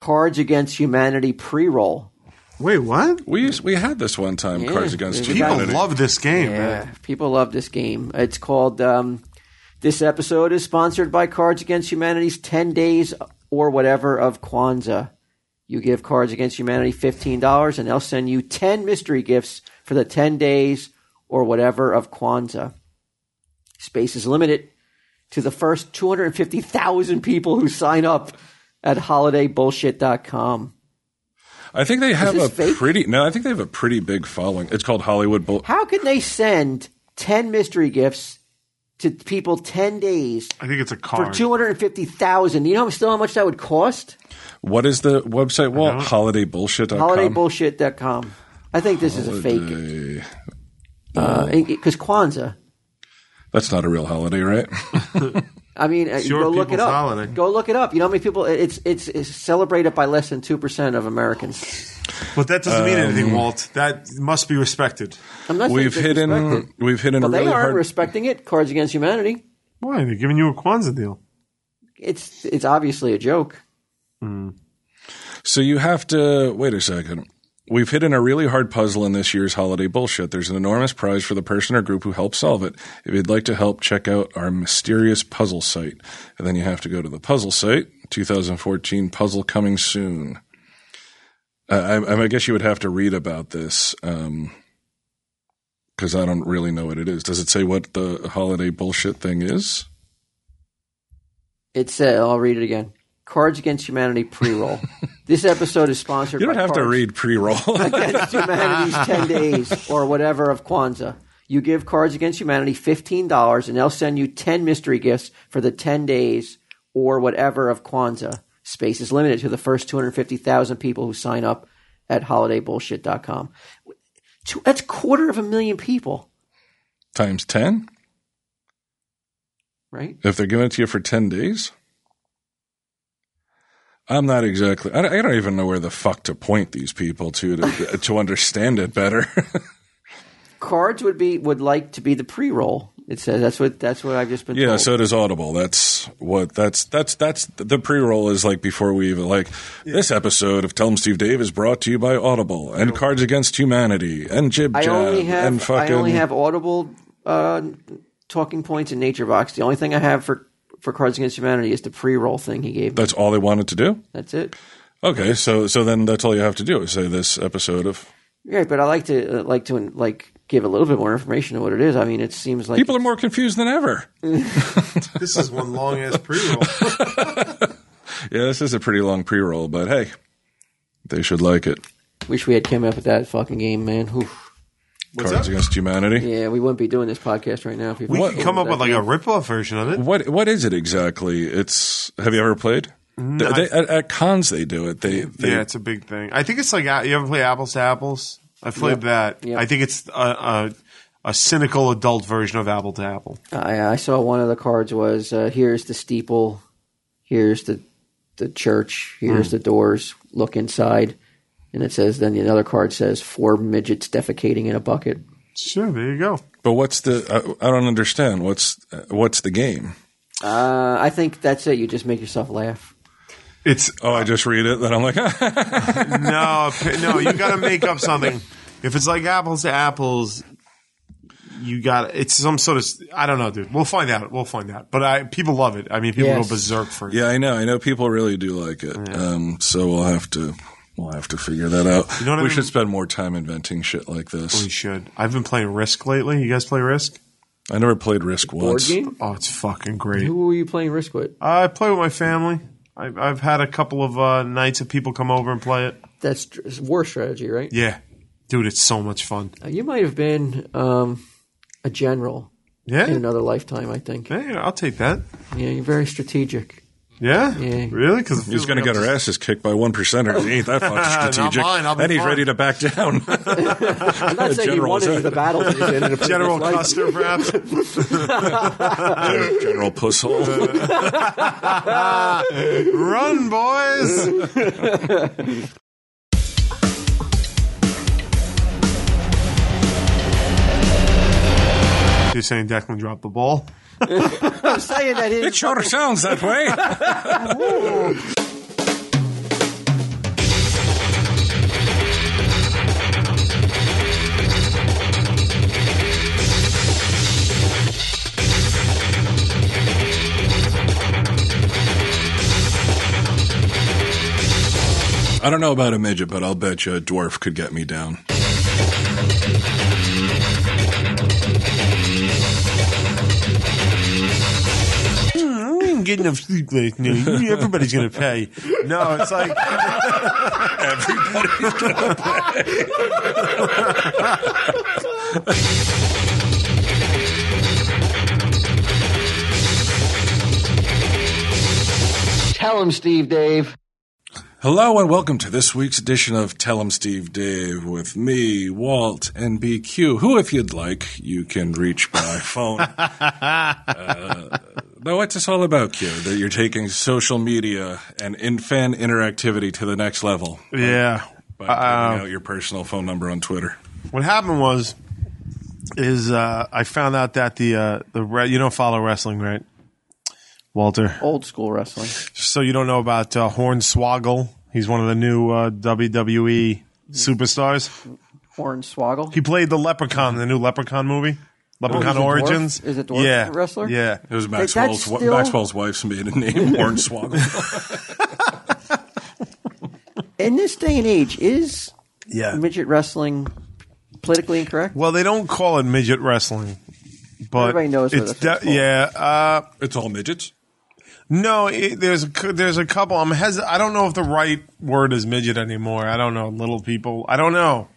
Cards Against Humanity pre-roll. Wait, what? We used, we had this one time. Yeah. Cards Against We got People Humanity. love this game, man. Yeah, Uh, people love this game. It's called. Um, this episode is sponsored by Cards Against Humanity's ten days or whatever of Kwanzaa. You give Cards Against Humanity fifteen dollars, and they'll send you ten mystery gifts for the ten days or whatever of Kwanzaa. Space is limited to the first two hundred fifty thousand people who sign up at holidaybullshit.com. I think they have this a fake? pretty. No, I think they have a pretty big following. It's called Hollywood Bull. How can they send ten mystery gifts to people ten days I think it's a for card. two hundred and fifty thousand. You know still how much that would cost? What is the website? Well, holidaybullshit.com. Holidaybullshit.com. I think this is a fake Holiday- because Kwanzaa. That's not a real holiday, right? I mean, uh, Sure, go look it people's up. holiday. Go look it up. You know how many people? It's it's, it's celebrated by less than two percent of Americans. but that doesn't mean anything, Walt. That must be respected. I'm not saying we've it's disrespected, hidden. We've hidden but really they aren't hard. respecting it. Cards Against Humanity. Why? They're giving you a Kwanzaa deal. It's it's obviously a joke. So you have to wait a second. We've hidden a really hard puzzle in this year's holiday bullshit. There's an enormous prize for the person or group who helps solve it. If you'd like to help, check out our mysterious puzzle site. And then you have to go to the puzzle site, 2014 puzzle coming soon. Uh, I, I guess you would have to read about this because I don't really know what it is. Does it say what the holiday bullshit thing is? It's uh, I'll read it again. Cards Against Humanity pre-roll. this episode is sponsored. You don't by have to Cards read pre roll. Against Humanity's 10 days or whatever of Kwanzaa. You give Cards Against Humanity $15 and they'll send you 10 mystery gifts for the 10 days or whatever of Kwanzaa. Space is limited to the first 250,000 people who sign up at holidaybullshit.com. Two- That's quarter of a million people, Times 10? right? If they're giving it to you for 10 days? I'm not exactly. I don't, I don't even know where the fuck to point these people to to, to understand it better. Cards would be would like to be the pre-roll. It says that's what that's what I've just been yeah, told. so does Audible. That's what. That's that's that's the pre-roll is like before we even like this episode of Tell 'em Steve Dave is brought to you by Audible and Cards Against Humanity and Jib I Jab only and have fucking I only have Audible uh, talking points in Nature Box. The only thing I have for for Cards Against Humanity is the pre-roll thing he gave me. that's all they wanted to do. That's it. Okay, so so then that's all you have to do is say this episode of Right, but I like to uh, like to like give a little bit more information on what it is. I mean, it seems like people are more confused than ever. This is one long ass pre roll. Yeah, this is a pretty long pre-roll, but hey, they should like it. wish we had came up with that fucking game, man. Oof. What's Cards that? Against Humanity. Yeah, we wouldn't be doing this podcast right now if we. We what, could come up with like a rip off version of it. What what is it exactly? It's have you ever played? They- they- at, at cons they do it. They, they yeah, it's a big thing. I think it's like you ever play apples to apples. I played that. Yep. I think it's a, a a cynical adult version of apple to apple. I, I saw one of the cards was uh, here's the steeple, here's the the church, here's the doors. Look inside, and it says. Then the other card says four midgets defecating in a bucket. Sure, there you go. But what's the? I, I don't understand. What's uh, what's the game? Uh, I think that's it. You just make yourself laugh. It's Oh, I just read it, then I'm like, no, p- no. You got to make up something. If it's like apples to apples, you got it's some sort of I don't know, dude. We'll find out. We'll find out. But I people love it. I mean, people Yes. go berserk for it. yeah, I know, I know. People really do like it. Um, so we'll have to we'll have to figure that know out. what we I mean? should spend more time inventing shit like We this. should. I've been playing Risk lately. You guys play Risk? I never played Risk Board once. game. Oh, it's fucking great. Who were you playing Risk with? I play with my family. I've, I've had a couple of uh, nights of people come over and play it. That's tr- it's war strategy, right? Yeah, dude, it's so much fun. Uh, You might have been um, a general Yeah, in another lifetime. I think. Yeah, Hey, I'll take that. you're very strategic. Yeah, Yeah. really? Because He's going to get our asses kicked by one percenter. He ain't that fucking Not strategic. mine, I'll be and he's fine. ready to back down. I'm not saying you general, won is any of that- the battles. you ended up in General this life. Custer, perhaps. General Pusshole. Run, boys! You're saying Declan dropped the ball? I'm saying that his It sure sounds that way. I don't know about a midget, but I'll bet you a dwarf could get me down. Mm, I didn't get enough sleep last night. Everybody's gonna pay. No, it's like Everybody's gonna play. Tell him, Steve Dave. Hello and welcome to this week's edition of Tell 'em Steve Dave with me, Walt, and BQ, who, if you'd like, you can reach by phone. uh, now, what's this all about, Q? That you're taking social media and in-fan interactivity to the next level yeah. by putting out your personal phone number on Twitter. What happened was is uh, I found out that the uh, the re- you don't follow wrestling, right, Walter? Old school wrestling. So you don't know about uh, Hornswoggle? He's one of the new uh, WWE superstars. Hornswoggle. He played the Leprechaun, in the new Leprechaun movie, Leprechaun Oh, he's a dwarf? Origins. Is a dwarf yeah. wrestler? Yeah. It was that's Maxwell's, still- Maxwell's wife's maiden name, Hornswoggle. In this day and age, is Yeah. midget wrestling politically incorrect? Well, they don't call it midget wrestling, but Everybody knows what it's that's called. yeah. Uh, it's all midgets. no, it, there's a, cou- there's a couple. I'm hes- I don't know if the right word is midget anymore. I don't know little people. I don't know,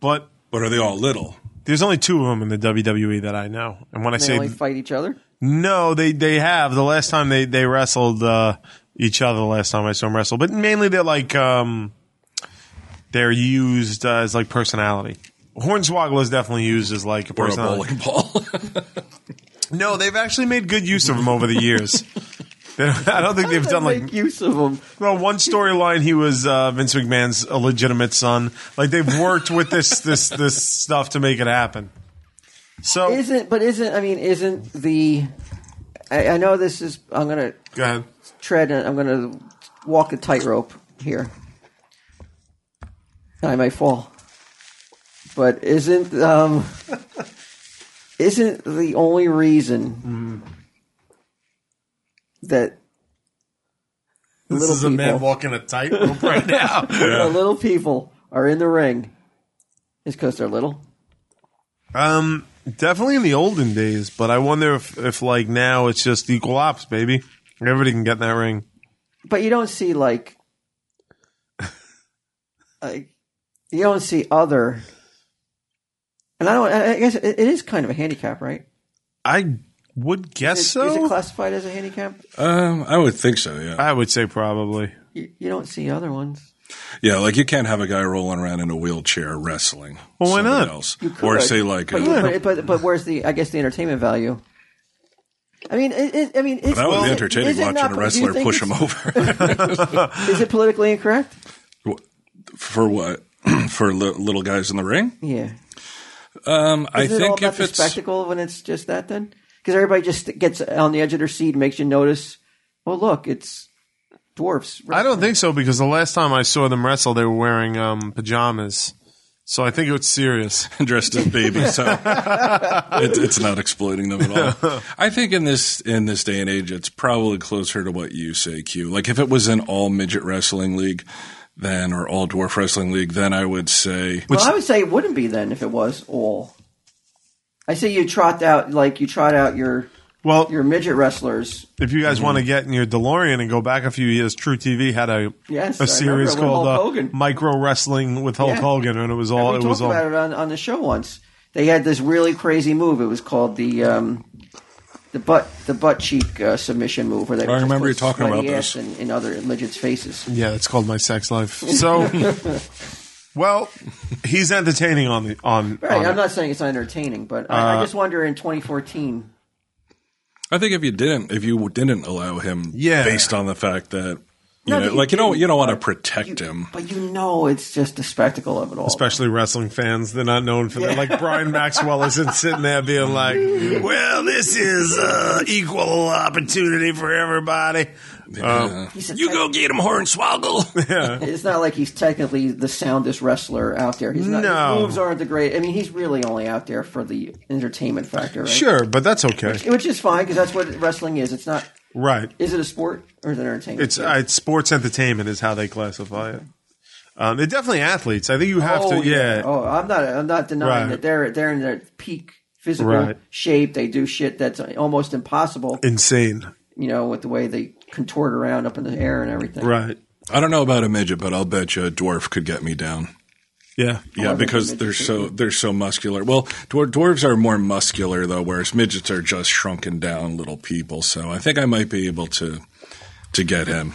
but But are they all little? there's only two of them in the WWE that I know. And when I They say only fight each other. no, they they have the last time they they wrestled uh, each other. The last time I saw them wrestle, but mainly they're like um, they're used uh, as like personality. Hornswoggle is definitely used as like a Or a personality. bowling ball? No, they've actually made good use of him over the years. They don't- I don't think they've done like make use of them. well one storyline. He was uh, Vince McMahon's illegitimate son. Like they've worked with this this this stuff to make it happen. So Isn't but isn't I mean isn't the I, I know this is I'm gonna go ahead. tread and I'm gonna walk a tightrope here. I may fall, but isn't um isn't the only reason that This little is a man people- walking a tightrope right now. the little people are in the ring is because they're little? Um, definitely in the olden days, but I wonder if if like now it's just equal ops, baby. Everybody can get in that ring. but you don't see like, like you don't see other and i don't i I guess it, it is kind of a handicap right I would guess is, so. is it classified as a handicap um, I would think so, yeah. I would say probably. you, you don't see other ones Yeah, like you can't have a guy rolling around in a wheelchair wrestling. Well, why someone not? Else. Or say like, but, uh, you- but, but but where's the i guess the entertainment value i mean it, it, i mean it's, that would is be it- entertaining is it watching not- a do you wrestler think push it's- him over. is it politically incorrect For what? For li- little guys in the ring? yeah Um, I Isn't it all think about if the it's spectacle when it's just that then? Because everybody just gets on the edge of their seat and makes you notice, oh, look, it's dwarfs. I don't think so because the last time I saw them wrestle, they were wearing um, pajamas. So I think it was serious. dressed as babies, so it, it's not exploiting them at all. I think in this in this day and age, it's probably closer to what you say, Q. Like if it was an all midget wrestling league, then or all dwarf wrestling league, then I would say Well, I would say it wouldn't be then if it was all. I say you trot out, like, you trot out your, Well, your midget wrestlers. if you guys want to get in your DeLorean and go back a few years, True TV had a Yes, I a series remember when called Hulk uh, Hogan- Micro Wrestling with Hulk Yeah. Hogan, and it was all we it talked was all. about it on, on the show once. They had this really crazy move. It was called the um, the butt the butt cheek uh, submission move, where they would just remember put you talking about sweaty ass this. in, in other midgets' faces. Yeah, it's called My Sex Life. So, well, he's entertaining on the Uh, on. Right, on I'm it. not saying it's not entertaining, but I, I just wonder in 2014. I think if you didn't, if you didn't allow him, Yeah. based on the fact that you No, know, but you like you don't, didn't, you don't want to but protect you- him. But you know, it's just the spectacle of it all. Especially wrestling fans, they're not known for that. Like Brian Maxwell isn't sitting there being like, "Well, this is uh, equal opportunity for everybody." Uh, He's a you go get him, Hornswoggle. it's not like he's technically the soundest wrestler out there. He's not, No. His moves aren't the great. I mean, he's really only out there for the entertainment factor, right? Sure, but that's okay. Which is fine because that's what wrestling is. It's not Right. Is it a sport or is it entertainment? It's uh, it's sports entertainment is how they classify it. Um, they're definitely athletes. I think you have oh, to. Yeah. Oh, I'm not. I'm not denying Right. that they're they're in their peak physical Right. shape. They do shit that's almost impossible. Insane. You know, with the way they contort around up in the air and everything. Right. I don't know about a midget, but I'll bet you a dwarf could get me down. Oh, Yeah. Yeah, think because they're midgets so they're so muscular. Well, dwar- dwarves are more muscular though, whereas midgets are just shrunken down little people. So I think I might be able to to get him.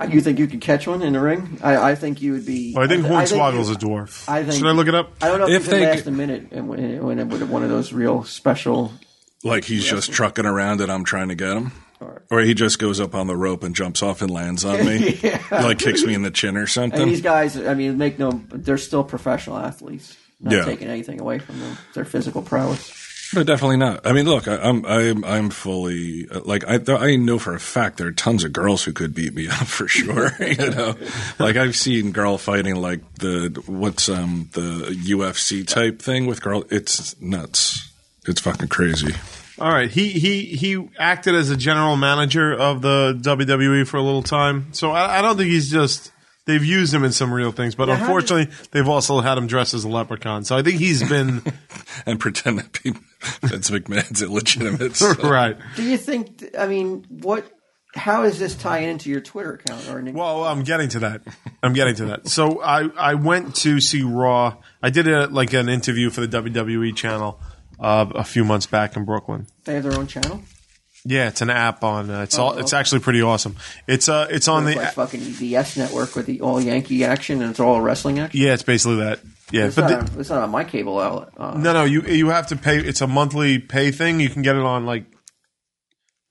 Uh, You think you could catch one in the ring? I, I think you would be. Well, I think th- Hornswoggle's you- a dwarf. I think- Should I look it up? I don't know if, If you could they last could- a minute and when, when it would one of those real special. Like he's just trucking around and I'm trying to get him. Or he just goes up on the rope and jumps off and lands on me. Like kicks me in the chin or I mean, something. these guys, I mean, make no. They're still professional athletes. Not Yeah. taking anything away from them, their physical prowess. But definitely not. I mean, look, I, I'm I'm I'm fully uh, like I th- I know for a fact there are tons of girls who could beat me up for sure. you know, like I've seen girl fighting like the what's um the UFC type thing with girl. It's nuts. It's fucking crazy. All right. He he he acted as a general manager of the WWE for a little time. So I, I don't think he's just. They've used him in some real things, but how unfortunately, they've also had him dress as a leprechaun. So I think he's been And pretend that people, Vince McMahon's illegitimate. so- right. Do you think? th- I mean, what? How does this tie into your Twitter account? Or Well, I'm getting to that. I'm getting to that. So I, I went to see Raw. I did a, like an interview for the WWE channel uh, a few months back in Brooklyn. they have their own channel. Yeah, it's an app on. Uh, it's all. It's okay. actually pretty awesome. It's uh, it's on It's the. like fucking EBS network with the all Yankee action and it's all wrestling action. yeah, it's basically that. Yeah, It's, but not, the- on- it's not on my cable outlet. Uh, No, no, you you have to pay. It's a monthly pay thing. You can get it on like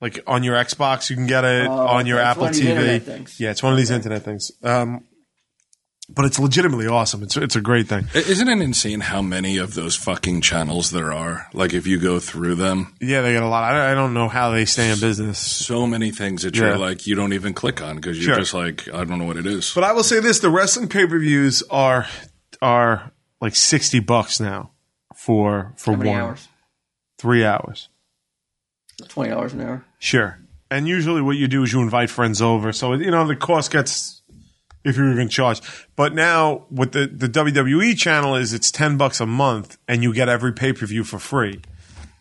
like on your Xbox. You can get it on your Oh, it's Apple one of these internet TV. things. Yeah, it's one of these internet things. Um, but it's legitimately awesome. It's it's a great thing. I- Isn't it insane how many of those fucking channels there are? Like if you go through them, Yeah, they got a lot. I don't, I don't know how they stay in business. so many things that you're Yeah. like you don't even click on because you're Sure. just like I don't know what it is. But I will say this: the wrestling pay per views are are like sixty bucks now for for how many one hours? three hours. Twenty dollars an hour. Sure. And usually what you do is you invite friends over. So, you know, the cost gets, if you're even charged. But now with the, the WWE channel is it's 10 bucks a month and you get every pay-per-view for free.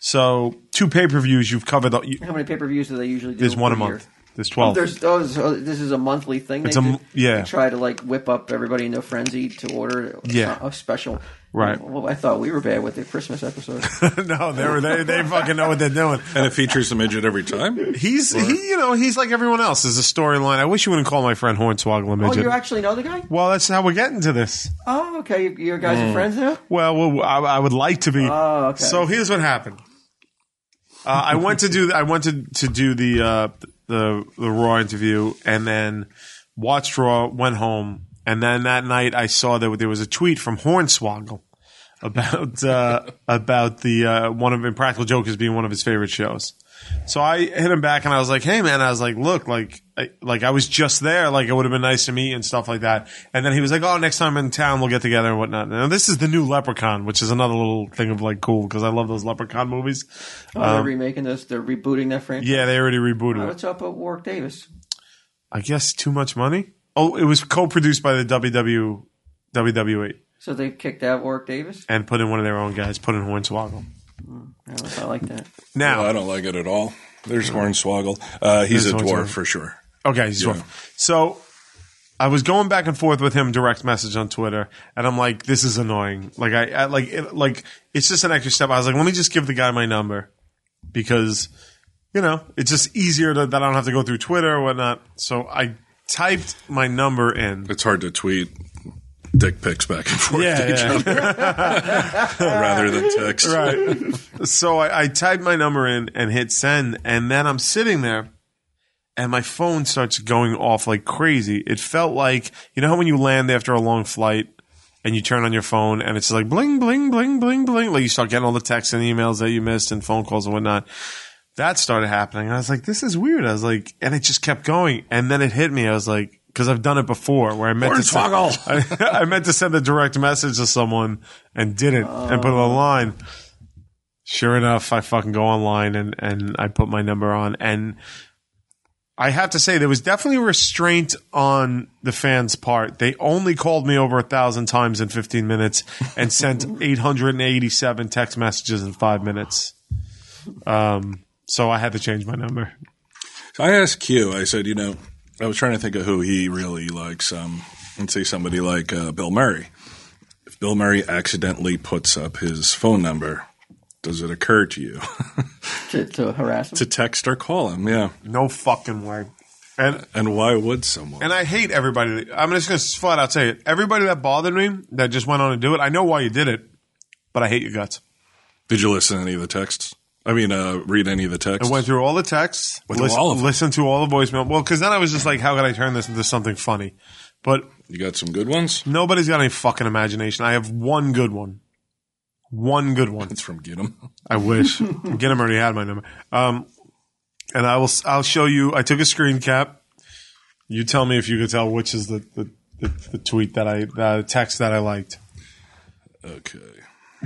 So two pay-per-views you've covered. all- You, How many pay per views do they usually do? there's one a per year? month. There's 12. There's those. oh, this is a monthly thing. It's they a do? m- yeah. They try to like whip up everybody into a frenzy to order. Yeah. a special. Right. Well, I thought we were bad with the Christmas episode. no, they, were, they, they fucking know what they're doing. and it features the midget every time. He's, he, you know, he's like everyone else. There's a storyline. I wish you wouldn't call my friend Hornswoggle a oh, midget. you actually know the guy? well, that's how we're getting to this. Oh, okay. You, you guys Mm. are friends now. Well, well I, I would like to be. Oh, okay. So here's what happened. Uh, I went to do I went to, to do the uh, the the Raw interview and then watched Raw, went home, and then that night I saw that there was a tweet from Hornswoggle about uh, about the uh, one of Impractical Jokers being one of his favorite shows. So I hit him back and I was like, "Hey man," I was like, "Look, like, I, like I was just there. Like it would have been nice to meet and stuff like that." And then he was like, "Oh, next time in town we'll get together and whatnot." Now this is the new Leprechaun, which is another little thing of like cool because I love those Leprechaun movies. Oh, they're remaking this. They're rebooting that franchise. Um, Yeah, they already rebooted it. What's up with Warwick Davis? I guess too much money. Oh, it was co-produced by the WW, WWE So they kicked out Warwick Davis. and put in one of their own guys, put in Hornswoggle. I, don't know if I like that. Now, I don't like it at all. There's Hornswoggle. Uh, he's There's a dwarf Hornswoggle. for sure. Okay, he's dwarf. So I was going back and forth with him direct message on Twitter, and I'm like, this is annoying. Like I, I like it, like it's just an extra step. I was like, let me just give the guy my number because you know it's just easier to, that I don't have to go through Twitter or whatnot. So I typed my number in. It's hard to tweet dick pics back and forth Yeah, to each yeah. other rather than text. right. so I, I typed my number in and hit send, and then I'm sitting there, and my phone starts going off like crazy. It felt like you know how when you land after a long flight. And you turn on your phone and it's like bling, bling, bling, bling, bling. Like you start getting all the texts and emails that you missed and phone calls and whatnot. That started happening. And I was like, this is weird. I was like, and it just kept going. And then it hit me. I was like, because I've done it before where I meant to send, Hornswoggle. I, I meant to send a direct message to someone and did it and put it online. Sure enough, I fucking go online and, and I put my number on. And I have to say, there was definitely restraint on the fans' part. They only called me over a thousand times in 15 minutes and sent 887 text messages in five minutes. Um, so I had to change my number. So I asked Q. I said, you know, I was trying to think of who he really likes. Um, let's say somebody like uh, Bill Murray. If Bill Murray accidentally puts up his phone number, does it occur to you to, to harass him. to text or call him? Yeah. No fucking way. And And why would someone? And I hate everybody. that- I'm just going to flat out say it. Everybody that bothered me that just went on to do it, I know why you did it, but I hate your guts. Did you listen to any of the texts? I mean, uh, read any of the I texts? went through all the texts, Went through all of them. listened to all the voicemail. Well, because then I was just like, how could I turn this into something funny? But you got some good ones? nobody's got any fucking imagination. I have one good one. One good one. It's from Get 'em. I wish. Ginnam already had my number. Um, and I will. I'll show you. I took a screen cap. You tell me if you could tell which is the the, the, the tweet that I the text that I liked. Okay.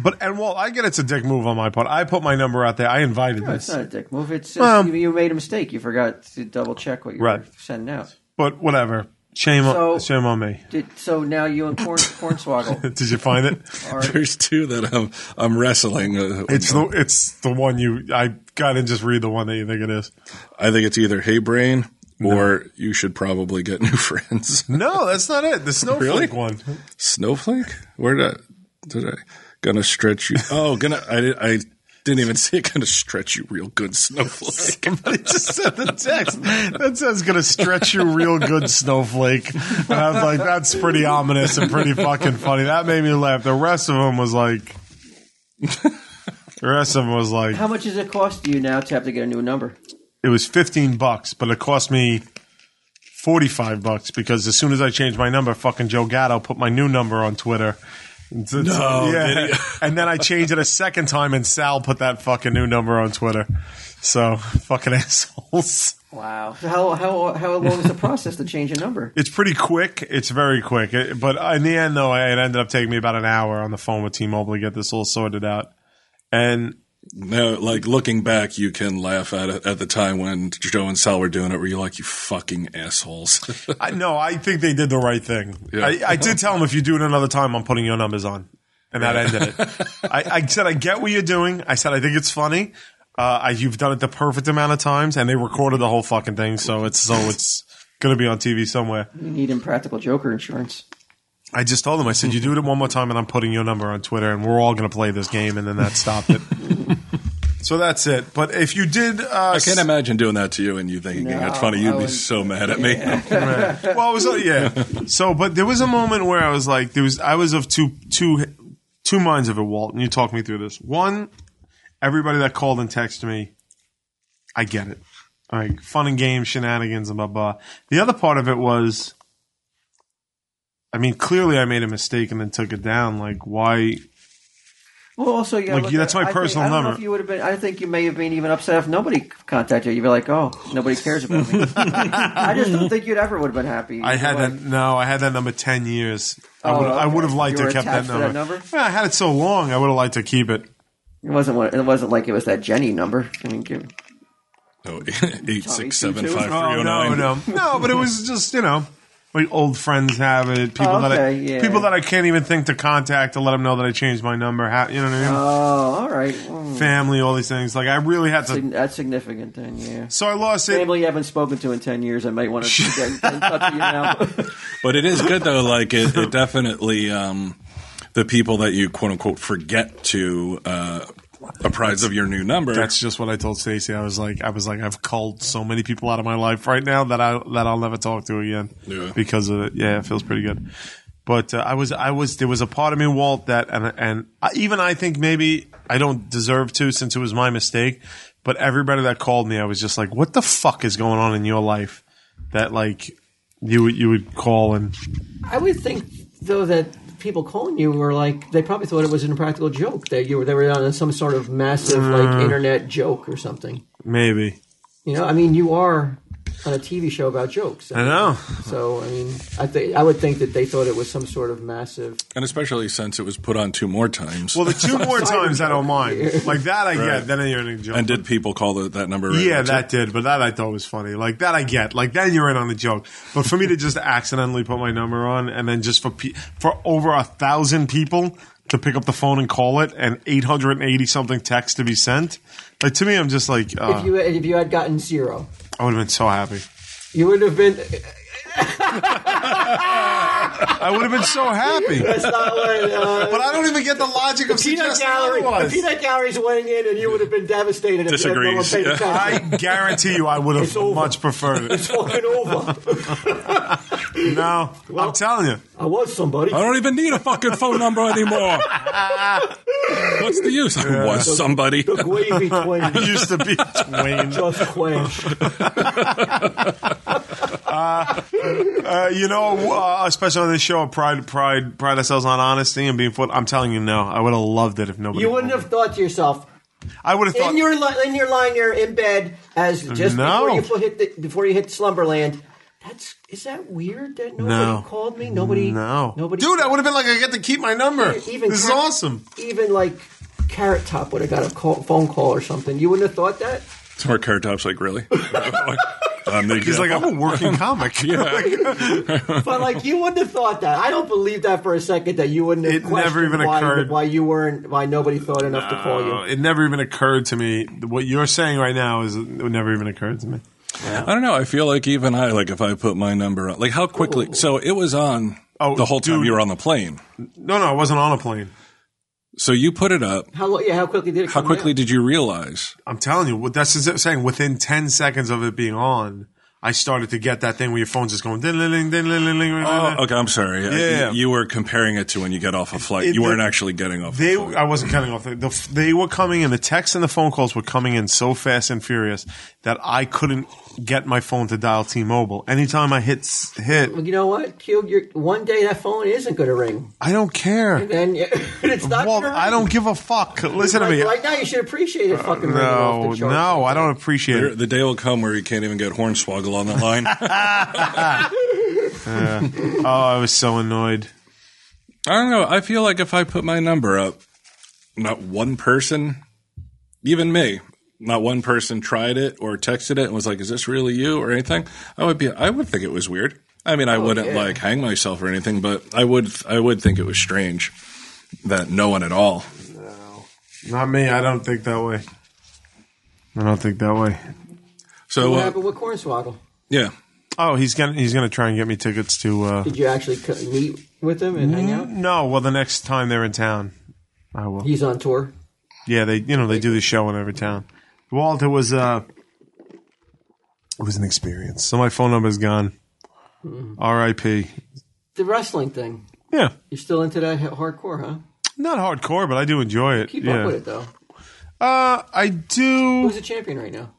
But and well, I get it's a dick move on my part. I put my number out there. I invited No, it's this, not a dick move. It's just Well- you, you made a mistake. You forgot to double check what you were Right. sending out. but whatever. Shame So- on shame on me. Did, so now you and Corn Cornswoggle Did you find it? are There's two that I'm, I'm wrestling. Uh, It's the it's the one you. I gotta just read the one that you think it is. I think it's either Hey Brain or You Should Probably Get New Friends. No, that's not it. The snowflake one. Snowflake? Where did I, did I gonna stretch you? Oh, gonna I, did- I didn't even see it. Gonna stretch you real good, Snowflake. Somebody just sent the text that says "gonna stretch you real good, snowflake," and I was like, "That's pretty ominous and pretty fucking funny." That made me laugh. The rest of them was like, the rest of them was like, How much does it cost you now to have to get a new number? it was 15 bucks, but it cost me 45 bucks because as soon as I changed my number, fucking Joe Gatto put my new number on Twitter. No, did he? and then I changed it a second time, and Sal put that fucking new number on Twitter. So fucking assholes. Wow. So how how how long is the process to change a number? It's pretty quick. It's very quick. It- but in the end, though, it ended up taking me about an hour on the phone with T-Mobile to get this all sorted out. And No, like looking back, you can laugh at it at the time when Joe and Sal were doing it. Where you're like, you fucking assholes. I, no, I think they did the right thing. Yeah. I, I did tell them if you do it another time, I'm putting your numbers on, and that ended it. I, I said I get what you're doing. I said I think it's funny. Uh, I, you've done it the perfect amount of times, and they recorded the whole fucking thing, so it's so it's gonna be on TV somewhere. You need impractical joker insurance. I just told them I said you do it one more time, and I'm putting your number on Twitter, and we're all gonna play this game, and then that stopped it. so that's it. But if you did, uh, I can't imagine doing that to you and you thinking No, that's funny. I You'd be would- so mad at me. well, it was like, yeah. So, but there was a moment where I was like, there was I was of two two two minds of it, Walt, and you talked me through this. One, everybody that called and texted me, I get it. All right, fun and games, shenanigans, and blah blah. The other part of it was, I mean, clearly I made a mistake and then took it down. Like, why? Well, also, yeah, Like, that's my personal I don't know number. if you would have been, I think you may have been even upset if nobody contacted you. You'd be like, "Oh, nobody cares about me." I just don't think you'd ever would have been happy. I had Like, that. No, I had that number ten years. I Oh, would. I okay. would have liked You to were have kept that attached to that number. number? Yeah, I had it so long. I would have liked to keep it. It wasn't. one- It wasn't like it was that Jenny number. I mean, give, Oh, eight six seven five three Oh, oh nine. No, no, no. But it was just you know, like old friends have it. People Oh, that I, okay, yeah. people that I can't even think to contact to let them know that I changed my number. How, you know what I mean? oh, all right. Well, Family, all these things. Like I really had to. sig- that's significant then. Yeah. So I lost it. Family you haven't spoken to in ten years. I might want to get in touch with you now. But it is good though. Like it, it definitely um, the people that you quote unquote forget to uh, apprise of your new number. That's just what I told Stacy. I was like, I was like, I've culled so many people out of my life right now that I that I'll never talk to again Yeah. because of it. Yeah, it feels pretty good. But uh, I was, I was, there was a part of me, Walt, that, and and I, even I think maybe I don't deserve to since it was my mistake. But everybody that called me, I was just like, what the fuck is going on in your life that like you would you would call and I would think though that people calling you were like they probably thought it was an impractical joke that you were they were on some sort of massive like internet joke or something. maybe You know, I mean, you are on a TV show about jokes. I know. So I mean, I think I would think that they thought it was some sort of massive. And especially since it was put on two more times. Well, the two more times I don't mind. Like that I Right. get. Then you're in a joke. and did people call the, that number? right yeah, now, too? that did. But that I thought was funny. Like that I get. Like then you're in on the joke. But for me to just accidentally put my number on and then just for pe- for over a thousand people to pick up the phone and call it and 880 something text to be sent. Like to me, I'm just like uh, If you if you had gotten zero, I would have been so happy. you would have been. I would have been so happy. That's not what. Uh, But I don't even get the logic of Peanut suggesting gallery, otherwise. peanut gallery's weighing in, and you would have been devastated. If you had no one Disagrees. paid attention. I guarantee you, I would have It's over. much preferred it. It's fucking over. No, I'm Well- telling you. I was somebody. I don't even need a fucking phone number anymore. What's the use? I was somebody. The wavy It twain. used to be Twain. Just quench. Uh, you know, uh, especially on this show, pride, pride, pride ourselves on honesty and being. Full, I'm telling you, no, I would have loved it if nobody. You wouldn't have thought to yourself, I would have thought. in your li- in your line there in bed as just No. before you hit the, before you hit slumberland. That's is that weird that nobody No. called me? Nobody. no, Nobody. dude, I would have been like, I get to keep my number. Even this is Car- awesome. Even like Carrot Top would have got a call, phone call or something. You wouldn't have thought that. Smart Car Top's like, really? I'm the He's like, I'm a working comic. But like you wouldn't have thought that. I don't believe that for a second that you wouldn't have. It never questioned even why, occurred. why you weren't why nobody thought enough to call Uh, you. it never even occurred to me. What you're saying right now is it never even occurred to me. I don't know. I feel like even I, like if I put my number on, like how quickly. So it was on Oh, the whole time dude. you were on the plane. No, no, I wasn't on a plane. So you put it up. How lo- yeah? How quickly did it? How come quickly down? did you realize? I'm telling you, what that's just saying. Within ten seconds of it being on, I started to get that thing where your phone's just going ding ding ding ding ding ding. ding. Oh, okay. I'm sorry. I- Uh, Yeah. you were comparing it to when you get off a flight. It- you weren't the- actually getting off. They, a flight. I wasn't cutting off. The, the, they were coming in. The texts and the phone calls were coming in so fast and furious that I couldn't get my phone to dial T-Mobile. Anytime I hit s- hit, Well, you know what, Q? You're, one day that phone isn't going to ring, I don't care. and you, it's not. Well, gonna I ring. don't give a fuck. Listen to Like, me. uh, right now, you should appreciate it. Fucking ringing No, off the charts. no, I don't appreciate There- it. the day will come where you can't even get Hornswoggle on the line. I Oh, I was so annoyed. don't know. I feel like if I put my number up, not one person, even me, not one person tried it or texted it and was like, "Is this really you?" or anything. I would be. I would think it was weird. I mean, I wouldn't Oh, yeah. like hang myself or anything, but I would. I would think it was strange that no one at all. Not me. I don't think that way. I don't think that way. So What uh, happened with Cornswoggle? yeah. Oh, he's gonna he's gonna try and get me tickets to. Uh, Did you actually co- meet with him and hang out? no, well, the next time they're in town, I will. He's on tour. Yeah, they you know they do the show in every town. Walt, it was uh, it was an experience. So my phone number's gone. Mm-hmm. R.I.P. The wrestling thing. Yeah, You're still into that h- hardcore, huh? not hardcore, but I do enjoy it. Keep yeah, up with it, though. uh, I do Who's the champion right now?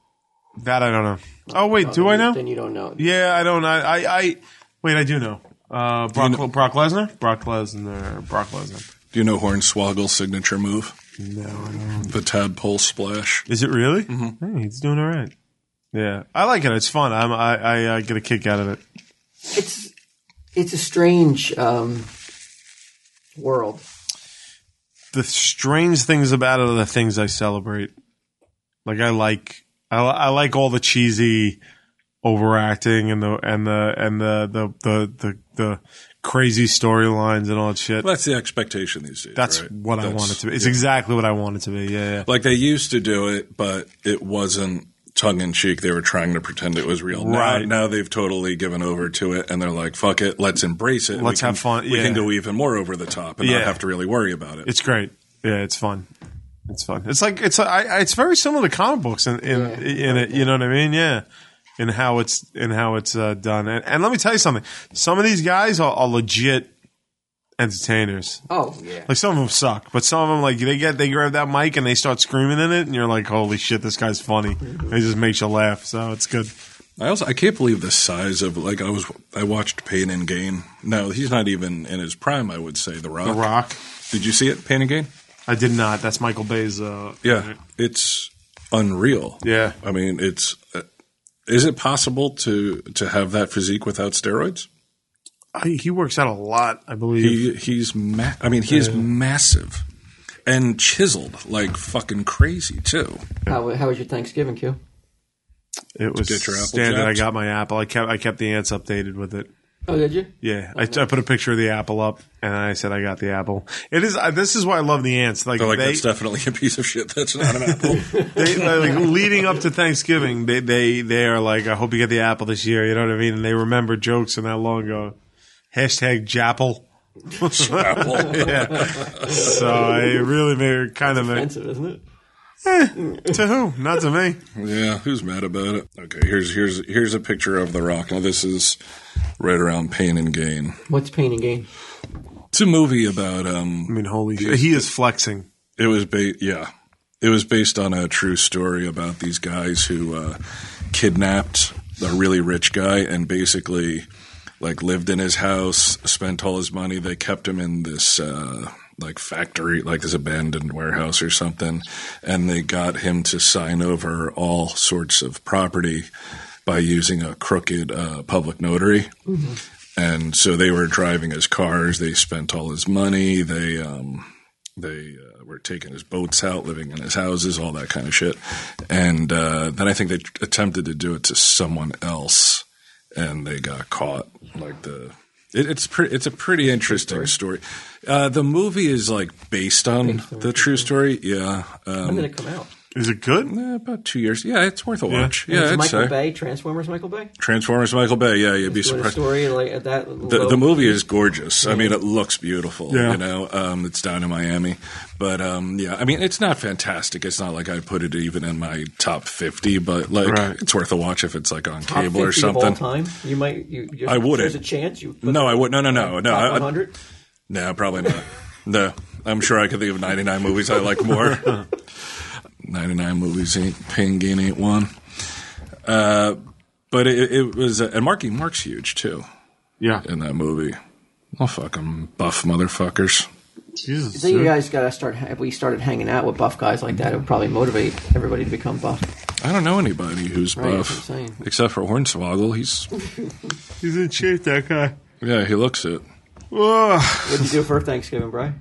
that. I don't know. Oh wait, do I know? Then you don't know. Yeah, I don't. I I, I wait, I do know. Uh, Brock, Brock Lesnar, Brock Lesnar, Brock Lesnar. Do you know Hornswoggle's signature move? No, I don't. The tadpole splash. Is it really? Hey, he's doing all right. Yeah, I like it. It's fun. I'm, I I uh, get a kick out of it. It's it's a strange um, world. the strange things about it are the things I celebrate. Like I like I, I like all the cheesy overacting and the and the and the the the the, the crazy storylines and all that shit. Well, that's the expectation these days. That's right? what I That's- want it to be. It's exactly what I want it to be. Yeah, yeah. Like they used to do it, but it wasn't tongue in cheek. They were trying to pretend it was real. Now- Right. Now, they've totally given over to it and they're like, fuck it, let's embrace it. Let's We can- have fun. We Yeah. can go even more over the top and Yeah. not have to really worry about it. It's great. Yeah, it's fun. It's fun. It's like it's I, I- it's very similar to comic books in in, in it. You know what I mean? Yeah. In how it's in how it's uh, done. And, and let me tell you something. Some of these guys are, are legit entertainers. Oh yeah. Like some of them suck, but some of them like they get they grab that mic and they start screaming in it, and you're like, "Holy shit, this guy's funny!" It just makes you laugh, so it's good. I also I can't believe the size of like I was I watched Pain and Gain. No, he's not even in his prime. I would say the Rock. The Rock, Did you see it? Pain and Gain. I did not. That's Michael Bay's. Uh, Yeah, it's unreal. Yeah. I mean it's Is it possible to to have that physique without steroids? I, he works out a lot, I believe. He he's ma- I mean he is massive and chiseled like fucking crazy too. How, how was your Thanksgiving, Q? it was get your apple standard. I jacked. got my apple. I kept I kept the ants updated with it. Oh, did you? Yeah, I, I put a picture of the apple up, and I said I got the apple. It is. I, this is why I love the ants. Like, They're like they, that's definitely a piece of shit. That's not an apple. they, like leading up to Thanksgiving, they they they are like, I hope you get the apple this year. You know what I mean? And they remember jokes and that long ago. Hashtag Japple. apple. Yeah. so it really made kind of a, Expensive, isn't it? to who? Not to me. Yeah, who's mad about it? Okay, here's here's here's a picture of the Rock. Now this is right around Pain and Gain. What's pain and gain? It's a movie about I um. mean, holy shit. He is flexing. It was ba- yeah, it was based on a true story about these guys who uh, kidnapped a really rich guy and basically like lived in his house, spent all his money. They kept him in this uh, like factory, like this abandoned warehouse or something, and they got him to sign over all sorts of property by using a crooked uh, public notary. And so they were driving his cars. They spent all his money. They um, they uh, were taking his boats out, living in his houses, all that kind of shit. And uh, then I think they attempted to do it to someone else, and they got caught. Like the it, it's pretty it's a pretty interesting story. Uh, the movie is like based on the true story. Yeah, When um, did it come out? Is it good? eh, about two years. Yeah, it's worth a watch. Yeah, It's I'd Michael say Bay, Transformers Michael Bay? Transformers Michael Bay. Yeah, you'd be Doing a surprised. story like at that. The, low- the movie is gorgeous. I mean, it looks beautiful. Yeah. You know, um, it's down in Miami, but um, yeah, I mean, it's not fantastic. It's not like I put it even in my top fifty, but like Right. it's worth a watch if it's like on top cable or 50 Of all something. time, you might. You, you- I wouldn't. There's a chance you. No, I would. No, no, no, no. Top I, I, 100. no, probably not. no, I'm sure I could think of 99 movies I like more. 99 movies ain't Pain Gain ain't one. Uh, but it, it was, and Marky Mark's huge too Yeah. in that movie. Oh fuck 'em, buff motherfuckers. Jesus. I think you dude. guys got to start. If we started hanging out with buff guys like that, it would probably motivate everybody to become buff. I don't know anybody who's Right, buff that's what I'm saying. except for Hornswoggle. He's He's in shape, that guy. yeah, he looks it. Ugh. What'd you do for Thanksgiving, Bry?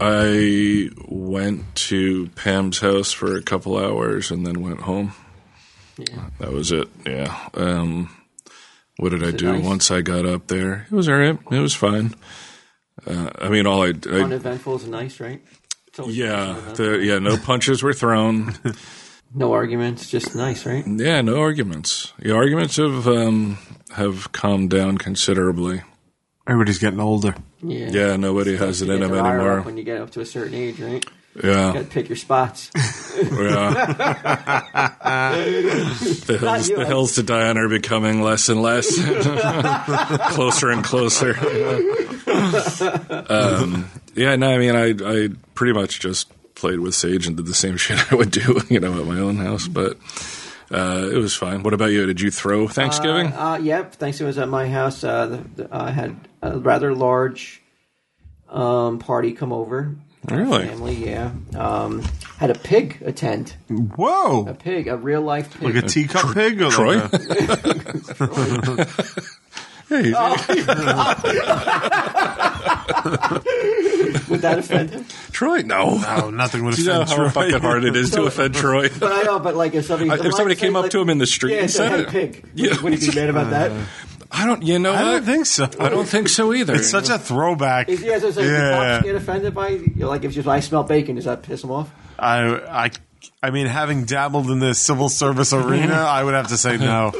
I went to Pam's house for a couple hours and then went home. Yeah. That was it. Yeah. Um, what did I it do nice? once I got up there? It was all right. It was fine. Uh, I mean, all I, I Uneventful is nice, right? It's always nice yeah, to have the, yeah, no punches were thrown. no arguments, just nice, right? Yeah, no arguments. The arguments have um, have calmed down considerably. Everybody's getting older. Yeah. Yeah, nobody has it You in get them to wire anymore. up when you get up to a certain age, right? yeah, You got to pick your spots. Yeah. the hills, you, the I- hills to die on are becoming less and less, closer and closer. um, yeah, no, I mean, I, I pretty much just played with Sage and did the same shit I would do, you know, at my own house, but uh, it was fine. What about you? Did you throw Thanksgiving? Uh, yep, Thanksgiving was at my house. Uh, the, the, I had a rather large um, party come over. Really? Family, yeah. Um, had a pig attend. A Whoa. Uh, pig, a real life pig. Like a teacup pig? Or Troy? Like a, Hey, Oh. Would that offend him? Troy? No. oh, nothing would Do you know offend how Troy. fucking hard it is to offend Troy? But I know, but like if somebody, Uh, If somebody came up to him in the street yeah, and said, said hey, it, pig, would, Yeah. yeah. would he be mad about that? I don't. You know I don't what? think so. I don't think so either. It's such a throwback. Is, yeah, so, so yeah. the Yeah. cops get offended by, you know, like if just I smell bacon, does that piss him off? I, I, I mean, having dabbled in the civil service arena, I would have to say no.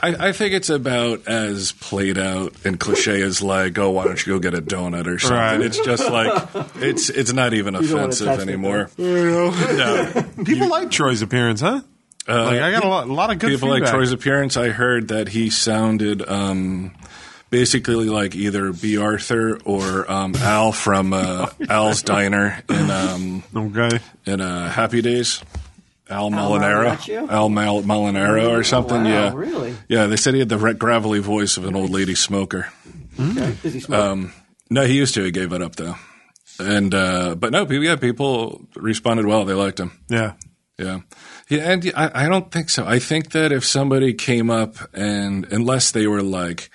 I, I think it's about as played out and cliche as like, oh, why don't you go get a donut or something? Right. It's just like it's it's not even don't wanna offensive touch it, anymore. no. People like Troy's appearance, huh? like I got a lot, a lot of good Uh, People like feedback. Troy's appearance. I heard that he sounded um, basically like either B. Arthur or um, Al from uh, Al's Diner in um, Okay, in uh, Happy Days. Al Molinaro, Marinaccio? Al Mal- Molinaro, or something. wow, yeah, really? Yeah, they said he had the re- gravelly voice of an old lady smoker. Hmm. Okay. Does he smell? Um, No, he used to. He gave it up though. And uh, but no, people, yeah, people responded well. They liked him. yeah. Yeah. Yeah. And I, I don't think so. I think that if somebody came up and, unless they were like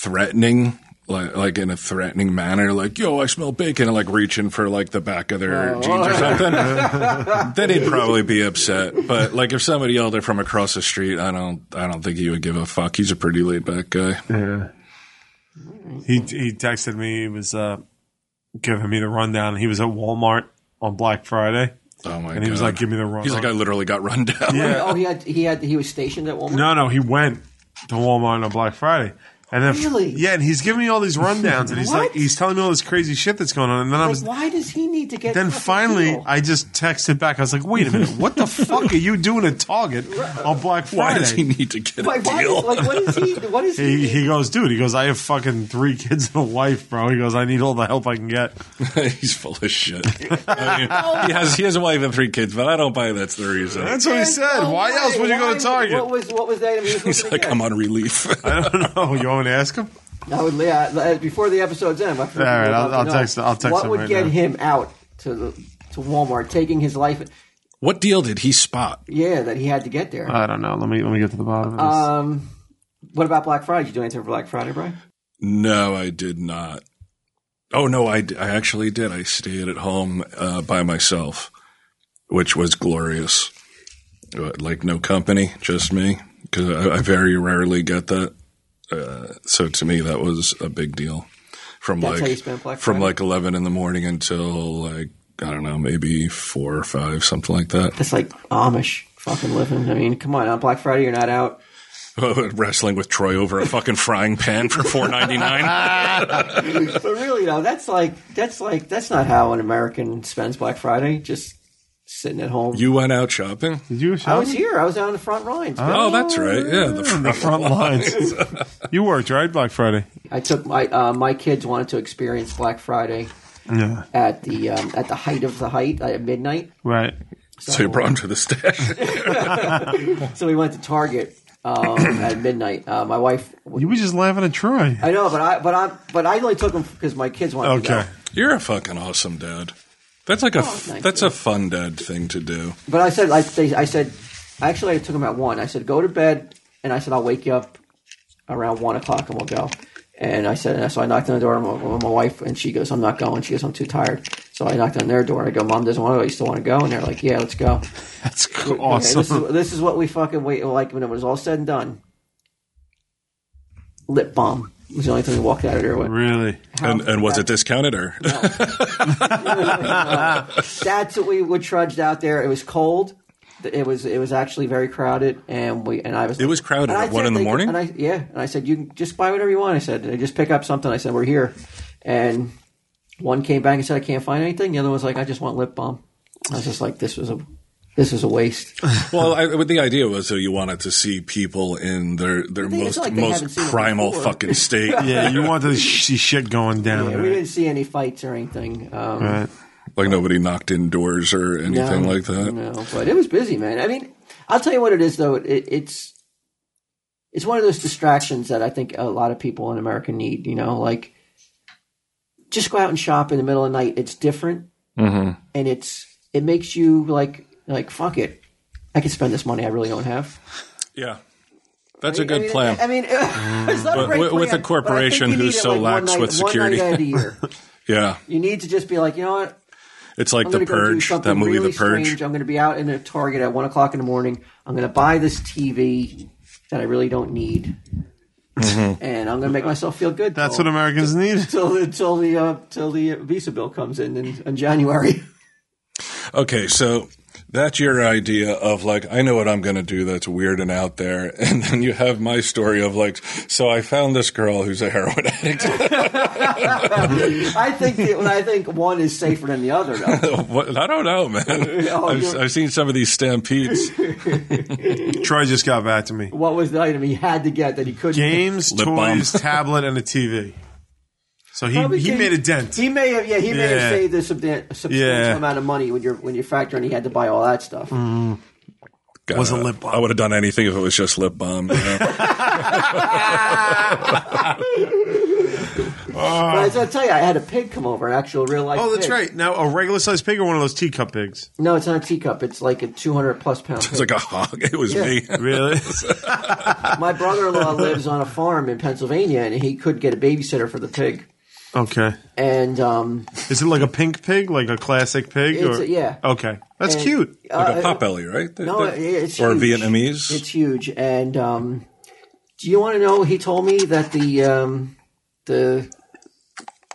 threatening, like, like in a threatening manner, like, yo, I smell bacon, and like reaching for like the back of their jeans or something, then he'd probably be upset. But like if somebody yelled it from across the street, I don't, I don't think he would give a fuck. He's a pretty laid back guy. He he texted me. He was uh, giving me the rundown. He was at Walmart on Black Friday, Oh my God. and he was like, "Give me the rundown." He's like, I literally got run down. Yeah. Oh, he had he had he was stationed at Walmart. No, no, he went to Walmart on Black Friday. And then, Really? yeah, and he's giving me all these rundowns, and he's What? like, he's telling me all this crazy shit that's going on. And then I was, Like, why does he need to get? then fucking finally, killed? I just texted back. I was like, wait a minute, what the fuck are you doing at Target on Black Why Friday? does he need to get Like, a why- deal? like, what is he? What is he? he, he goes, dude. He goes, I have fucking three kids and a wife, bro. He goes, I need all the help I can get. He's full of shit. I mean, he has he has a wife and three kids, but I don't buy that's the reason. That's what he said. Oh, Why else would you go why- to Target? What was what was that? I mean, He's like, I'm on relief. I don't know. You want me to ask him? I would, yeah, uh, before the episode's end. I forget All right, about I'll- to I'll know. text- I'll text What him would right get now. him out to the, to Walmart, taking his life? what deal did he spot? Yeah, that he had to get there. I don't know. Let me let me get to the bottom of this. um, what about Black Friday? Did you do anything for Black Friday, Brian? No, I did not. Oh no, I, d- I actually did. I stayed at home uh, by myself, which was glorious. Uh, Like no company, just me, because I, I very rarely get that. Uh, so to me, that was a big deal. From That's like how you spent Black from Friday? like eleven in the morning until like I don't know, maybe four or five, something like that. That's like Amish fucking living. I mean, come on, on Black Friday you're not out. Wrestling with Troy over a fucking frying pan for four ninety nine. But really, though, that's like that's like that's not how an American spends Black Friday. Just sitting at home. You went out shopping. Did you? I was here. I was out on the front lines. man. Oh, that's right. Yeah, the the front lines. you worked right Black Friday. I took my uh, my kids wanted to experience Black Friday Yeah. at the um, at the height of the height uh, at midnight. Right. So you brought him to the stash. So we went to Target um, at midnight. Uh, my wife, You were just laughing at Troy. I know, but I but I but I only took them because my kids wanted to Okay. go. You're a fucking awesome dad. That's like a Oh, thank that's you. a fun dad thing to do. But I said I, they, I said actually I took them at one. I said go to bed, and I said I'll wake you up around one o'clock and we'll go. And I said, and so I knocked on the door of my, of my wife, and she goes, "I'm not going." She goes, "I'm too tired." So I knocked on their door. I go, "Mom doesn't want to go. You still want to go?" And they're like, "Yeah, let's go." That's cool. Okay, awesome. this, is, this is what we fucking wait like when it was all said and done. Lip balm was the only thing we walked out of there with. really? And and was it discounted or That's what we were trudged out there. It was cold. It was it was actually very crowded, and we and I was. It was crowded and I at one said in the they- morning? And I yeah, and I said you can just buy whatever you want. I said "They just pick up something. I said we're here, and one came back and said I can't find anything. The other was like I just want lip balm. I was just like this was a this was a waste. well? I, but the idea was that you wanted to see people in their their think it's most like they haven't most seen it primal before. fucking state. Yeah, you want to see shit going down. Yeah, we didn't see any fights or anything. Um, right. Like nobody knocked indoors or anything No, like that. No, but it was busy, man. I mean, I'll tell you what it is though. It, it's it's one of those distractions that I think a lot of people in America need. You know, like just go out and shop in the middle of the night. It's different, Mm-hmm. and it's it makes you like like fuck it. I can spend this money I really don't have. Yeah, that's I a good mean, plan. I mean, it's not a But great with- with plan, a but I corporation think you who's need it, so like, one lax night- with security. one night out of the year. yeah, you need to just be like, you know what? it's like I'm the gonna go do Purge, something that movie, really The Purge. Strange. I'm going to be out in a Target at one o'clock in the morning. I'm going to buy this TV that I really don't need, and I'm going to make myself feel good. Mm-hmm. That's till, what Americans need. till the till the uh, till the visa bill comes in in, in January. Okay, so that's your idea of like, I know what I'm going to do that's weird and out there. And then you have my story of like, so I found this girl who's a heroin addict. I think that, I think one is safer than the other. Though. what, I don't know, man. Oh, I've, you're- I've seen some of these stampedes. Troy just got back to me. What was the item he had to get that he couldn't? Games, Lip balm. toys, tablet, and a TV. So he, Probably he can- made a dent. He may have, yeah, he may Yeah. have saved a subdan- substantial Yeah. Mm-hmm. amount of money when you're when you're factoring. He had to buy all that stuff. God, Was a lip balm. I would have done anything if it was just lip balm. You know? but I was gonna tell you, I had a pig come over, an actual real life. Oh, that's pig. right. Now, a regular sized pig or one of those teacup pigs? No, it's not a teacup. It's like a 200 plus pound. It's like a hog. It was me. Really? pig. My brother in law lives on a farm in Pennsylvania, and he could get a babysitter for the pig. okay. And um, Is it like a pink pig, like a classic pig? It's or? a- yeah. Okay, that's And- cute. Like a uh, pot belly, right? That- no, that- it's or huge. Vietnamese. It's huge. And um, do you want to know? He told me that the um, the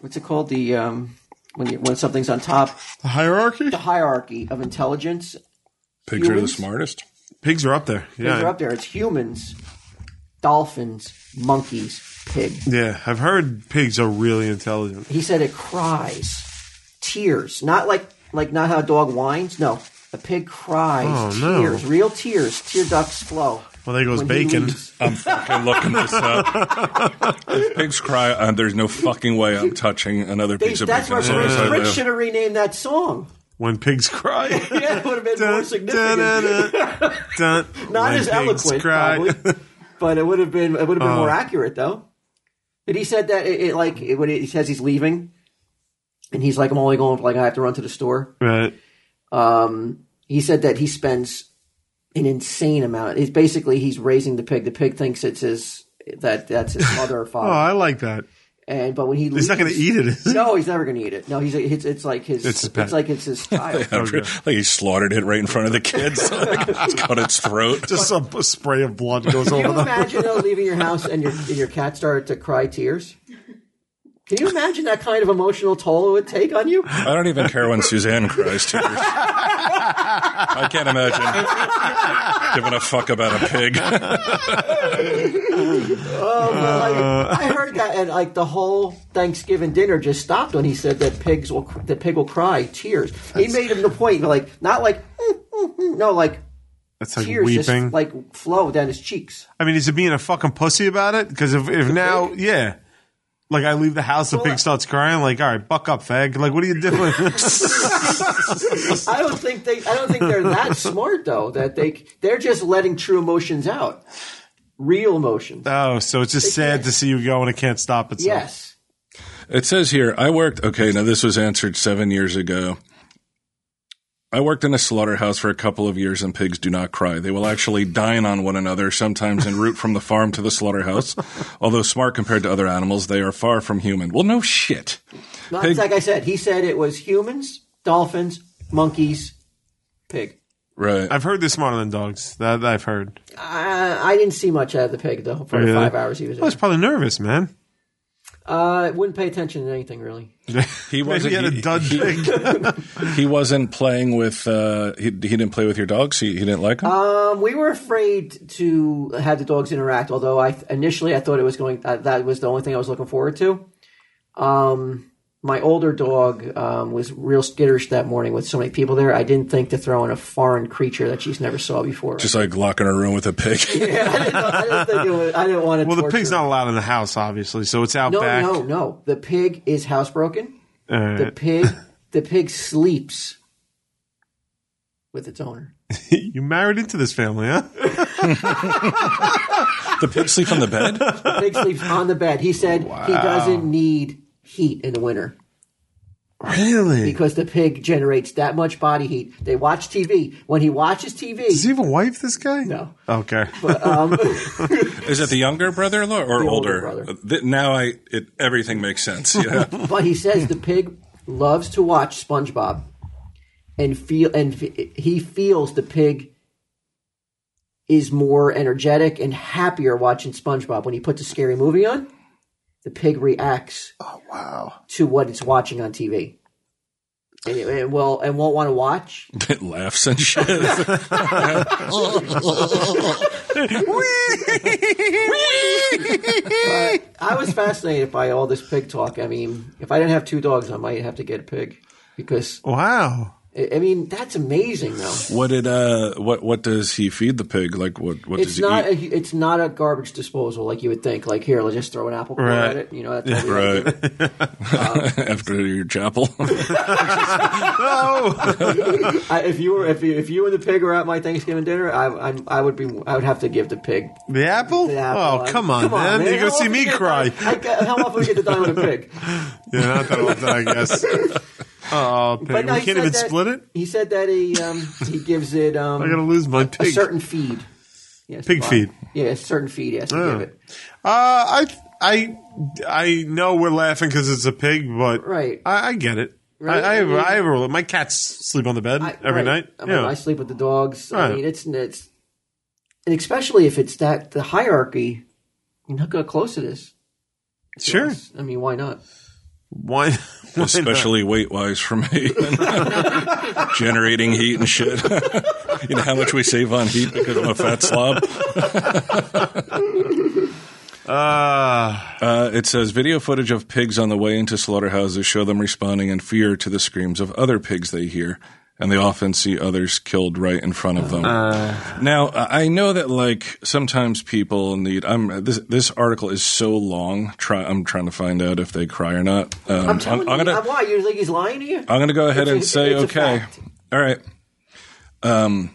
what's it called? The um, when you, when something's on top, The hierarchy. the hierarchy of intelligence. Pigs are the humans? smartest. Pigs are up there. Yeah, These are up there. It's humans, dolphins, monkeys, pigs. yeah. I've heard pigs are really intelligent. He said it cries, tears, not like like not how a dog whines. No, a pig cries, Oh, no. tears, real tears, tear ducts flow. Well, there goes when he bacon. leaves. I'm fucking looking this up. If pigs cry, uh, there's no fucking way I'm touching another They- piece of that's bacon. why as long as I Prince, Prince live. should have renamed that song. When pigs cry. Yeah, it would have been more Dun, significant. dun, dun, dun. Not When as pigs eloquent, cry. Oh. probably, but it would have been it would have been more accurate though. But he said that it, it like it, when he says he's leaving, and he's like, "I'm only going like I have to run to the store." Right. Um, he said that he spends an insane amount. It's basically he's raising the pig. The pig thinks it's his that that's his mother or Oh, father. I like that. and but when he He's not going to eat it. Is he? No, he's never going to eat it. No, he's it's, it's like his it's, It's his pet. like it's his child. I'm sure- Like he slaughtered it right in front of the kids. Like, it's cut its throat. Just a, a spray of blood goes Can over you the. imagine though leaving your house and your and your cat started to cry tears? Can you imagine that kind of emotional toll it would take on you? I don't even care when Suzanne cries tears. I can't imagine giving a fuck about a pig. Oh, but, Uh. like, I heard that, and like the whole Thanksgiving dinner just stopped when he said that pigs will cr- the pig will cry tears. He made him the point, like not like "Mm, mm, mm," no, like That's like tears weeping. just like flow down his cheeks. I mean, is it being a fucking pussy about it? Because if, if now, yeah. Like I leave the house, the pig starts crying. Like, all right, buck up, fag. Like, what are you doing? I don't think they. I don't think they're that smart though. That they they're just letting true emotions out, real emotions. oh, so it's just sad to see you go and it can't stop itself. Yes. It says here, I worked, okay, now this was answered seven years ago. I worked in a slaughterhouse for a couple of years and pigs do not cry. They will actually dine on one another, sometimes en route from the farm to the slaughterhouse. Although smart compared to other animals, they are far from human. Well, no shit. No, Pig- it's like I said, he said it was humans, dolphins, monkeys, pig. Right. I've heard they're smarter than dogs. That I've heard. I, I didn't see much out of the pig though for Oh, Really? the five hours he was I was there. probably nervous, man. Uh, wouldn't pay attention to anything really. he Maybe he had a dud he- pig. he wasn't playing with, uh, he, he didn't play with your dogs. He, he didn't like them. Um, we were afraid to have the dogs interact. Although I initially I thought it was going uh, that was the only thing I was looking forward to. Um, my older dog um, was real skittish that morning with so many people there. I didn't think to throw in a foreign creature that she's never saw before. Just like locking a room with a pig. I, didn't, know- I didn't think it was, I didn't want to. well, the torture pig's her. not allowed in the house, obviously, so it's out No, back. no, no. The pig is housebroken. The pig, the pig sleeps with its owner. you married into this family, huh? the pig sleep on the bed? The pig sleeps on the bed. He said he doesn't need heat in the winter Really? because the pig generates that much body heat. They watch TV. When he watches Does TV, he even wife this guy? No. Okay. um, Is it the younger brother in law or older? older brother. Th- now I it, everything makes sense. Yeah. but he says the pig loves to watch SpongeBob and feel and f- he feels the pig is more energetic and happier watching SpongeBob when he puts a scary movie on. The pig reacts wow. to what it's watching on TV. And it, it will and won't want to watch. it laughs and shit. I was fascinated by all this pig talk. I mean, if I didn't have two dogs, I might have to get a pig because I Wow. I mean, that's amazing, though. What did uh what what does he feed the pig? Like what what It's does not he a, eat? it's not a garbage disposal like you would think. Like here, let's just throw an apple core at Right. it. You know, that's what we like. Right. After your chapel. Oh! I, if you were if you, if you and the pig were at my Thanksgiving dinner, I, I I would be I would have to give the pig. The apple? The apple. Oh, come on, man. You're How going to see often me do you cry. get- I, get- how often do we get to dine with a pig? yeah, not that often, I guess. Oh, pig. no, we he can't said even that- split it? He said that he um, he gives it um, I'm going to lose my a pig. certain feed. Yes, Pig Bob. feed. Yeah, a certain feed. Yes, to Yeah. give it. Uh, I I I know we're laughing because it's a pig, but Right. I, I get it. Right, I, I, I have, mean- I have a rule. My cats sleep on the bed I- every right. night. I mean, yeah, I sleep with the dogs. I Right. mean, it's it's and especially if it's that the hierarchy. You know, look how close it is. to sure. us. I mean, why not? Why? why Especially weight wise for me. Generating heat and shit. you know how much we save on heat because I'm a fat slob? not? Uh, Uh, it says video footage of pigs on the way into slaughterhouses show them responding in fear to the screams of other pigs they hear, and they often see others killed right in front of them. now, I I know that like sometimes people need. I'm this this article is so long. Try, I'm trying to find out if they cry or not. Um, I'm telling you, gonna- I'm- why you think he's lying to you? I'm going to go ahead It's a- and say it's a okay. fact. All right. Um,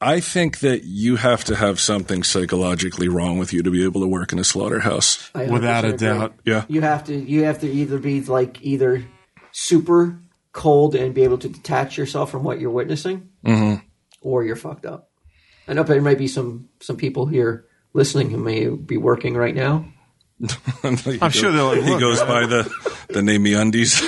I think that you have to have something psychologically wrong with you to be able to work in a slaughterhouse. I without 100% a agree. doubt. Yeah. you have to you have to either be like either super cold and be able to detach yourself from what you're witnessing, Mm-hmm. or you're fucked up. I know there might be some some people here listening who may be working right now. I'm sure they're like, he "Look, goes man." by the the name Undies.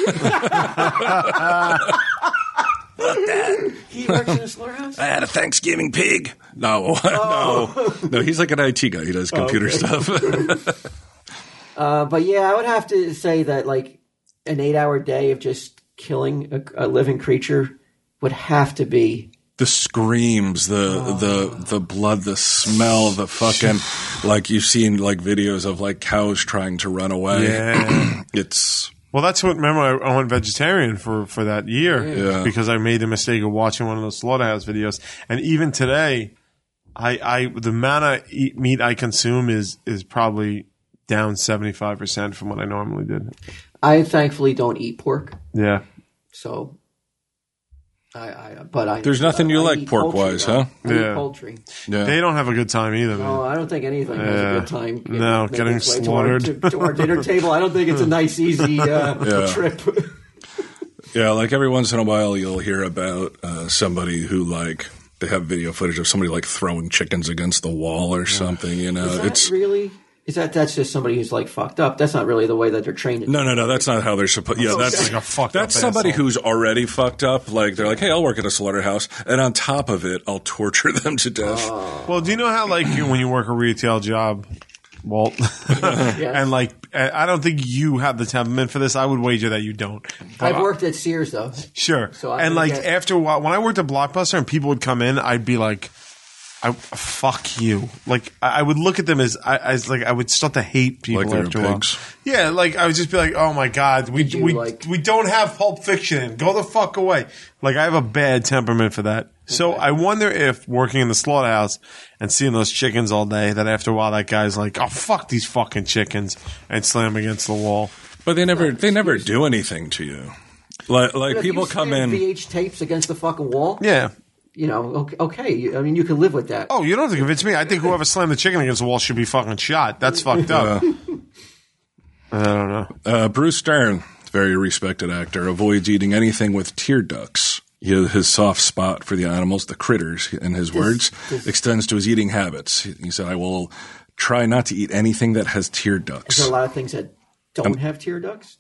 He works in a slaughterhouse. I had a Thanksgiving pig. Oh. No, no, no. He's like an IT guy. He does computer stuff. Uh, but yeah, I would have to say that like an eight hour day of just killing a, a living creature would have to be the screams, the the the blood, the smell, the fucking like you've seen like videos of like cows trying to run away. Yeah. It's well, that's what. Remember, I, I went vegetarian for for that year Yeah. because I made the mistake of watching one of those slaughterhouse videos, and even today, I I the amount of eat, meat I consume is is probably down seventy five percent from what I normally did. I thankfully don't eat pork, Yeah. so I, I but I There's nothing you I like eat pork poultry, wise, though. huh? I eat Yeah. poultry. yeah. They don't have a good time either. Man. Oh, I don't think anything has a good time. getting- No, making getting its way to our- slaughtered. to, to our dinner table. I don't think it's a nice, easy uh, Yeah. trip. Yeah, like every once in a while, you'll hear about uh, somebody who like they have video footage of somebody like throwing chickens against the wall or something. You know, Is that it's really? Is that that's just somebody who's like fucked up? That's not really the way that they're trained. no, no, no. That's not how they're supposed. Yeah, that's Oh, like a fucked up That's somebody asshole. who's already fucked up. Like they're like, hey, I'll work at a slaughterhouse, and on top of it, I'll torture them to death. Well, do you know how like you, when you work a retail job, Walt, and like I I don't think you have the temperament for this. I would wager that you don't. But I've worked at Sears though. sure. so I'm and gonna like get- after a while, when I worked at Blockbuster and people would come in, I'd be like, "I fuck you." Like I, I would look at them as I as like I would start to hate people Like they were after a while. pigs. Yeah, like I would just be like, "Oh my god, we you, we like- we don't have Pulp Fiction. Go the fuck away." Like I have a bad temperament for that. So I wonder if working in the slaughterhouse and seeing those chickens all day, that after a while that guy's like, "Oh fuck these fucking chickens," and slam against the wall. But they never they never do anything to you. Like like If people you come stand in. VH tapes against the fucking wall. Yeah. You know, okay. okay you, I mean, you can live with that. Oh, you don't have to convince me. I think whoever slammed the chicken against the wall should be fucking shot. That's fucked up. I don't know. Uh, Bruce Stern, very respected actor, avoids eating anything with tear ducts. He, his soft spot for the animals, the critters, in his words, extends to his eating habits. He, he said, "I will try not to eat anything that has tear There are ducts." a lot of things that don't have tear ducts.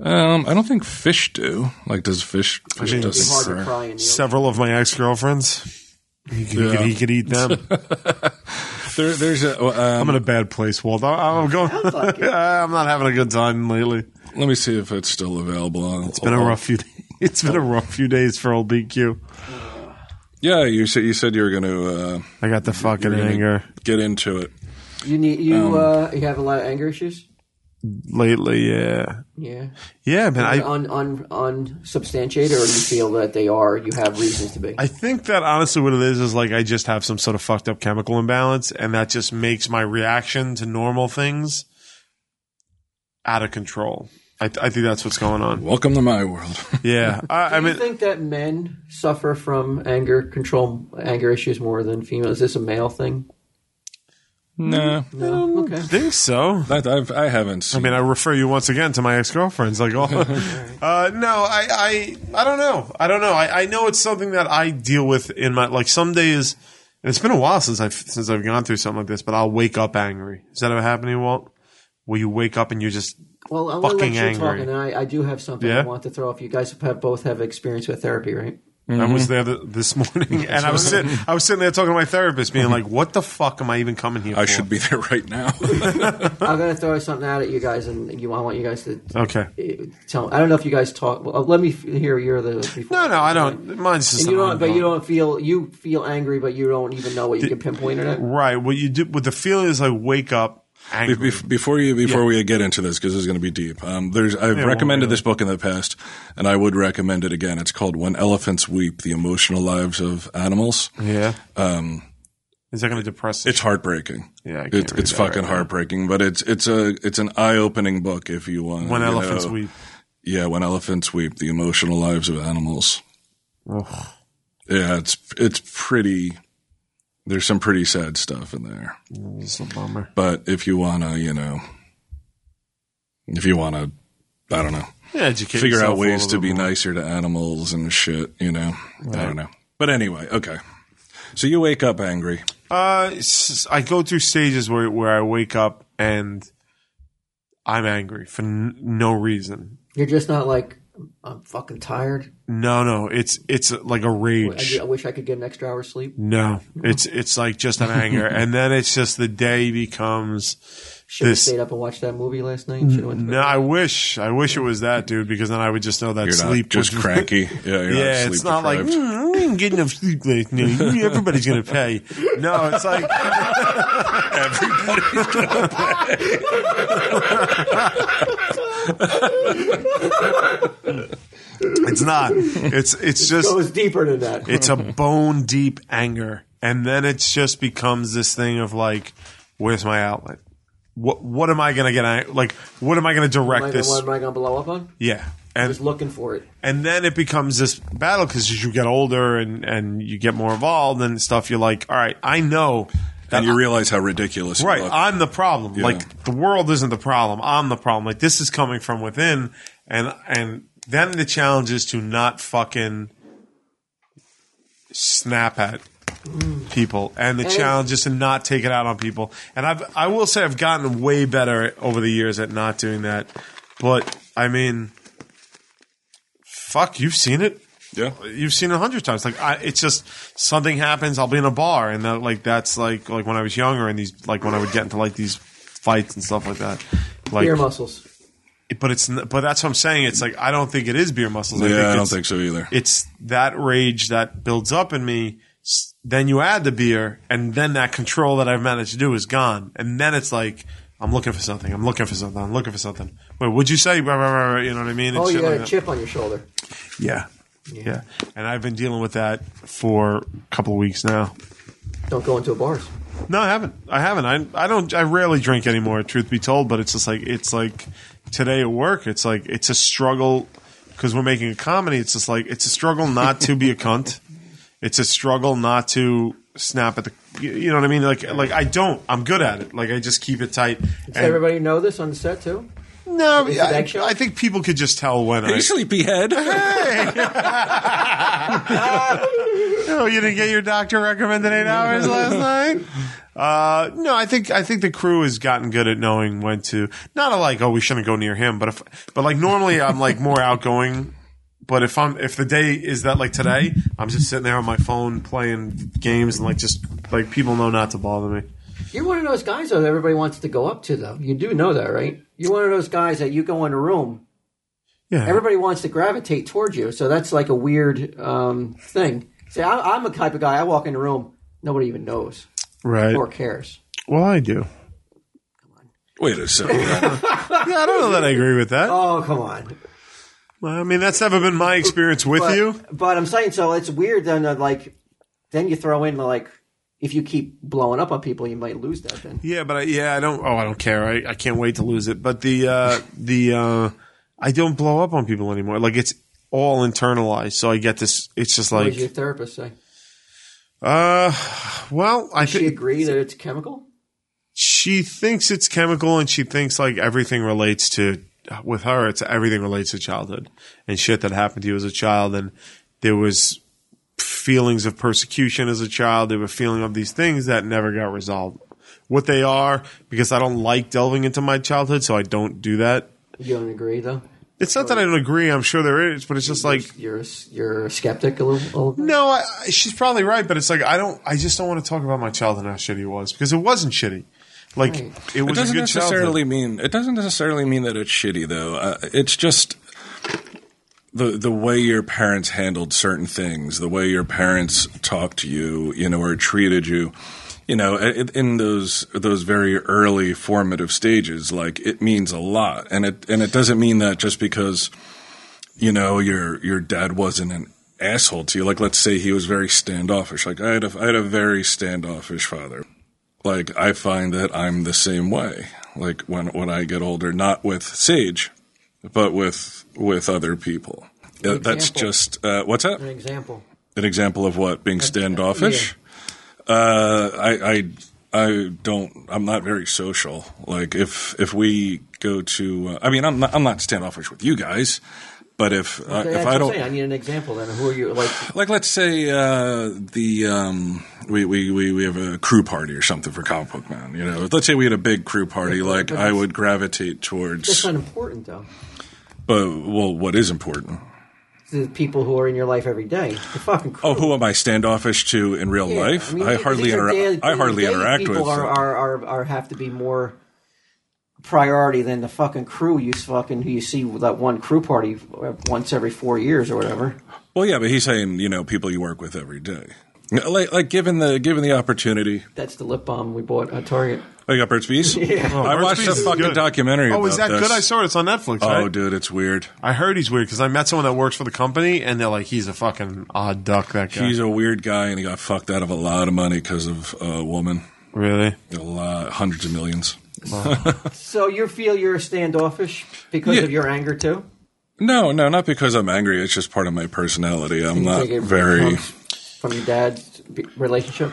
Um, I don't think fish do. Like, does fish? Fish mean, It'd be hard doesn't. to cry. cry in the Several of my ex girlfriends. He, could- he could- he could eat them. There, there's a. uh, I'm Um, in a bad place, Walt. I- I'm going. Sounds like it. I'm not having a good time lately. let me see if it's still available. It's Been a rough few. It's been a rough few days for old BQ. Yeah, you said you said you were going to uh, I got the fucking gonna anger. get into it. um, You need you uh, you have a lot of anger issues. lately. Yeah, Yeah. yeah, man. I un, un, unsubstantiated, or you feel that they are, you have reasons to be. I think that honestly, what it is is like I just have some sort of fucked up chemical imbalance, and that just makes my reaction to normal things out of control. I, I think that's what's going on. Welcome to my world. Yeah, I, I Do you mean, think that men suffer from anger control, anger issues more than females? Is this a male thing? no, No. Okay. I think so. that, I've, I haven't. Seen. I mean, I refer you once again to my ex girlfriends. Like, all, uh, no, I, I, I don't know. I don't know. I, I know it's something that I deal with in my like some days. And it's been a while since I've since I've gone through something like this, but I'll wake up angry. Is that ever happening, to you, Walt? Where you wake up and you're just Well, I'm going to let Fucking you angry. talk, and then I, I do have something Yeah? I want to throw off. You guys have both have experience with therapy, right? I Mm-hmm. was there th- this morning, and I was sitting. I was sitting there talking to my therapist, being like, "What the fuck am I even coming here Mm-hmm. I for?" should be there right now. I'm going to throw something out at you guys, and you, I want you guys to Okay. uh, tell. I don't know if you guys talk. Well, let me f- hear your the. Before. No, no, I don't. Mine's just. And you an don't, but you ongoing- don't feel you feel angry, but you don't even know what you can pinpoint it at. Right. What you do? What the feeling is like? Wake up angry. Be- Before you, before we get into this, because this is going to be deep. Um, there's, I've won't recommended really. this book in the past, and I would recommend it again. It's called "When Elephants Weep: The Emotional Lives of Animals." yeah. Um. Is that going to depress? It's heartbreaking. Yeah, I can't It's- read it's that fucking right now. heartbreaking, but it's it's a it's an eye opening book if you want. when you elephants know. weep. Yeah, when elephants weep: The Emotional Lives of Animals. Ugh. Yeah, it's it's pretty. There's some pretty sad stuff in there, It's a bummer. but if you wanna, you know, if you wanna, I don't know. Yeah, educate. figure yourself out a ways little to bit be more. nicer to animals and shit, you know. I don't know. But anyway, okay. So you wake up angry. Uh, s- s- I go through stages where where I wake up and I'm angry for n- no reason. You're just not like I'm fucking tired. No, no, it's it's like a I, rage. ju- I wish I could get an extra hour's sleep. No, it's it's like just an anger, and then it's just the day becomes. Should have This- stayed up and watched that movie last night. Should have went to No, I wish, I wish it was that, dude, because then I would just know that You're sleep not just was- cranky. Yeah, you're not Yeah, sleep it's not deprived. like mm, I didn't get enough sleep last night. Everybody's gonna pay. No, it's like it's not. It's it's just It goes deeper than that. it's a bone deep anger, and then it just becomes this thing of like, where's my outlet? What what am I gonna get? ang- Like, what am I gonna direct Am I- this? what am I going to blow up on? Yeah, and Just looking for it. and then it becomes this battle because as you get older and and you get more involved and stuff, you're like, all right, I know. That and you realize how ridiculous Right. you look. I'm the problem. Like the world isn't the problem. I'm the problem. Like this is coming from within and and then the challenge is to not fucking snap at people and the challenge is to not take it out on people. And I've I will say I've gotten way better over the years at not doing that. But I mean fuck, you've seen it yeah. you've seen it a hundred times. Like I, it's just something happens. I'll be in a bar, and that, like that's like like when I was younger, and these like when I would get into like these fights and stuff like that. Like, Ear muscles. but it's n- but that's what I'm saying. It's like I don't think it is beer muscles. I, Yeah, think I don't it's- think so either. It's that rage that builds up in me. S- Then you add the beer, and then that control that I've managed to do is gone. And then it's like I'm looking for something. I'm looking for something. I'm looking for something. Wait, would you say? Blah, blah, blah, blah, You know what I mean? And Oh, you shit got like a that. chip on your shoulder. Yeah. Yeah. And I've been dealing with that for a couple of weeks now. Don't go into a bars. No, I haven't. I haven't. I I don't I rarely drink anymore, truth be told, but it's just like it's like today at work, it's like it's a struggle cuz we're making a comedy, it's just like it's a struggle not to be a cunt. It's a struggle not to snap at the you- you know what I mean? Like like I don't. I'm good at it. Like I just keep it tight. Does everybody know this on the set, too? no, Is it I, eggshell? I think people could just tell when I sleepyhead. No, Oh, you didn't get your doctor recommended eight hours last night. Uh, no, I think I think the crew has gotten good at knowing when to not a like oh we shouldn't go near him, but if but like normally I'm like more outgoing. But if I'm if the day is that like today, I'm just sitting there on my phone playing games and like just like people know not to bother me. You're one of those guys, though, that everybody wants to go up to, though. You do know that, right? You're one of those guys that you go in a room, Yeah, everybody wants to gravitate towards you. So that's like a weird um, thing. See, I, I'm a type of guy, I walk in a room, nobody even knows right. or cares. Well, I do. Wait a second. Yeah, I don't know that I agree with that. Oh, come on. I mean, that's never been my experience with But, you. but I'm saying so. It's weird then. That, like, then you throw in like, if you keep blowing up on people, you might lose that. Then Yeah, but I, yeah, I don't. Oh, I don't care. I, I can't wait to lose it. But the uh, the uh, I don't blow up on people anymore. Like it's all internalized. So I get this. It's just what does your like, therapist say? uh, well, I Does she think agree that it's chemical? she thinks it's chemical, and she thinks like everything relates to with her. It's everything relates to childhood and shit that happened to you as a child, and there was feelings of persecution as a child. There were feeling of these things that never got resolved. What they are, because I don't like delving into my childhood, so I don't do that. You don't agree though. It's not that I don't agree. I'm sure there is, but it's just like You're a s- you're a skeptic a little. A little bit. no. I, I- she's probably right, but it's like I don't. I just don't want to talk about my childhood and how shitty it was because it wasn't shitty. Like Right. it was it doesn't a good necessarily childhood. mean it doesn't necessarily mean that it's shitty though. Uh, it's just the the way your parents handled certain things, the way your parents talked to you, you know, or treated you. You know, i- in those those very early formative stages, like it means a lot, and it and it doesn't mean that just because you know your your dad wasn't an asshole to you. Like, let's say he was very standoffish. Like, I had a I had a very standoffish father like I find that I'm the same way. Like when when I get older, not with Sage, but with with other people. Uh, That's example. just uh, what's that? An example. An example of what being standoffish. Uh, I I I don't. I'm not very social. Like if if we go to, uh, I mean, I'm not I'm not standoffish with you guys, but if uh, That's if what I I'm don't saying. I need an example. Then who are you? Like, like let's say uh, the um, we, we, we, we have a crew party or something for comic book man you know let's say we had a big crew party like i would gravitate that's towards not important though. but well what is important The people who are in your life every day. The fucking crew. oh who am i standoffish to in real Yeah, life mean, i these hardly are interact daily- i hardly daily interact people with Are, are, are, are have to be more priority than the fucking crew you fucking who you see with that one crew party uh, once every four years or whatever. well yeah but he's saying you know people you work with every day like, like given the given the opportunity That's the lip balm we bought at Target. like at Burt's Bees. I Oh, Burt's watched Bees a is fucking good. documentary. Oh, is about that good? this. I saw it. It's on Netflix. Oh, right? dude, it's weird. I heard he's weird because I met someone that works for the company, and they're like, he's a fucking odd duck. That guy. He's a weird guy, and he got fucked out of a lot of money because of a woman. really. A lot, hundreds of millions. So you feel you're standoffish because Yeah. of your anger too? No, no, not because I'm angry. It's just part of my personality. I'm You not think it very. comes from your dad's b- relationship.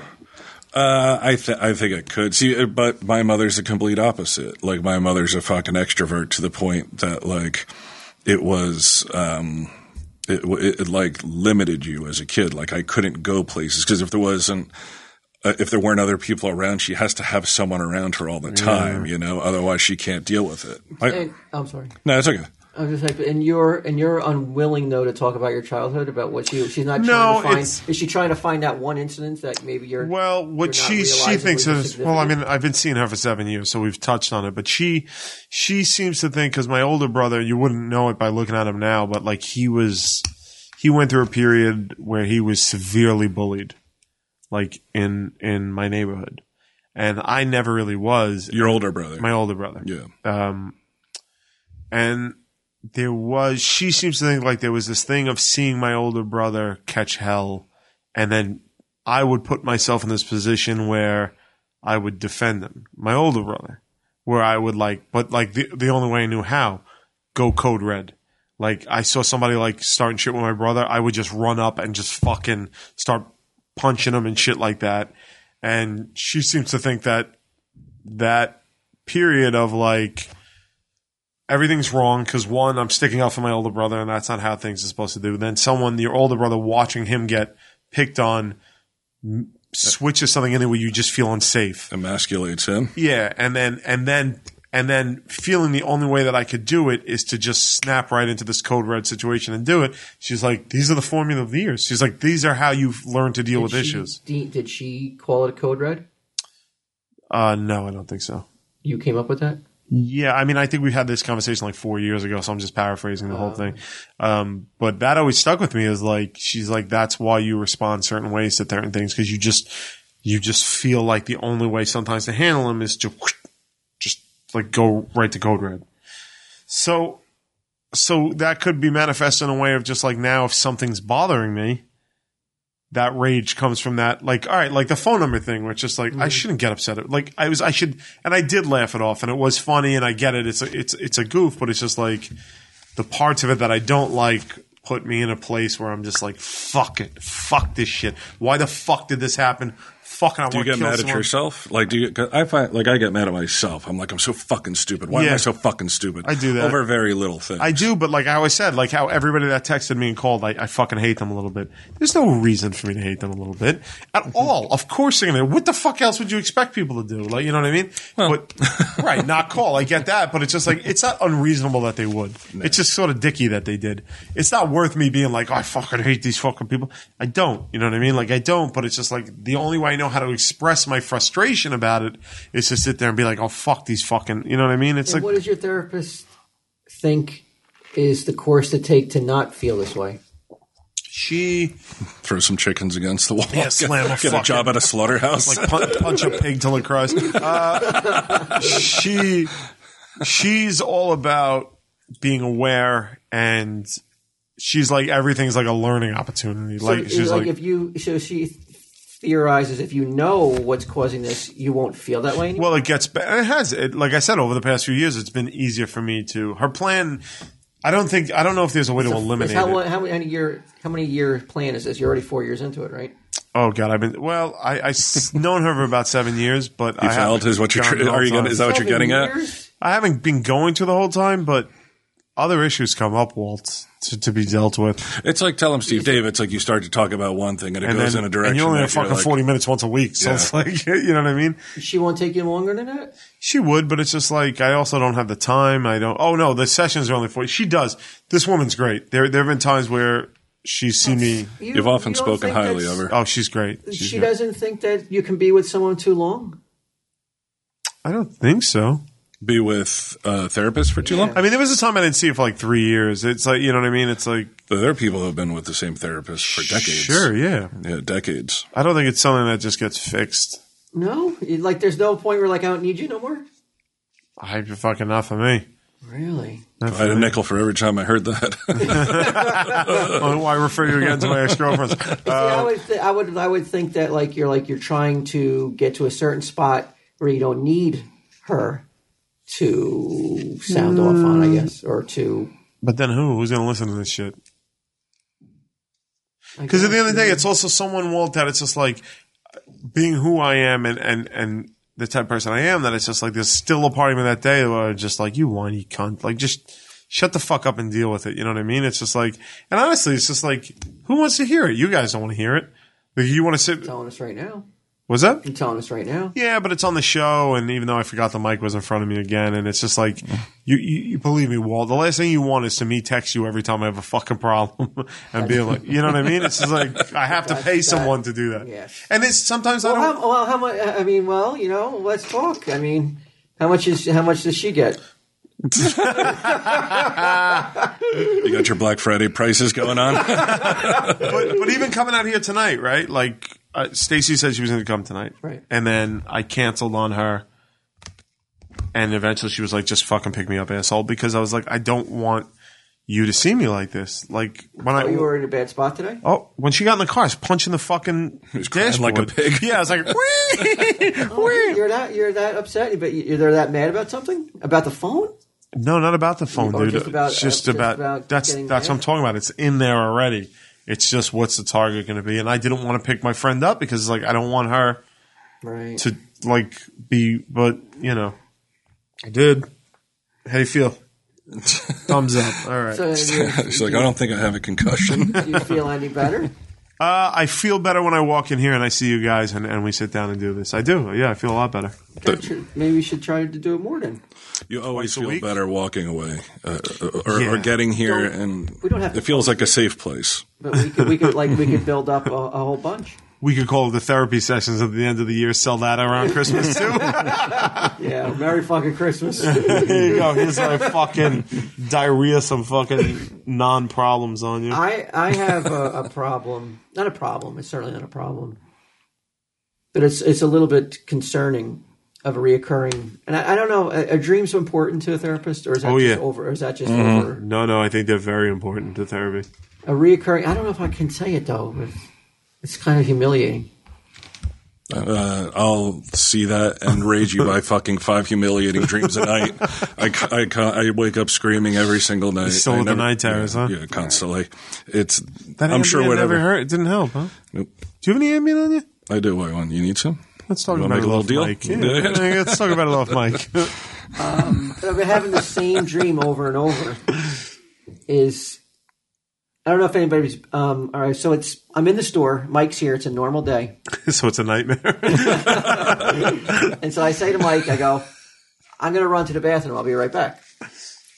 Uh, I th- I think it could see, uh, but my mother's the complete opposite. Like my mother's a fucking extrovert to the point that like it was. Um, it, w- it, it like limited you as a kid. Like I couldn't go places because if there wasn't, uh, if there weren't other people around, she has to have someone around her all the time. You know, otherwise she can't deal with it. I- And, I'm sorry. no, it's okay. I was just like, and you're and you're unwilling though to talk about your childhood about what you. She's not trying No, to find. it's- Is she trying to find that one incident that maybe you're? Well, you're what not she she realizing thinks was is well. I mean, I've been seeing her for seven years, so we've touched on it. But she she seems to think because my older brother, you wouldn't know it by looking at him now, but like he was he went through a period where he was severely bullied, like in in my neighborhood, and I never really was. Your older brother. my older brother, yeah. um, and there was she seems to think like there was this thing of seeing my older brother catch hell and then i would put myself in this position where i would defend him my older brother where i would like but like the, the only way i knew how go code red like i saw somebody like starting shit with my brother i would just run up and just fucking start punching him and shit like that and she seems to think that that period of like everything's wrong because one, I'm sticking up for my older brother, and that's not how things are supposed to do. Then someone, your older brother, watching him get picked on, m- switches something in there where you just feel unsafe. Emasculates him. Yeah, and then and then and then feeling the only way that I could do it is to just snap right into this code red situation and do it. She's like, these are the formula of the years. She's like, these are how you've learned to deal with Did she- issues. de- Did she call it a code red? Uh, no, I don't think so. You came up with that. Yeah, I mean, I think we've had this conversation like four years ago, so I'm just paraphrasing the whole thing. Um, but that always stuck with me is like she's like that's why you respond certain ways to certain things because you just you just feel like the only way sometimes to handle them is to just like go right to code red. So so that could be manifest in a way of just like now if something's bothering me, that rage comes from that like all right, like the phone number thing where it's just Mm-hmm. like I shouldn't get upset. at- Like I was I should and I did laugh it off and it was funny and I get it. It's a, it's it's a goof, but it's just like the parts of it that I don't like put me in a place where I'm just like, fuck it, fuck this shit. Why the fuck did this happen? Fucking, I Do you want to get kill mad at someone. yourself? Like, do you? Cause I find like I get mad at myself. I'm like, I'm so fucking stupid. Why am Yeah. I so fucking stupid? I do that. over very little things. I do, but like I always said, like how everybody that texted me and called, I, I fucking hate them a little bit. There's no reason for me to hate them a little bit at all. Of course they're gonna. What the fuck else would you expect people to do? Like you know what I mean? but right, not call. I get that, but it's just like it's not unreasonable that they would. It's just sort of dicky that they did. It's not worth me being like, "Oh, I fucking hate these fucking people. I don't. You know what I mean? Like I don't. But it's just like the only way I know how to express my frustration about it is to sit there and be like, oh fuck these fucking. You know what I mean? It's And like what does your therapist think is the course to take to not feel this way? she. Throw some chickens against the wall. Yeah, slam a get, get a fucking- job at a slaughterhouse. like punch, punch a pig till it cries. Uh, she she's all about being aware and she's like everything's like a learning opportunity. So Like it's she's like, if you so she theorizes if you know what's causing this, you won't feel that way anymore. well, it gets better. It has it. Like I said, over the past few years, it's been easier for me to. Her plan. I don't think I don't know if there's a way to eliminate how, it. long- how many year how many year plan is this? You're already four years into it, right? Oh God, I've been well. I I s- known her for about seven years, but I failed haven't is what you're gone tr- the are whole you gonna- time. is that Oh, what you're Seven getting at? years? I haven't been going to the whole time, but other issues come up, Walt, to, to be dealt with. it's like tell him Steve Dave. It's like you start to talk about one thing and it and goes then in a direction. and you only that have you're fucking like, forty minutes once a week, so Yeah. it's like you know what I mean. She won't take you longer than that. She would, but it's just like I also don't have the time. I don't. Oh no, the sessions are only forty. She does. This woman's great. There, there have been times where she's seen me. You- You've often you don't spoken think highly that's- of her. Oh, she's great. She's She great. doesn't think that you can be with someone too long. I don't think so. Be with a therapist for too long. I mean, there was a time I didn't see her for like three years. It's like you know what I mean. It's like But there are people who have been with the same therapist for decades. sure, yeah. Yeah, decades. I don't think it's something that just gets fixed. No, You- like there's no point where like I don't need you no more. I fucking not for me. Really? I had a nickel for every time I heard that. Oh, why refer you again to my ex girlfriends? See, I would, th- I would, I would think that like you're like you're trying to get to a certain spot where you don't need her to sound off on, I guess, or to But then who? Who's going to listen to this shit? I Because at guess- the end of the day, it's also someone, Walt, that it's just like being who I am and, and, and the type of person I am, that it's just like there's still a part of me that day where I'm just like, you whiny cunt. Like, just shut the fuck up and deal with it. You know what I mean? It's just like, and honestly, it's just like, who wants to hear it? You guys don't want to hear it. Like, you want to sit. telling us right now. Was that? You're telling us right now. Yeah, but it's on the show, and even though I forgot the mic was in front of me again, and it's just like you, you, you believe me, Walt. The last thing you want is to me text you every time I have a fucking problem and being like, you know what I mean? It's just like I have to pay someone to do that. Yes. And it's sometimes I Well, don't. how, well, how much? I mean, well, you know, let's talk. I mean, how much is how much does she get? you got your Black Friday prices going on. But, but even coming out here tonight, right? Like uh, Stacy said, she was going to come tonight, Right. And then I canceled on her, and eventually she was like, "Just fucking pick me up, asshole," because I was like, I don't want you to see me like this. Like when I Oh, you were in a bad spot today. Oh, when she got in the car, I was punching the fucking was crying dashboard like a pig. Yeah, I was like, "Wee!" You're that you're that upset, but you- you're that mad about something about the phone. no, not about the phone, Or dude. just about- it's just, uh, just about, about that's getting that's what I'm mad. talking about. It's in there already. It's just what's the target going to be? And I didn't want to pick my friend up because like I don't want her Right. to like be, but you know, I did. How do you feel? Thumbs up. All right. So do you, She's like, I don't think I have a concussion. do you feel any better? Uh, I feel better when I walk in here and I see you guys and, and we sit down and do this. I do. Yeah, I feel a lot better. Gotcha. Maybe we should try to do it more then. You always Twice a feel week? better walking away uh, or, or Yeah. getting here, Don't- and we don't have it to- feels like a safe place. But we could, we could like we could build up a, a whole bunch. We could call it the therapy sessions at the end of the year. Sell that around Christmas too. Yeah. Merry fucking Christmas. Here you go. Here's my fucking diarrhea. Some fucking non problems on you. I I have a, a problem. Not a problem. It's certainly not a problem. But it's it's a little bit concerning. of a reoccurring. And I, I don't know, are, are dreams important to a therapist, or is that Oh, just yeah. Mm-hmm. over? Or is that just over No, no, I think they're very important to therapy. a reoccurring? I don't know if I can say it though, but it's kind of humiliating. Uh, I'll see that and rage you by fucking five humiliating dreams a night. I, ca- I, ca- I wake up screaming every single night. still I with the never- night terrors, yeah, huh? Yeah, constantly. It's. That I'm sure Ambien whatever. never hurt. It didn't help, huh? Nope. Do you have any Ambien on you? I do. Why one? You need some? Let's talk You wanna about make it a off little mic. deal? Yeah, let's talk about it off mic. But I've been having the same dream over and over. Is I don't know if anybody's um, all right. So it's I'm in the store. Mike's here. It's a normal day, so it's a nightmare. and so I say to Mike, I go, "I'm going to run to the bathroom. I'll be right back."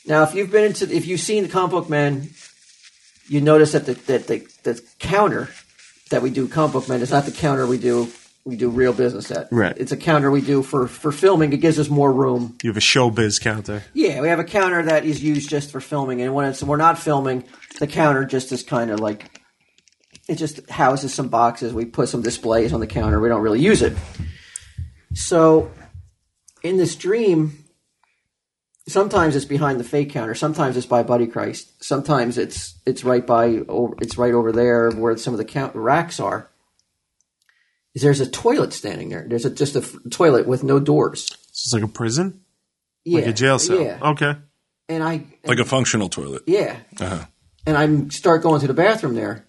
Now, if you've been into, if you've seen the comic book man, you notice that the that the, the counter that we do comic book man is not the counter we do we do real business at. Right. It's a counter we do for for filming. It gives us more room You have a showbiz counter. Yeah, we have a counter that is used just for filming, and when it's we're not filming, the counter just is kind of like it just houses some boxes. We put some displays on the counter. We don't really use it. So, in this dream, sometimes it's behind the fake counter. Sometimes it's by Buddy Christ. Sometimes it's it's right by over, it's right over there where some of the count, racks are. There's a toilet standing there. There's a, just a f- toilet with no doors. So it's like a prison, Yeah, like a jail cell. Yeah, Okay. and I Like a functional toilet. yeah. Uh-huh. And I start going to the bathroom there.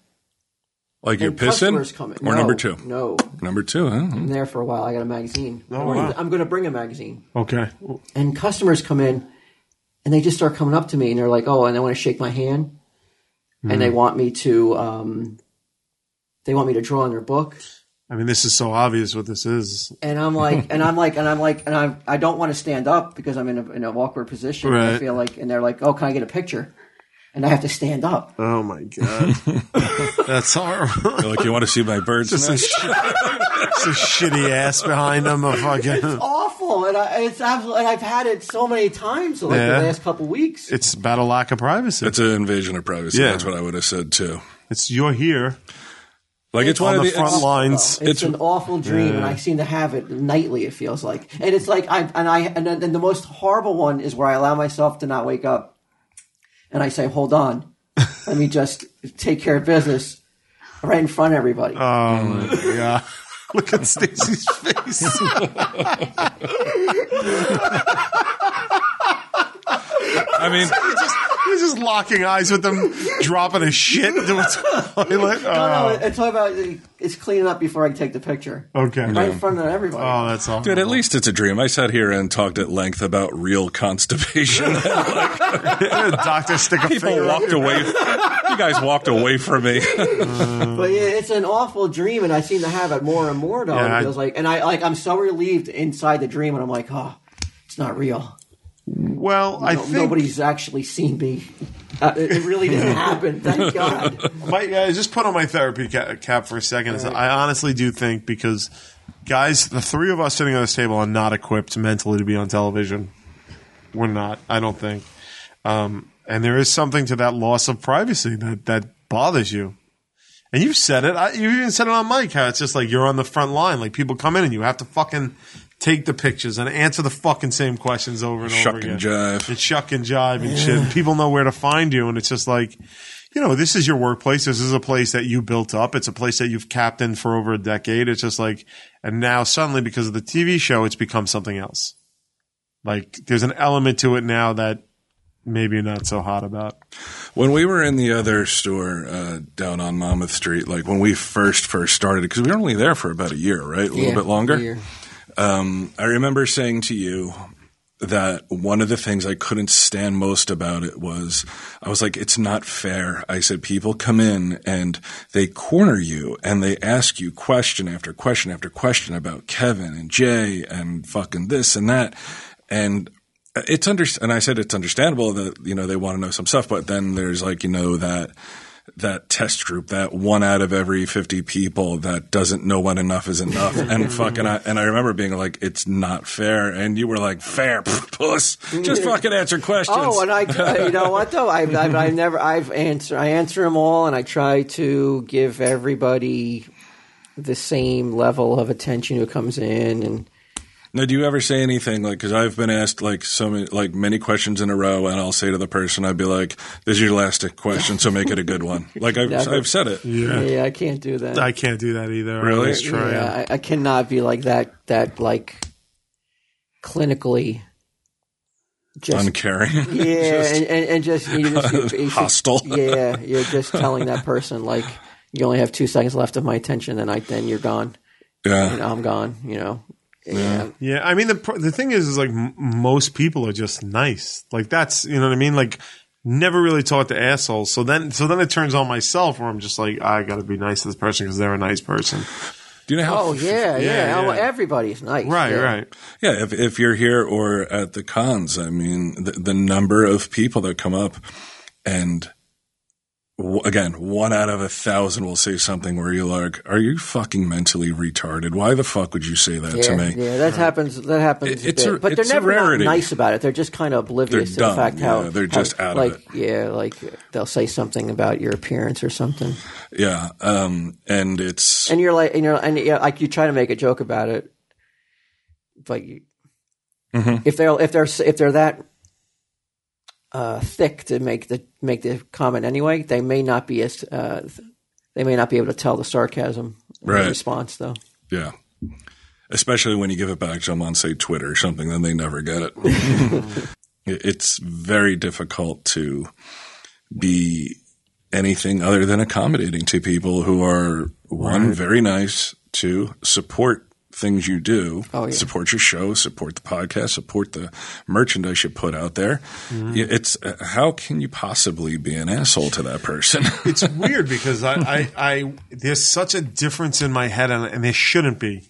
Like you're and pissing? customers coming. Or No, number two? No. Number two, huh? I'm there for a while. I got a magazine. Oh, wow. I'm going to bring a magazine. Okay. And customers come in and they just start coming up to me and they're like, oh, and they want to shake my hand. Hmm. And they want me to, um, they want me to draw on their book. I mean, this is so obvious what this is. And I'm like, and I'm like, and I'm like, and I'm, I don't want to stand up because I'm in a, in an awkward position. I Right. feel like, and they're like, oh, can I get a picture? And I have to stand up. Oh my god, that's horrible. Like you want to see my bird's Just a, nest? sh- just a shitty ass behind him. A fucking. awful, and I, it's absolutely. And I've had it so many times like Yeah. the last couple weeks. It's about a lack of privacy. It's, It's an invasion of privacy. Yeah. That's what I would have said too. you're here Like it's, one on of the the, front it's- lines. It's, it's- an awful dream, and I seem to have it nightly. It feels like, and it's like I and I and, then- and the most horrible one is where I allow myself to not wake up, and I say, "Hold on, let me just take care of business." Right in front of everybody. Uh. yeah. Look at Stacy's face. I mean, He's just locking eyes with them, dropping a shit into a toilet. no, Oh, it's all about it's cleaning up before I take the picture. okay. Right in front of everybody. Oh, that's awful. dude, at least it's a dream. I sat here and talked at length about real constipation. Doctor, stick a People finger up walked your- away. You guys walked away from me. But yeah, it's an awful dream, and I seem to have it more and more. Though Yeah, it I- feels like, and I like I'm so relieved inside the dream, and I'm like, oh, it's not real. Well, I No- think nobody's actually seen me. Uh, it it really didn't happen. Thank God. My, yeah, just put on my therapy ca- cap for a second. I honestly do think because guys, the three of us sitting on this table are not equipped mentally to be on television. We're not. I don't think. Um, and there is something to that loss of privacy that that bothers you. And you've said it. I, you even said it on mic how it's just like you're on the front line. Like people come in and you have to fucking take the pictures and answer the fucking same questions over and Shuck over and again jive. and shuck and jive and shit. And people know where to find you. And it's just like, you know, this is your workplace. This is a place that you built up. It's a place that you've captained for over a decade. It's just like, and now suddenly because of the TV show, it's become something else. Like there's an element to it now that maybe you're not so hot about. When we were in the other store uh, down on Monmouth Street, like when we first first started, because we were only there for about a year, right? A little bit longer. Um, I remember saying to you that one of the things I couldn't stand most about it was I was like, it's not fair. I said, people come in and they corner you and they ask you question after question after question about Kevin and Jay and fucking this and that. And it's under, and I said, it's understandable that, you know, they want to know some stuff, but then there's like, you know, that, that test group, that one out of every 50 people that doesn't know when enough is enough. and fucking, I, and I remember being like, it's not fair. And you were like, fair, puss. Just fucking answer questions. Oh, and I, I- you know what though? I've, I've, I've never, I've answer, I answer them all, and I try to give everybody the same level of attention who comes in, and Now, do you ever say anything like? Because I've been asked like so many, like many questions in a row, and I'll say to the person, I'd be like, "This is your last question, so make it a good one." Like I've, Never. I've said it. Yeah. Yeah, I can't do that. I can't do that either. I Really? always try. yeah, I, I cannot be like that. That like clinically. Just Uncaring. yeah, and, and, and just you just you- you should- Hostile. Yeah, you're just telling that person like you only have two seconds left of my attention, and I then you're gone, yeah. and I'm gone. You know. Yeah. Yeah, I mean the pr- the thing is, is like m- most people are just nice. Like that's you know what I mean. Like never really taught to assholes. So then so then it turns on myself where I'm just like I got to be nice to this person because they're a nice person. Do you know how? Oh yeah, yeah. Yeah, Oh, yeah. everybody's nice. Right, yeah. right. Yeah, if, if you're here or at the cons, I mean, the, the number of people that come up and w- again, one out of a thousand will say something where you're like, are you fucking mentally retarded? Why the fuck would you say that Yeah, to me? yeah, that happens. That happens. It- a it's bit. a- but it's a they're never not rarity. nice about it. They're just kind of oblivious They're to the dumb, fact how yeah, they're how- just out of like, it. Yeah, like they'll say something about your appearance or something, Yeah. Um, and it's, and you're like, and you're and yeah, like you try to make a joke about it, but you, if they're if they're if they're that uh, thick to make the make the comment anyway, they may not be as uh, th- they may not be able to tell the sarcasm in the Right. response though. yeah. Especially when you give it back to them on, say, Twitter or something, then they never get it. It- it's very difficult to be anything other than accommodating to people who are one very nice two support things you do Oh, yeah. support your show support the podcast support the merchandise you put out there Mm-hmm. Yeah, it's uh, how can you possibly be an asshole to that person It's weird because I, I I there's such a difference in my head and, and there shouldn't be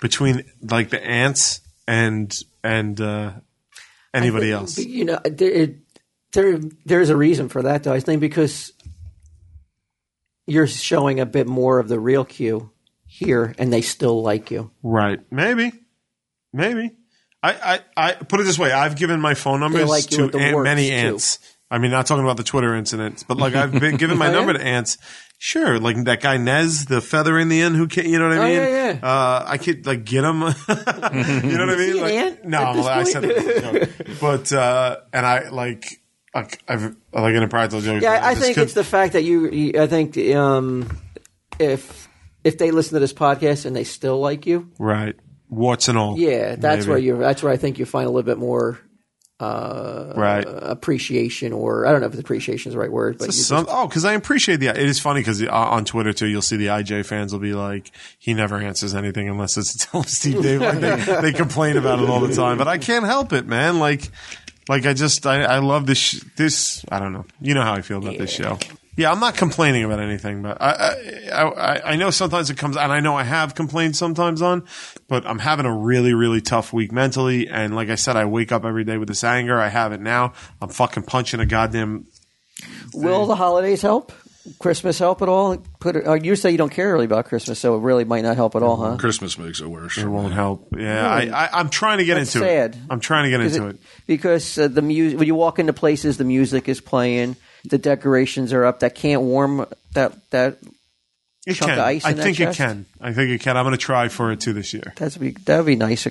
between like the ants and and uh, anybody else. But, you know, there, it, there there's a reason for that, though. I think because you're showing a bit more of the real Q here, and they still like you. Right. Maybe. Maybe. I, I, I put it this way. I've given my phone numbers like you to at the ant, works, many too. ants. I mean, not talking about the Twitter incidents, but like I've been given my Oh, number yeah? to ants. Sure, like that guy Nez, the feather in the end. Who can you know what I Oh, mean? yeah, yeah. Uh, I could like get him. you know what I mean? an Like, ant no, at I'm- this I point? said that as a joke. but uh, and I like like, I've like in a practical joke. Yeah, I, I this think could- it's the fact that you. you- I think um, if if they listen to this podcast and they still like you, right. Warts and all. yeah, that's Maybe. where you. That's where I think you find a little bit more uh, right. appreciation, or I don't know if appreciation is the right word, but you just- Some, oh, because I appreciate the. It is funny because uh, on Twitter too, you'll see the IJ fans will be like, he never answers anything unless it's a tell Steve Dave. Like they, they complain about it all the time, but I can't help it, man. Like, like I just I, I love this sh- this. I don't know. You know how I feel about this show. Yeah, I'm not complaining about anything, but I, I I I know sometimes it comes, and I know I have complained sometimes on, but I'm having a really really tough week mentally, and like I said, I wake up every day with this anger. I have it now. I'm fucking punching a goddamn Will the holidays help? Christmas help at all? Put it, uh, you say you don't care really about Christmas, so it really might not help at all, huh? christmas makes it worse It won't help. Yeah, I, I, I'm trying to get That's into it. sad. I'm trying to get Is into it. Because uh, the music when you walk into places, the music is playing, the decorations are up. That can't warm that that It chunk can. of ice I in that think it chest? can. I think it can. I'm going to try for it too this year. that's be that would be nice. A,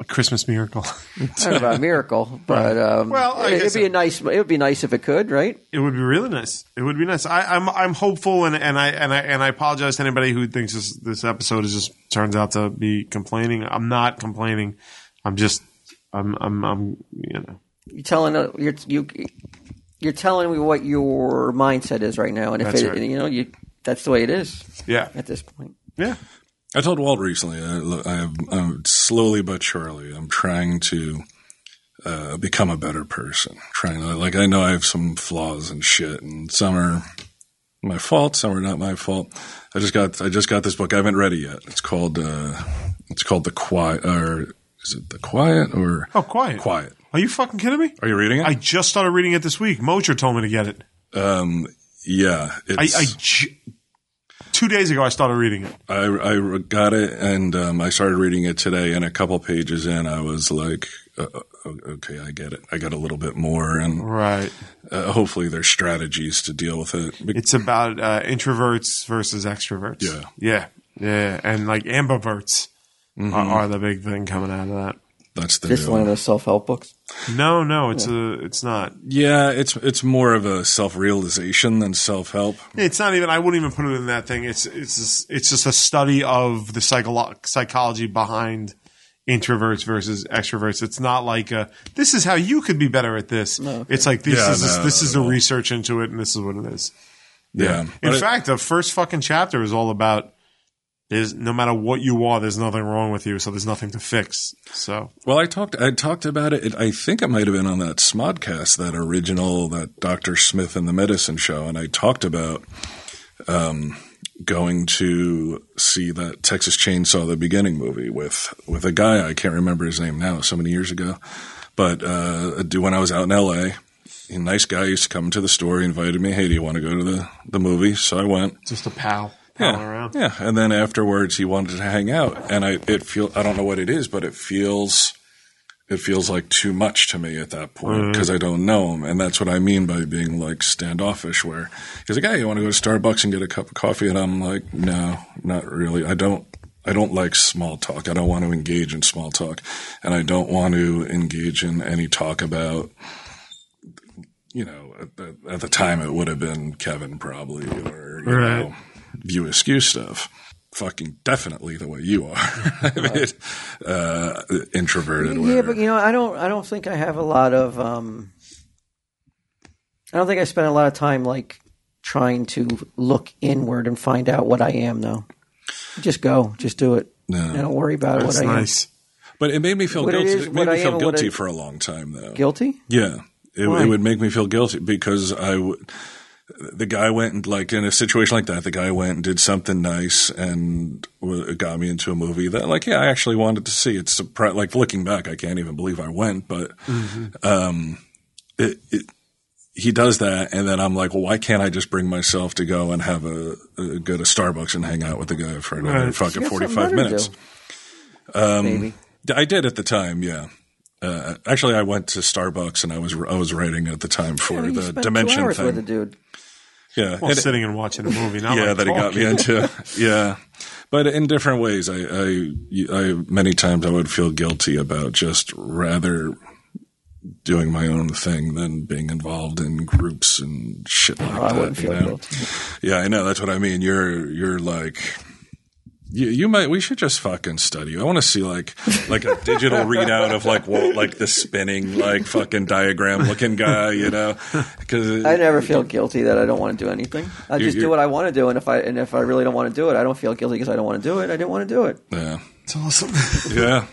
A Christmas miracle. I don't know about a miracle, but um, Well, I it, guess would be it- a nice. It would be nice if it could, right? it would be really nice. It would be nice. I, I'm I'm hopeful, and, and I and I and I apologize to anybody who thinks this this episode is just turns out to be complaining. I'm not complaining. I'm just. I'm I'm I'm you know. You're telling uh, you're you you're telling me what your mindset is right now, and if That's it, right. you know you that's the way it is Yeah. at this point. Yeah. I told Walt recently, I, look, I, I'm slowly but surely, I'm trying to uh, become a better person. Trying to, like, I know I have some flaws and shit, and some are my fault, some are not my fault. I just got, I just got this book. I haven't read it yet. It's called, uh, it's called The Quiet, or is it The Quiet or Oh, quiet. Quiet? Are you fucking kidding me? Are you reading it? I just started reading it this week. Mocher told me to get it. um, yeah, I, it's, I ju- two days ago I started reading it. I, I got it and um, I started reading it today, and a couple pages in, I was like, uh, uh, okay, I get it. I got a little bit more, and Right. uh, hopefully there's strategies to deal with it. Be- It's about uh, introverts versus extroverts. Yeah. Yeah. Yeah. And like ambiverts. Mm-hmm. are, are the big thing coming out of that. That's the Just new one of those self help books. No, no, it's a, it's not. Yeah, it's it's more of a self realization than self help. It's not even. I wouldn't even put it in that thing. It's it's just, it's just a study of the psycholo- psychology behind introverts versus extroverts. It's not like a, this is how you could be better at this. It's like this Yeah, is no, this no, is the research into it, and this is what it is. Yeah. In But it- fact, the first fucking chapter is all about there's no matter what you are, there's nothing wrong with you, so there's nothing to fix. So well, I talked I talked about it. it I think it might have been on that Smodcast, that original that Doctor Smith and the Medicine Show, and I talked about um, going to see that Texas Chainsaw the Beginning movie with with a guy I can't remember his name now, so many years ago, but uh, a dude- when I was out in L.A. A nice guy used to come to the store. He invited me. Hey, do you want to go to the, the movie? So I went. just a pal, pal yeah. around. Yeah, and then afterwards he wanted to hang out, and I it feel I don't know what it is, but it feels it feels like too much to me at that point because I don't know him, and that's what I mean by being like standoffish. Where he's like, "Hey, you want to go to Starbucks and get a cup of coffee?" and I'm like, "No, not really. I don't." I don't like small talk. I don't want to engage in small talk. And I don't want to engage in any talk about you know, at the, at the time it would have been Kevin probably or you Right. know, View Askew stuff. Fucking definitely the way you are. I mean, uh, introverted. Yeah, whatever. but you know, I don't. I don't think I have a lot of. Um, I don't think I spend a lot of time like trying to look inward and find out what I am. Though, just go, just do it. I don't worry about That's what I am. nice. But it made me feel What it guilty. is, It, made what I me am feel and what guilty I- for a long time though. Guilty? Yeah. It, Why? it would make me feel guilty because I would. The guy went and like in a situation like that. The guy went and did something nice and w- got me into a movie that like yeah I actually wanted to see. It's surpri- like looking back, I can't even believe I went. But um, Mm-hmm. it, it, he does that, and then I'm like, well, why can't I just bring myself to go and have a, a go to Starbucks and hang out with the guy for another Right. You fucking got forty something five better to minutes? Um, do. Maybe. I did at the time, yeah. Uh, actually, I went to Starbucks and I was I was writing at the time for You the spent two Dimension hours with a thing. dude. Yeah, Well, And- sitting and watching a movie. Not yeah, like that he got talking. me into. yeah, but in different ways. I, I I many times I would feel guilty about just rather doing my own thing than being involved in groups and shit like Oh, I that. wouldn't you feel know? guilty. Yeah, I know. That's what I mean. You're you're like you, you might we should just fucking study. I want to see like like a digital readout of like what like the spinning like fucking diagram looking guy, you know? Because I never feel guilty that I don't want to do anything. I You- just you- do what I want to do, and if I and if I really don't want to do it, I don't feel guilty because I don't want to do it. I didn't want to do it. yeah, It's awesome. yeah,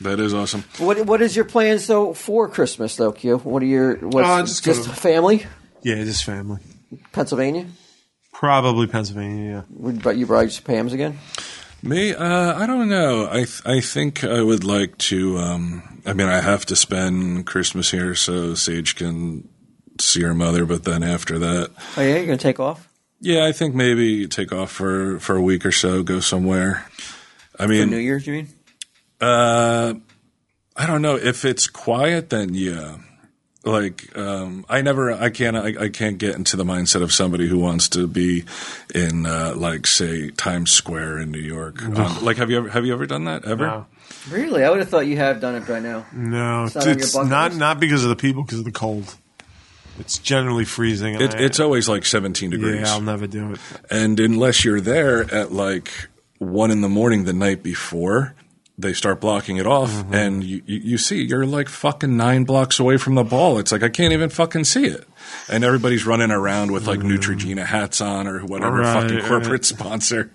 that is awesome. What What is your plans though for Christmas though, Q? What are your what's Uh, just, just go to- family? yeah, just family. Pennsylvania? Probably Pennsylvania. Yeah. Would- But you brought your Pam's again? Me, uh, I don't know. I th- I think I would like to. Um, I mean, I have to spend Christmas here so Sage can see her mother, but then after that, Oh yeah, you're gonna take off? Yeah, I think maybe take off for, for a week or so, go somewhere. I New mean, Year's, you mean? I don't know if it's quiet, then yeah. Like, um, I never, I can't, I, I can't get into the mindset of somebody who wants to be in, uh, like, say, Times Square in New York. Um, like, have you ever, have you ever done that ever? No. Really? I would have thought you have done it by now. No, it's not on your it's bucket not list? not because of the people, because of the cold. It's generally freezing. and It, I- it's always like 17 degrees. yeah, I'll never do it. And unless you're there at like one in the morning the night before, they start blocking it off, Mm-hmm. and you, you, you see you're like fucking nine blocks away from the ball. It's like I can't even fucking see it, and everybody's running around with like Neutrogena hats on or whatever Mm-hmm. Right, fucking right. corporate sponsor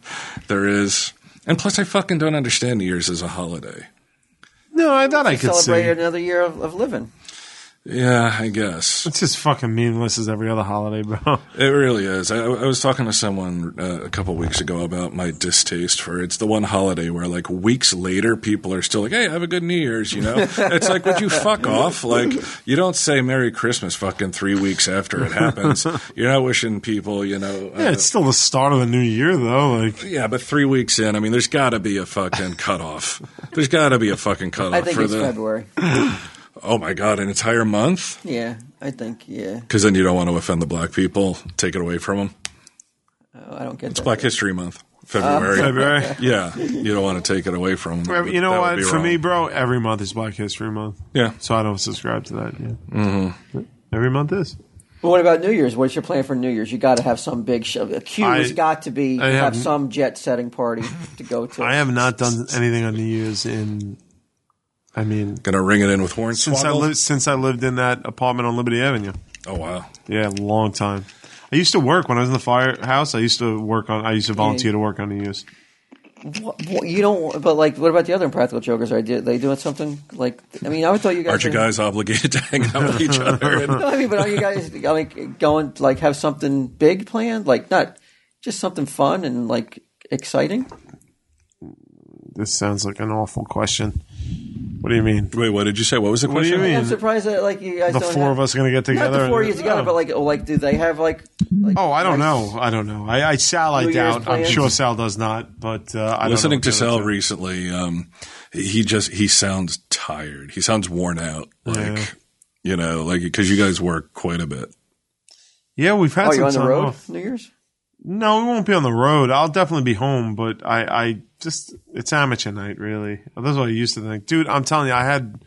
there is. And plus, I fucking don't understand New Year's as a holiday. No, I thought I could Celebrate see. another year of, of living. Yeah, I guess. It's just fucking meaningless as every other holiday, bro. It really is. I, I was talking to someone uh, a couple weeks ago about my distaste for it's the one holiday where like weeks later people are still like, "Hey, have a good New Year's," you know. it's like, would you fuck off? Like, you don't say Merry Christmas fucking three weeks after it happens. You're not wishing people, you know. uh, Yeah, it's still the start of the new year, though. Like, yeah, but three weeks in, I mean, there's got to be a fucking cutoff. There's got to be a fucking cutoff I think Uh, for it's the. February. Oh my god, an entire month? Yeah, I think, yeah. Because then you don't want to offend the black people. Take it away from them. Oh, I don't get that. It's Um, Black History Month. February. February. yeah, you don't want to take it away from them. You know That would what? be For wrong. me, bro, every month is Black History Month. yeah. So I don't subscribe to that. Yeah. Mm-hmm. Every month is. But what about New Year's? What's your plan for New Year's? You got to have some big show. The Q has I- got to be I have, have- some jet setting party to go to. I have not done anything on New Year's in. I mean, Gonna ring it in with horns. since I lived since I lived in that apartment on Liberty Avenue. Oh wow. Yeah, a long time. I used to work when I was in the firehouse. I used to work on. I used to volunteer to work on New Year's. Wha- wha- you don't. But like, what about the other impractical jokers? Are they doing something like? I mean, I would thought you guys. Aren't you were- guys obligated to hang out with each other? And, No, I mean, but are you guys like going like have something big planned? Like not just something fun and like exciting. This sounds like an awful question. What do you mean? wait, what did you say? What was the What do question? you mean? I'm surprised that like you guys The don't four have, of us are going to get not together. the four of you and- together, but like oh, like do they have like? like Oh, I don't know. I don't know. I, I Sal, I New Year's doubt. I'm plans? sure Sal does not. But uh, I don't know Listening what to the Sal other- recently, um, he just he sounds tired. He sounds worn out. Like Yeah. you know, like because you guys work quite a bit. Yeah, we've had Are some you Oh, on the time road off. New Year's? No, we won't be on the road. I'll definitely be home, but I, I just it's amateur night, really. That's what I used to think, dude. I'm telling you, I had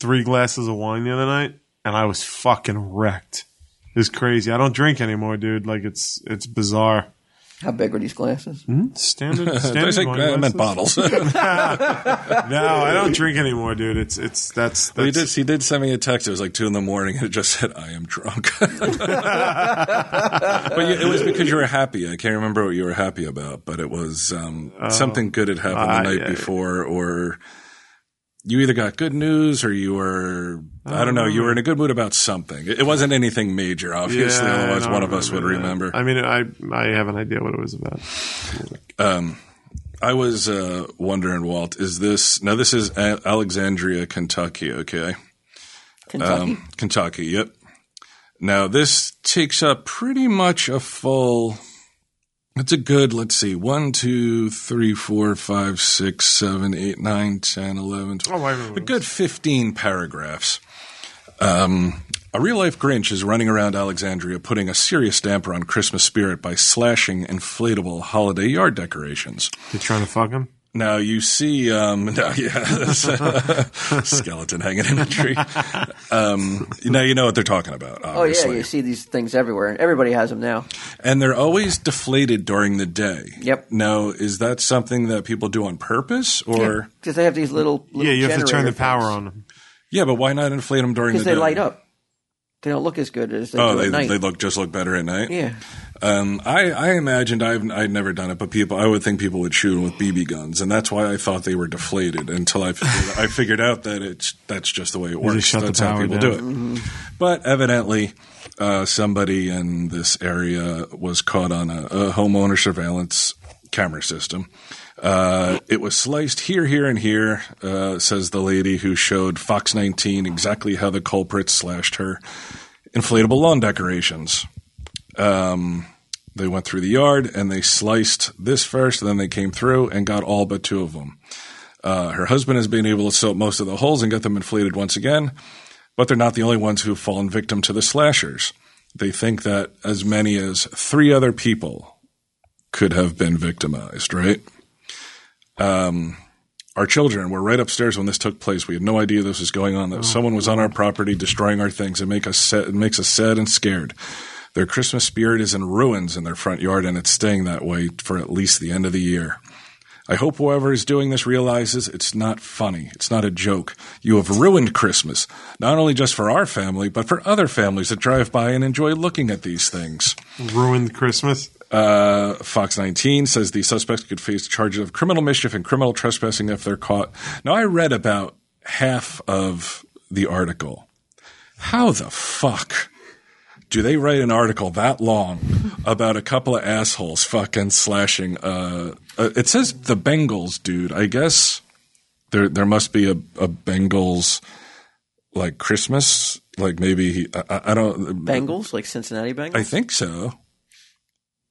three glasses of wine the other night, and I was fucking wrecked. It's crazy. I don't drink anymore, dude. Like it's it's bizarre. How big were these glasses? Hmm? Standard, Did I standard say wine I meant glasses? bottles. Well, No, I don't drink anymore, dude. It's it's that's he that's did. He did send me a text. It was like two in the morning, and it just said, "I am drunk." but yeah, it was because you were happy. I can't remember what you were happy about, but it was um, Oh, something good had happened Ah, the night yeah. before, or you either got good news or you were I don't know. You were in a good mood about something. It it wasn't anything major, obviously. Yeah, I otherwise, don't one of us would that. remember. I mean, I I have an idea what it was about. I was uh, wondering, Walt, is this now? This is A- Alexandria, Kentucky. Okay, Kentucky. um, Kentucky. Yep. Now this takes up pretty much a full. It's a good. Let's see. One, two, three, four, five, six, seven, eight, nine, ten, eleven. 12, Oh, I remember. a good 15 paragraphs. Um, a real life Grinch is running around Alexandria putting a serious damper on Christmas spirit by slashing inflatable holiday yard decorations. They're trying to fuck him. Now you see, um, no, yeah, skeleton hanging in a tree. Um, now you know what they're talking about, Oh yeah, obviously. you see these things everywhere, and everybody has them now. And they're always deflated during the day. Yep. Now, is that something that people do on purpose, or Because they have these little, little Yeah, you have to turn generator the power things. on them. yeah, but why not inflate them during the because day? they light up. They don't look as good as they Oh, do they, at night. they look just look better at night. yeah, Um, I, I imagined I've I'd never done it, but people I would think people would shoot 'em with BB guns, and that's why I thought they were deflated until I figured, I figured out that it's that's just the way it works. just shut the that's how power people down. do it. But evidently, uh, somebody in this area was caught on a, a homeowner surveillance camera system. Uh, it was sliced here, here, and here, uh, says the lady who showed Fox 19 exactly how the culprit slashed her inflatable lawn decorations they went through the yard and they sliced this first, and then they came through and got all but two of them. Uh, her husband has been able to soak most of the holes and get them inflated once again, but they're not the only ones who've fallen victim to the slashers. They think that as many as three other people could have been victimized, right? Um, our children were right upstairs when this took place. We had no idea this was going on, that someone was on our property destroying our things. It, make us sa- it makes us sad and scared. Their Christmas spirit is in ruins in their front yard, and it's staying that way for at least the end of the year. I hope whoever is doing this realizes it's not funny. It's not a joke. You have ruined Christmas, not only just for our family, but for other families that drive by and enjoy looking at these things. Ruined Christmas. Uh, Fox 19 says the suspects could face charges of criminal mischief and criminal trespassing if they're caught. Now, I read about half of the article. How the fuck do they write an article that long about a couple of assholes fucking slashing? Uh, uh, it says the Bengals, dude. I guess there there must be a, a Bengals like Christmas, like maybe he, I, I- I don't. Bengals like Cincinnati Bengals. I think so.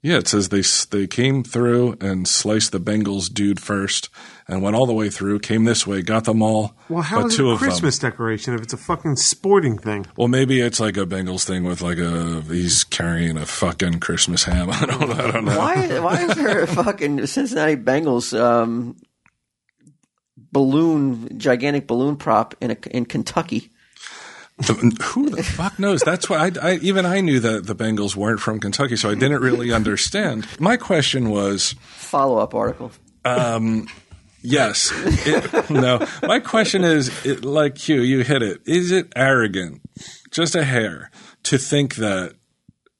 Yeah, it says they they came through and sliced the Bengals dude first, and went all the way through. Came this way, got them all. Well, how but is two it a of them- Christmas decoration if it's a fucking sporting thing? Well, maybe it's like a Bengals thing with like a he's carrying a fucking Christmas ham. I don't, I don't know. Why? Why is there a fucking Cincinnati Bengals um, balloon, gigantic balloon prop in a, in Kentucky? The- who the fuck knows? That's why I, I even I knew that the Bengals weren't from Kentucky, so I didn't really understand. My question was, Follow up article. yes, it- no. My question is, it, like you, you hit it. Is it arrogant, just a hair, to think that?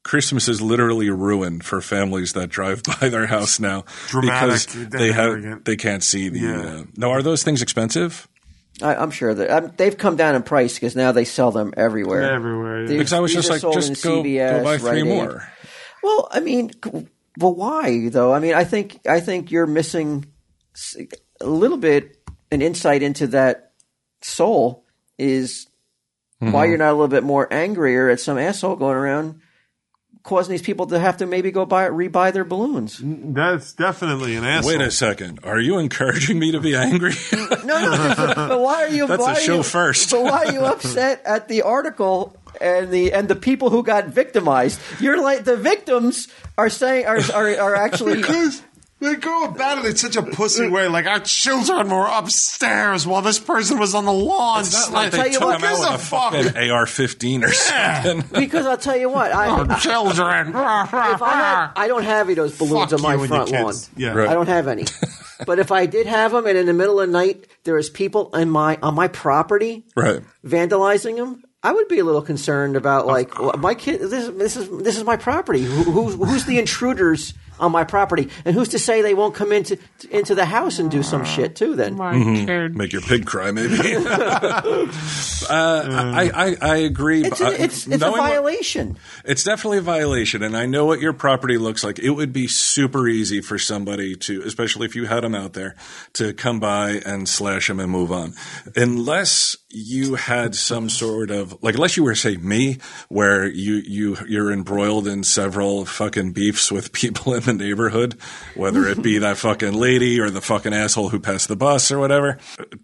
Christmas is literally ruined for families that drive by their house now Dramatic, because they have arrogant. they can't see the. Yeah. Uh, now, are those things expensive? I, I'm sure that um, they've come down in price because now they sell them everywhere. Everywhere. These- yeah. Because I was these just are like, sold just in go, CVS, go buy three Rite Aid. more. Well, I mean, c- well, why though? I mean, I think I think you're missing s- a little bit an insight into that soul is why you're not a little bit more angrier at some asshole going around causing these people to have to maybe go buy rebuy their balloons. That's definitely an asshole. Wait a second. Are you encouraging me to be angry? No, no. but why are you? That's a why are show you- first. But why are you upset at the article and the and the people who got victimized? You're like the victims are saying are are, are actually. Because they go about it in such a pussy way, like our children were upstairs while this person was on the lawn. Not like tell they you took what, him out gives with a a fucking AR-15 or something. Because I'll tell you what, I, Oh, Our children. if I, had, I don't have any of those balloons Fuck on my you and front your lawn. kids. Yeah. Right. I don't have any. but if I did have them, and in the middle of the night there is people in my on my property right. vandalizing them, I would be a little concerned about like well, my kid. This this is this is my property. Who, who's who's the intruders on my property, and who's to say they won't come into into the house and do some shit too? Then Make your pig cry, maybe. uh, I, I, I agree. it's but a, I- it's it's a knowing what- violation. It's definitely a violation, and I know what your property looks like. It would be super easy for somebody to, especially if you had them out there, to come by and slash them and move on. Unless you had some sort of like, unless you were say me, where you you you're embroiled in several fucking beefs with people in the neighborhood, whether it be that fucking lady or the fucking asshole who passed the bus or whatever.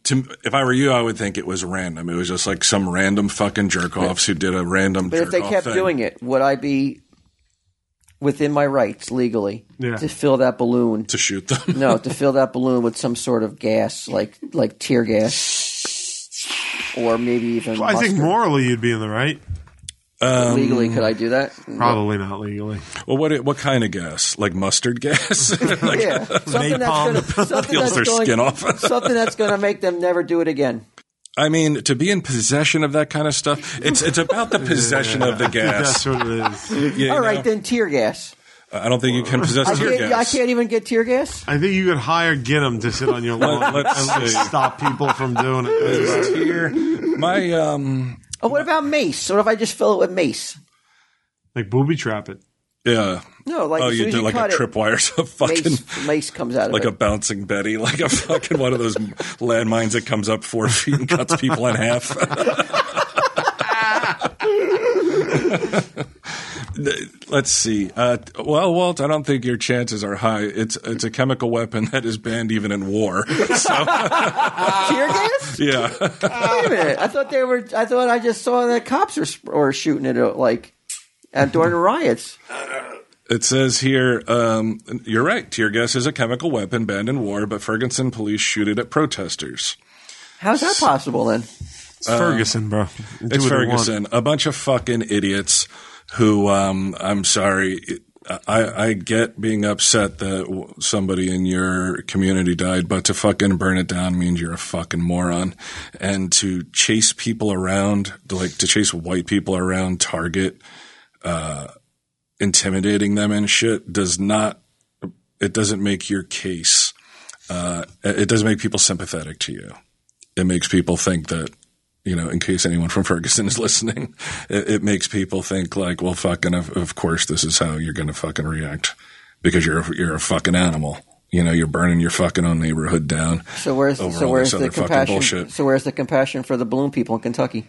To, if I were you, I would think it was random. It was just like some random fucking jerk offs who did a random. But if they kept doing it, would I be within my rights legally Yeah. to fill that balloon? to shoot them. no, to fill that balloon with some sort of gas, like like tear gas, or maybe even I think mustard. morally you'd be in the right. legally. Could I do that? Probably not legally. Well, what what kind of gas? Like mustard gas? like Yeah, something Napalm that's gonna, something that's peels their going, skin off. something that's going to make them never do it again. I mean, to be in possession of that kind of stuff, it's it's about the possession of the That's gas. what it is. you All right, know? then tear gas. I don't think you can I possess tear can't, I gas. can't even get tear gas. I think you could hire Ginnam to sit on your lawn Let's and like, see. stop people from doing it. Tear- My um, Oh, what about mace? What if I just fill it with mace? Like booby trap it. yeah. No, like oh, as soon you as did you like a cut it, tripwire, so fucking. mace, mace comes out of Like it. a bouncing Betty, like a fucking one of those landmines that comes up four feet and cuts people in half. Let's see. Uh, well, Walt, I don't think your chances are high. It's it's a chemical weapon that is banned even in war. So, tear gas. yeah, Wait a minute. I thought they were. I thought I just saw the cops are sp- or shooting it uh, like at during the riots. it says here. Um, you're right. Tear gas is a chemical weapon banned in war, but Ferguson police shoot it at protesters. How's that possible then? It's Ferguson, bro. Do It's what they want. Ferguson. A bunch of fucking idiots who, um, I'm sorry. it- I, I get being upset that w- somebody in your community died, but to fucking burn it down means you're a fucking moron. And to chase people around, like to chase white people around Target, uh, intimidating them and shit does not, it doesn't make your case. Uh, it doesn't make people sympathetic to you. It makes people think that you know, in case anyone from Ferguson is listening, it, it makes people think like, well, fucking, of, of course, this is how you're going to fucking react because you're a, you're a fucking animal. You know, you're burning your fucking own neighborhood down. So where's over so all where's this the other fucking compassion? bullshit. So where's the compassion for the balloon people in Kentucky?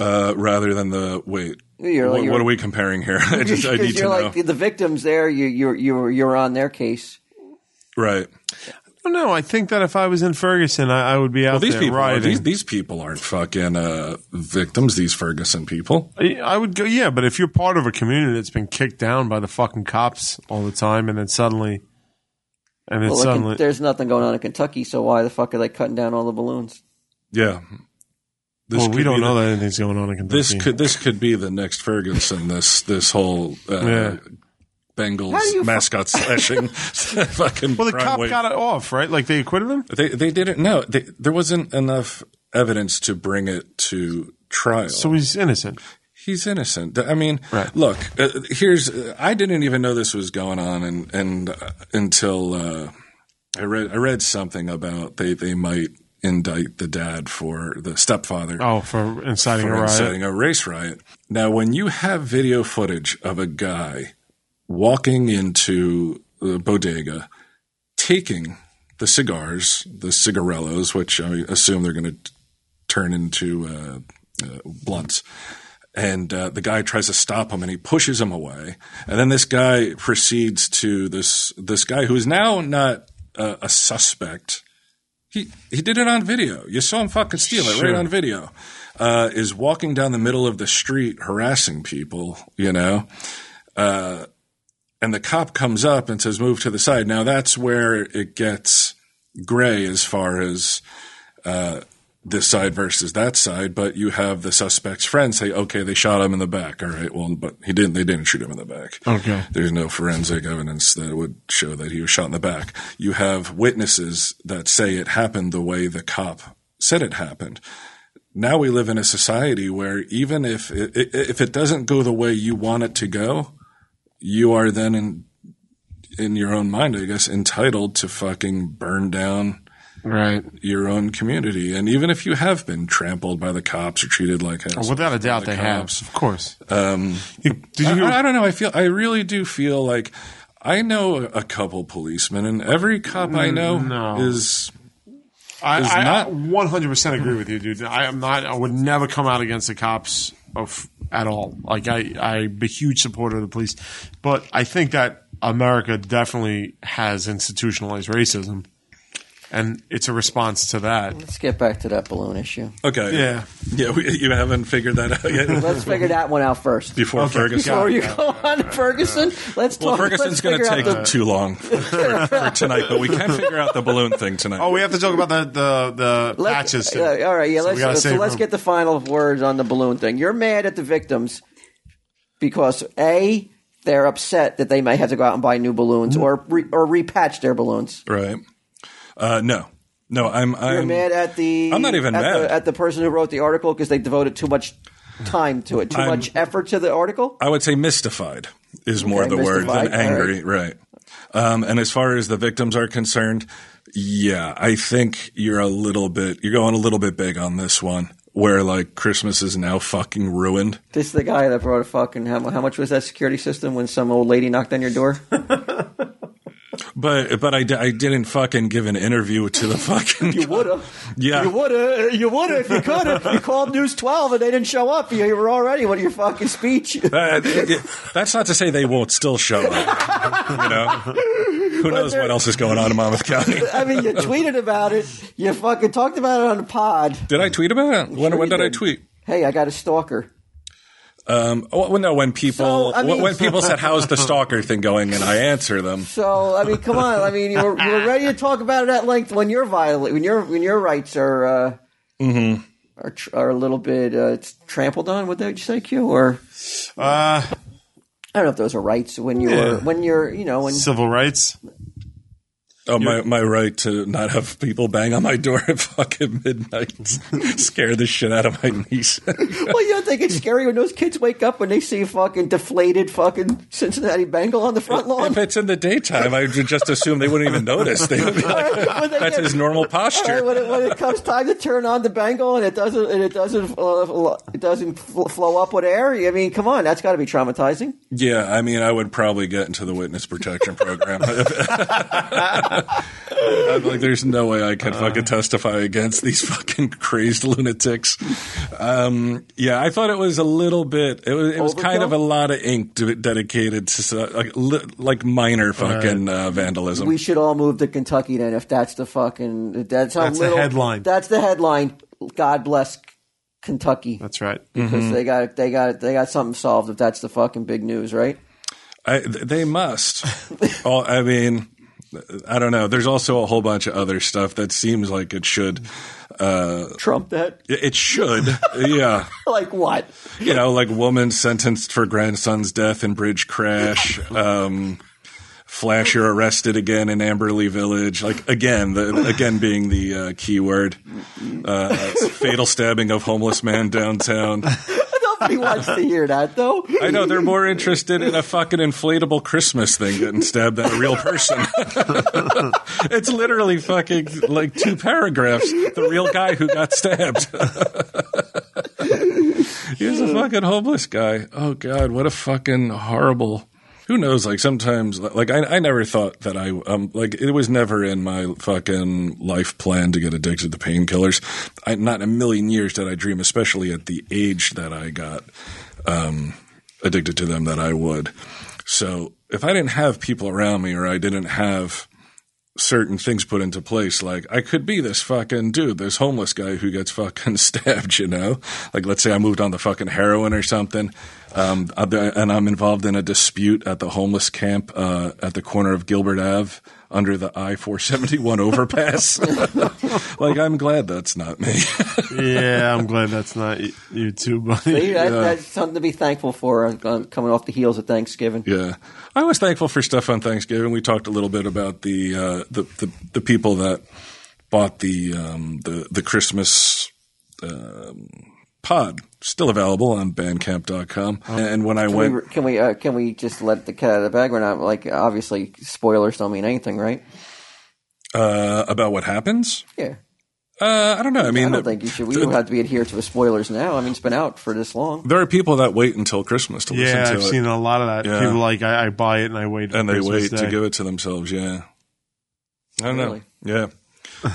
uh, rather than the wait. You're what, like- what are we comparing here? I just I 'Cause need to you're know. like the, the victims there. You you you you're on their case. right. No, I think that if I was in Ferguson, I, I would be out Well, these there people are, rioting. these these people aren't fucking uh, victims. These Ferguson people. I would go, yeah, but if you're part of a community that's been kicked down by the fucking cops all the time, and then suddenly, and then Well, look, suddenly, in- there's nothing going on in Kentucky, so why the fuck are they cutting down all the balloons? Yeah. This well, we could don't be know the- that anything's going on in Kentucky. This could this could be the next Ferguson. This this whole uh, Yeah. Bengals How do you fu- mascot slashing fucking. well, the crime cop wave. got it off, right? Like they acquitted him. They they didn't know. They, there wasn't enough evidence to bring it to trial. So he's innocent. He's innocent. I mean, Right. look, uh, here's I didn't even know this was going on and and uh, until uh, I read I read something about they they might indict the dad for the stepfather Oh, for inciting for a riot. inciting a race riot. Now, when you have video footage of a guy walking into the bodega, taking the cigars, the cigarellos, which I assume they're going to turn into uh, uh, blunts. And uh, the guy tries to stop him, and he pushes him away. And then this guy proceeds to this this guy who is now not uh, a suspect. He he did it on video. You saw him fucking steal it right on video. Uh, is walking down the middle of the street harassing people. You know. Uh, and the cop comes up and says, "Move to the side." Now that's where it gets gray as far as this side versus that side, but you have the suspect's friend say, okay, they shot him in the back. All right. Well, but he didn't, they didn't shoot him in the back. Okay. There's no forensic evidence that would show that he was shot in the back. You have witnesses that say it happened the way the cop said it happened. Now we live in a society where even if it, i- if it doesn't go the way you want it to go, you are then in in your own mind, I guess, entitled to fucking burn down Right. your own community. And even if you have been trampled by the cops or treated like assholes, Without a doubt, by they the have. cops, Of course. Um, did you hear? I, I don't know. I feel I really do feel like I know a couple policemen, and every cop I know no. is is I, I, not- I 100% agree with you, dude. I am not. I would never come out against the cops of at all. Like I, I'm a huge supporter of the police, but I think that America definitely has institutionalized racism, and it's a response to that. Let's get back to that balloon issue. okay. Yeah. yeah. We, you haven't figured that out yet. Let's figure that one out first. Before Ferguson, Before you go on to Ferguson, let's well, talk. Ferguson's let's going to figure out take the- too long for, for tonight, but we can figure out the balloon thing tonight. Oh, we have to talk about the the, the Let- patches. too. yeah, uh, all right, yeah. So we Let's, gotta so save let's room. get the final words on the balloon thing. You're mad at the victims because a they're upset that they may have to go out and buy new balloons Mm. or re, or repatch their balloons. right? Uh, no, no. I'm. I'm You're mad at the I'm not even at mad. the, at the person who wrote the article because they devoted too much time to it, too I'm- much effort to the article. I would say mystified is more the word than mystified, angry, right? Um, and as far as the victims are concerned, yeah, I think you're a little bit you're going a little bit big on this one, where like Christmas is now fucking ruined. This is the guy that brought a fucking how, how much was that security system when some old lady knocked on your door? But but I, di- I didn't fucking give an interview to the fucking You woulda. Yeah. You woulda. You woulda if you coulda. You called News 12 and they didn't show up. You, you were already on your fucking speech. Uh, it- it- that's not to say they won't still show up. You know, who knows what else is going on in Monmouth County? I mean, you tweeted about it. You fucking talked about it on the pod. Did I tweet about it? When Sure when you did I did. tweet? Hey, I got a stalker. Um, oh, well, no, when people So, I mean- when people said how's the stalker thing going, and I answer them. So I mean, come on. I mean, you were, you were ready to talk about it at length when your viola- when your when your rights are uh, Mm-hmm. are tr- are a little bit uh, it's trampled on. Would that you say, Q? Or uh, I don't know if those are rights when you're Yeah. when you're you know when civil rights. Oh, my, my right to not have people bang on my door at fucking midnight, scare the shit out of my niece. Well, you don't think it's scary when those kids wake up when they see fucking deflated fucking Cincinnati Bengal on the front lawn? if it's in the daytime, I would just assume they wouldn't even notice. They would be like, When they that's get- his normal All right, posture. when, it, when it comes time to turn on the Bengal and it doesn't and it doesn't uh, fl- it doesn't fl- flow up with air, I mean, come on, that's got to be traumatizing. Yeah, I mean, I would probably get into the witness protection program. I'm like, there's no way I can Uh. fucking testify against these fucking crazed lunatics. Um, yeah, I thought it was a little bit. It was, it was kind Overkill? of a lot of ink to, dedicated to so- like, li- like minor fucking uh, vandalism. We should all move to Kentucky then if that's the fucking that's how That's the little- headline. That's the headline. God bless Kentucky That's right. because they got they got they got something solved if that's the fucking big news, right? I, th- they must. All, I mean, I don't know. There's also a whole bunch of other stuff that seems like it should. Trump that It should. yeah. like what? you know, like woman sentenced for grandson's death in bridge crash. Um, Flasher arrested again in Amberley Village. Like again, the, again being the uh, key word. Uh, fatal stabbing of homeless man downtown. Nobody wants to hear that though. I know they're more interested in a fucking inflatable Christmas thing than stab that real person. it's literally fucking like two paragraphs. The real guy who got stabbed. he was a fucking homeless guy. Oh god, what a fucking horrible. Who knows? Like sometimes, like I, I never thought that I um like it was never in my fucking life plan to get addicted to painkillers. I not in a million years did I dream, especially at the age that I got um, addicted to them that I would. So if I didn't have people around me or I didn't have certain things put into place, like I could be this fucking dude, this homeless guy who gets fucking stabbed, you know? Like let's say I moved on to fucking heroin or something. Um, I- and I'm involved in a dispute at the homeless camp uh, at the corner of Gilbert Ave under the I 471 overpass. like, I'm glad that's not me. Yeah, I'm glad that's not y- you too, buddy. That, That's something to be thankful for uh, coming off the heels of Thanksgiving. Yeah, I was thankful for stuff on Thanksgiving. We talked a little bit about the uh, the, the the people that bought the um, the the Christmas um, pod, still available on Bandcamp.com. and when I Can went, we, can we uh, can we just let the cat out of the bag? We're not like obviously spoilers don't mean anything, right? uh, about what happens, Yeah, uh, I don't know. I mean, I don't think you should. We don't have to be adhered to the spoilers now. I mean, it's been out for this long. there are people that wait until Christmas to Yeah, listen to I've it, seen a lot of that. Yeah. People like I, I buy it and I wait, and they Christmas wait Day. to give it to themselves. Yeah, I don't Really? know. Yeah.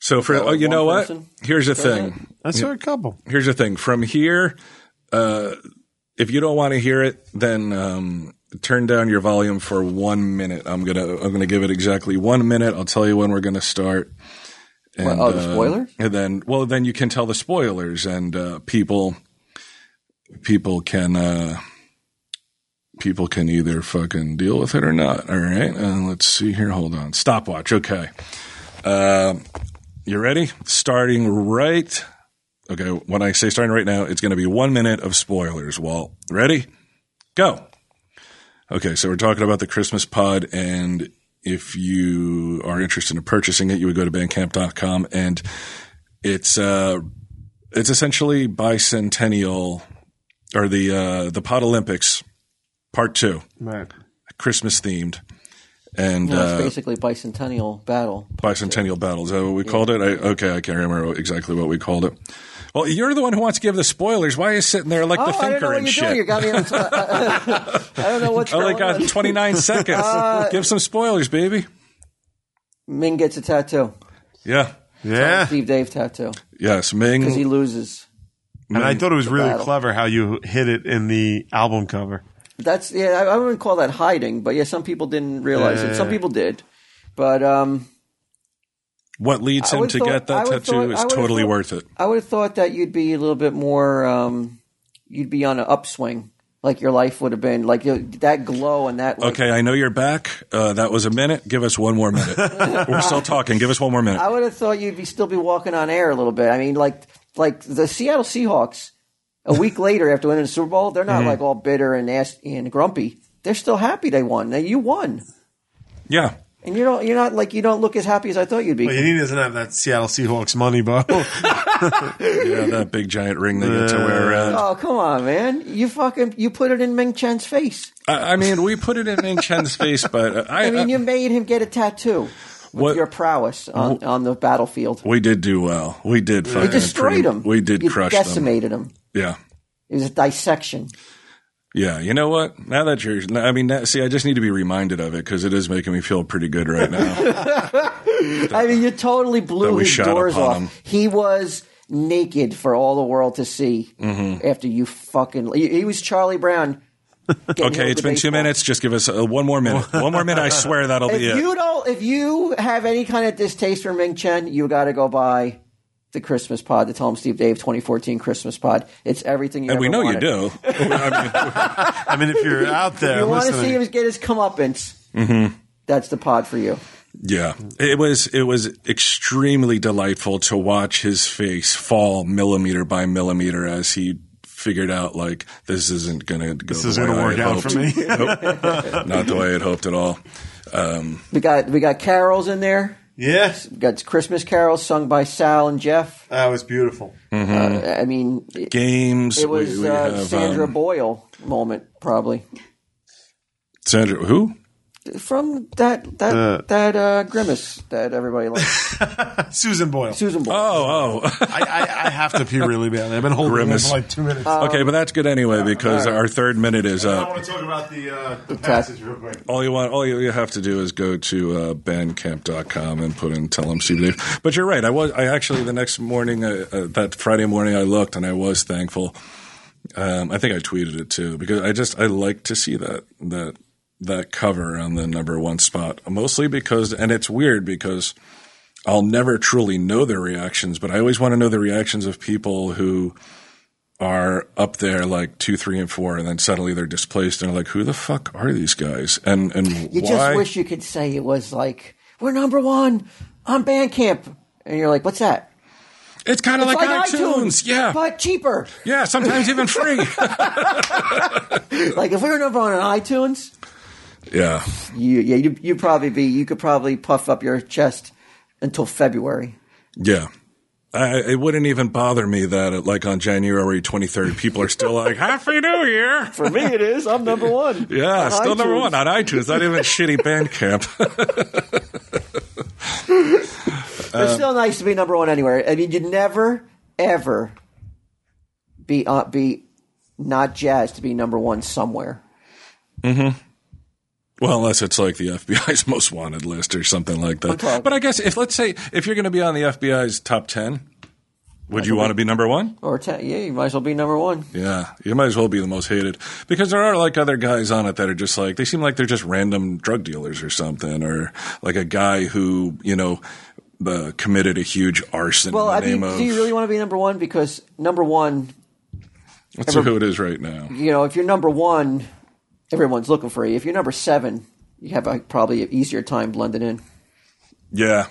So for Well, oh, you one know what? person? Here's the thing. That's for a couple. here's the thing from here uh, if you don't want to hear it then um, turn down your volume for one minute i'm gonna i'm gonna give it exactly one minute i'll tell you when we're gonna start What, and, oh, the uh, spoilers? and then well then you can tell the spoilers and uh, people people can uh, people can either fucking deal with it or not all right uh, let's see here hold on stopwatch okay um you ready starting right Okay, when I say starting right now, it's going to be one minute of spoilers. Walt, ready? Go. Okay, so we're talking about the Christmas pod, and if you are interested in purchasing it, you would go to bandcamp.com, and it's uh, it's essentially bicentennial or the uh, the Pod Olympics part two, Right. Christmas themed, and No, uh, it's basically bicentennial battle. bicentennial battle. Is that what we called it? I, okay, I can't remember exactly what we called it. Well, you're the one who wants to give the spoilers. Why are you sitting there like the oh, I don't know thinker what and you're shit? doing. You got me. On, I don't know what's I only going got on. 29 seconds. Uh, give some spoilers, baby. Ming gets a tattoo. Yeah. Ah. Yeah. Steve Dave tattoo because Yes, Ming. he loses. And I thought it was really battle. clever how you hid it in the album cover. That's yeah. I, I wouldn't call that hiding, but yeah, some people didn't realize it. Some Yeah. people did, but um, what leads I him would to thought- get I that would tattoo thought- I is would totally thought- worth it. I would have thought that you'd be a little bit more. Um, you'd be on an upswing. Like your life would have been like you that glow and that. Like, Okay, I know you're back. Uh, that was a minute. Give us one more minute. We're still talking. Give us one more minute. I would have thought you'd be still be walking on air a little bit. I mean, like like the Seattle Seahawks a week later after winning the Super Bowl, they're Mm-hmm. not like all bitter and nasty and grumpy. They're still happy they won. Now you won, yeah. and you don't. You're not like you don't look as happy as I thought you'd be. But he doesn't have that Seattle Seahawks money, Bo. Yeah, that big giant ring they get to wear around. Oh come on, man! You fucking you put it in Ming Chen's face. I, I mean, we put it in Ming Chen's face, but uh, I, I mean, you made him get a tattoo. With What- your prowess on, on the battlefield. We did do well. We did fucking You destroyed pretty- him. We did you crush them. decimated him. Yeah. It was a dissection. Yeah, you know what? Now that you're, I mean, now, see, I just need to be reminded of it because it is making me feel pretty good right now. I mean, you totally That blew we his shot doors upon off. him. He was naked for all the world to see Mm-hmm. after you fucking. He, he was Charlie Brown. getting hit okay, with it's the been two baseball. minutes. Just give us uh, one more minute. One more minute. I swear that'll If be it. you don't, if you have any kind of distaste for Ming Chen, you got to go buy the Christmas pod, the Tell 'em Steve Dave 2014 Christmas pod. It's everything you. and we ever know you wanted. do. I mean, I mean, if you're out there, You want to listening, see him get his comeuppance? Mm-hmm. That's the pod for you. yeah, it was it was extremely delightful to watch his face fall millimeter by millimeter as he figured out like this isn't going to go. this the is going way to I work had out for hoped. me. Nope. Not the way I had hoped at all. We got we got carols in there. yeah, We got Christmas carols sung by Sal and Jeff. that was beautiful. Uh, I mean, it, Games. it was Hmm. we, we uh, have, Sandra um, Boyle moment probably Sandra. Who? from that that Uh. that uh, grimace that everybody likes. Susan Boyle. Susan Boyle. Oh, oh. I, I, I have to pee really badly. I've been holding Grimace. Uh, it for like two minutes. Okay, but that's good anyway because our third minute is I up. want to talk about the, uh, the test. passage real quick. All you want, all you have to do is go to uh, bandcamp.com and put in tell them Steve Dave. But you're right. I was, I actually the next morning, uh, uh, that Friday morning, I looked and I was thankful. Um, I think I tweeted it too because I just I like to see that that that cover on the number one spot mostly because and it's weird because I'll never truly know their reactions, but I always want to know the reactions of people who are up there like two, three, and four, and then suddenly they're displaced and like, who the fuck are these guys? And and You why? just wish you could say it was like we're number one on Bandcamp, and you're like, what's that? it's kind of It's like, iTunes. yeah, but cheaper. yeah. Sometimes even free. Like if we were number one on iTunes, yeah, you yeah you you probably be you could probably puff up your chest until February. yeah. I, it wouldn't even bother me that uh, like on January 23rd, people are still like, Happy New Year. For me, it is. I'm number one. Yeah, on still number iTunes. one on iTunes. Not even shitty Bandcamp. It's still nice to be number one anywhere. I mean, you never ever be uh, be not jazzed to be number one somewhere. Well, unless it's like the FBI's most wanted list or something like that. Okay. But I guess if let's say if you're going to be on the FBI's top ten, would you want to be number one? Or ten, yeah, you might as well be number one. Yeah, you might as well be the most hated because there are like other guys on it that are just like they seem like they're just random drug dealers or something, or like a guy who you know uh, committed a huge arson Well, I in the mean, name of. do you really want to be number one? Because number one, let's see who it is right now. you know, if you're number one, everyone's looking for you. If you're number seven, you have a, probably an easier time blending in. Yeah.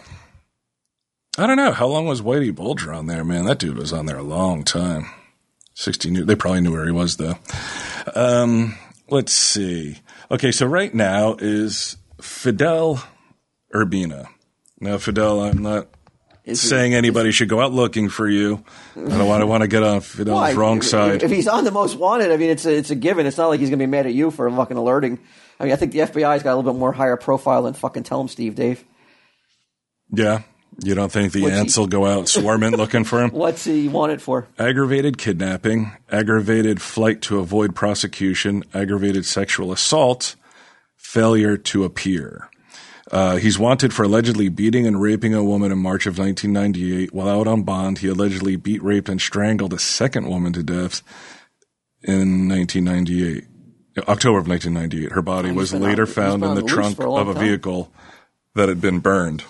I don't know. How long was Whitey Bulger on there, man? That dude was on there a long time. 60 knew. They probably knew where he was, though. Um, let's see. Okay, so right now is Fidel Urbina. Now, Fidel, I'm not saying anybody should go out looking for you. I don't want to want to get on Fidel's Why? wrong If- side. If he's on the most wanted, I mean, it's a, it's a given. It's not like he's going to be mad at you for fucking alerting. I mean, I think the FBI's got a little bit more higher profile than fucking tell him Steve Dave. yeah. You don't think the he- ants will go out swarming looking for him? What's he wanted for? aggravated kidnapping, aggravated flight to avoid prosecution, aggravated sexual assault, failure to appear. Uh, he's wanted for allegedly beating and raping a woman in March of 1998. While out on bond, he allegedly beat, raped, and strangled a second woman to death in 1998. October of 1998. Her body was been later on- he's found been in on the the loose trunk for a long of a time. vehicle that had been burned.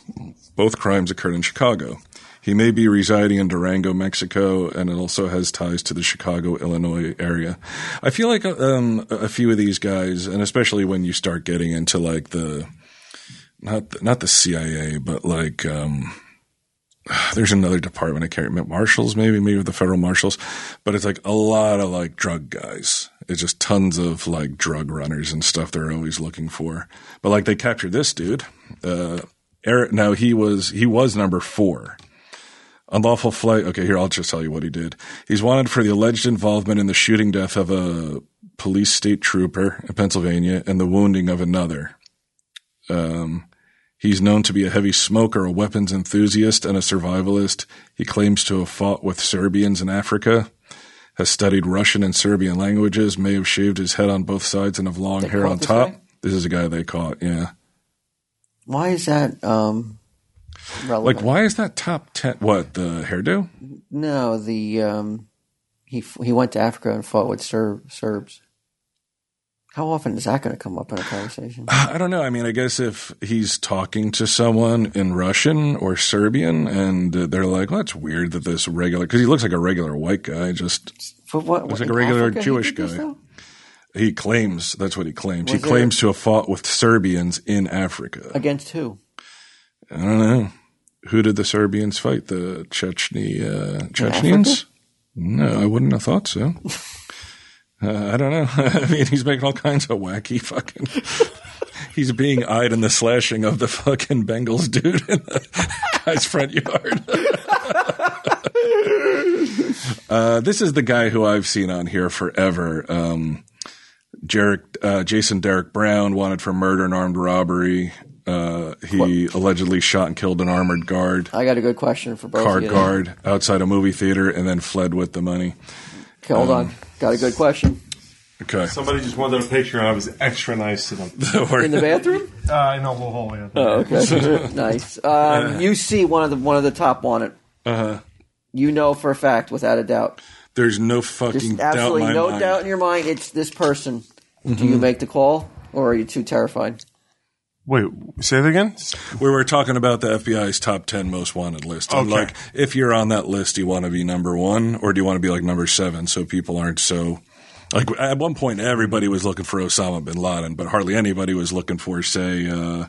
Both crimes occurred in Chicago. He may be residing in Durango, Mexico, and it also has ties to the Chicago, Illinois area. I feel like um, a few of these guys, and especially when you start getting into like the not the, not the CIA, but like um, there's another department I can't remember, marshals maybe, maybe the federal marshals, but it's like a lot of like drug guys. It's just tons of like drug runners and stuff they're always looking for. But like they captured this dude, uh, Eric. Now he was he was number four. Unlawful flight. Okay, here I'll just tell you what he did. He's wanted for the alleged involvement in the shooting death of a police state trooper in Pennsylvania and the wounding of another. Um, He's known to be a heavy smoker, a weapons enthusiast, and a survivalist. He claims to have fought with Serbians in Africa has studied Russian and Serbian languages, may have shaved his head on both sides and have long hair on top. This is a guy they caught, yeah. Why is that um, relevant? Like, why is that top 10? What, the hairdo? No, the um, he f- he went to Africa and fought with Ser- Serbs. How often is that going to come up in a conversation? I don't know. I mean, I guess if he's talking to someone in Russian or Serbian and uh, they're like, well, that's weird that this regular, because he looks like a regular white guy, just For what? Looks in like a regular Africa he Jewish did this, guy. though? he claims that's what he claims. Was he it- claims to have fought with Serbians in Africa. Against who? I don't know. Who did the Serbians fight? The Chechny, uh, Chechens? No, I wouldn't have thought so. Uh, I don't know. I mean, he's making all kinds of wacky fucking. he's being eyed in the slashing of the fucking Bengals dude in the guy's front yard. uh, this is the guy who I've seen on here forever. Um, Jarek, uh, Jason Derek Brown wanted for murder and armed robbery. Uh, he allegedly shot and killed an armored guard, I got a good question for both car of you. guard outside a movie theater, and then fled with the money. Okay, hold on. Um, Got a good question. Okay. Somebody just wanted a picture, and I was extra nice to them. In the bathroom? Uh, in a whole hole, yeah. Uh-huh. Oh, okay. nice. Um, you see one of the one of the top wanted. Uh-huh. You know for a fact, without a doubt. There's no fucking There's doubt in absolutely my no mind. doubt in your mind it's this person. Do you make the call or are you too terrified? Wait, say that again? We were talking about the FBI's top 10 most wanted list. I'm Okay. like, if you're on that list, do you want to be number one or do you want to be like number seven so people aren't so. Like at one point, everybody was looking for Osama bin Laden, but hardly anybody was looking for, say, uh,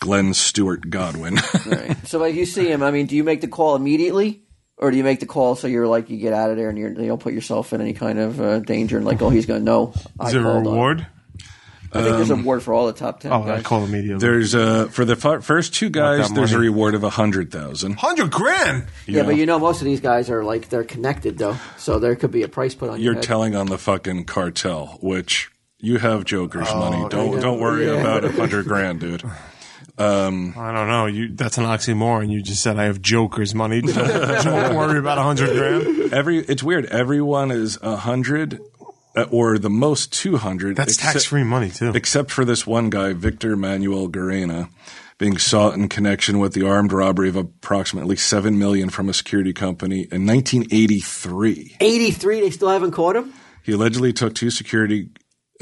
Glenn Stewart Godwin. Right. So like you see him, I mean, do you make the call immediately, or do you make the call so you're like you get out of there and you're, you don't put yourself in any kind of uh, danger and like oh he's gonna know. Is there a reward? I think there's a reward for all the top ten. Oh, I guys. call immediately. there's uh, for the f- first two guys, that there's a money. reward of a hundred thousand. Hundred grand. yeah, but you know most of these guys are like they're connected though, so there could be a price put on your You're head. telling on the fucking cartel, which you have Joker's money. Don't don't worry about a hundred grand, dude. I don't know. You that's an oxymoron. You just said I have Joker's money. Don't, don't worry about a hundred grand. Every it's weird. Everyone is a hundred uh, or the most two hundred. That's tax free money too. except for this one guy, Victor Manuel Garena, being sought in connection with the armed robbery of approximately seven million from a security company in 1983. 83, they still haven't caught him. He allegedly took two security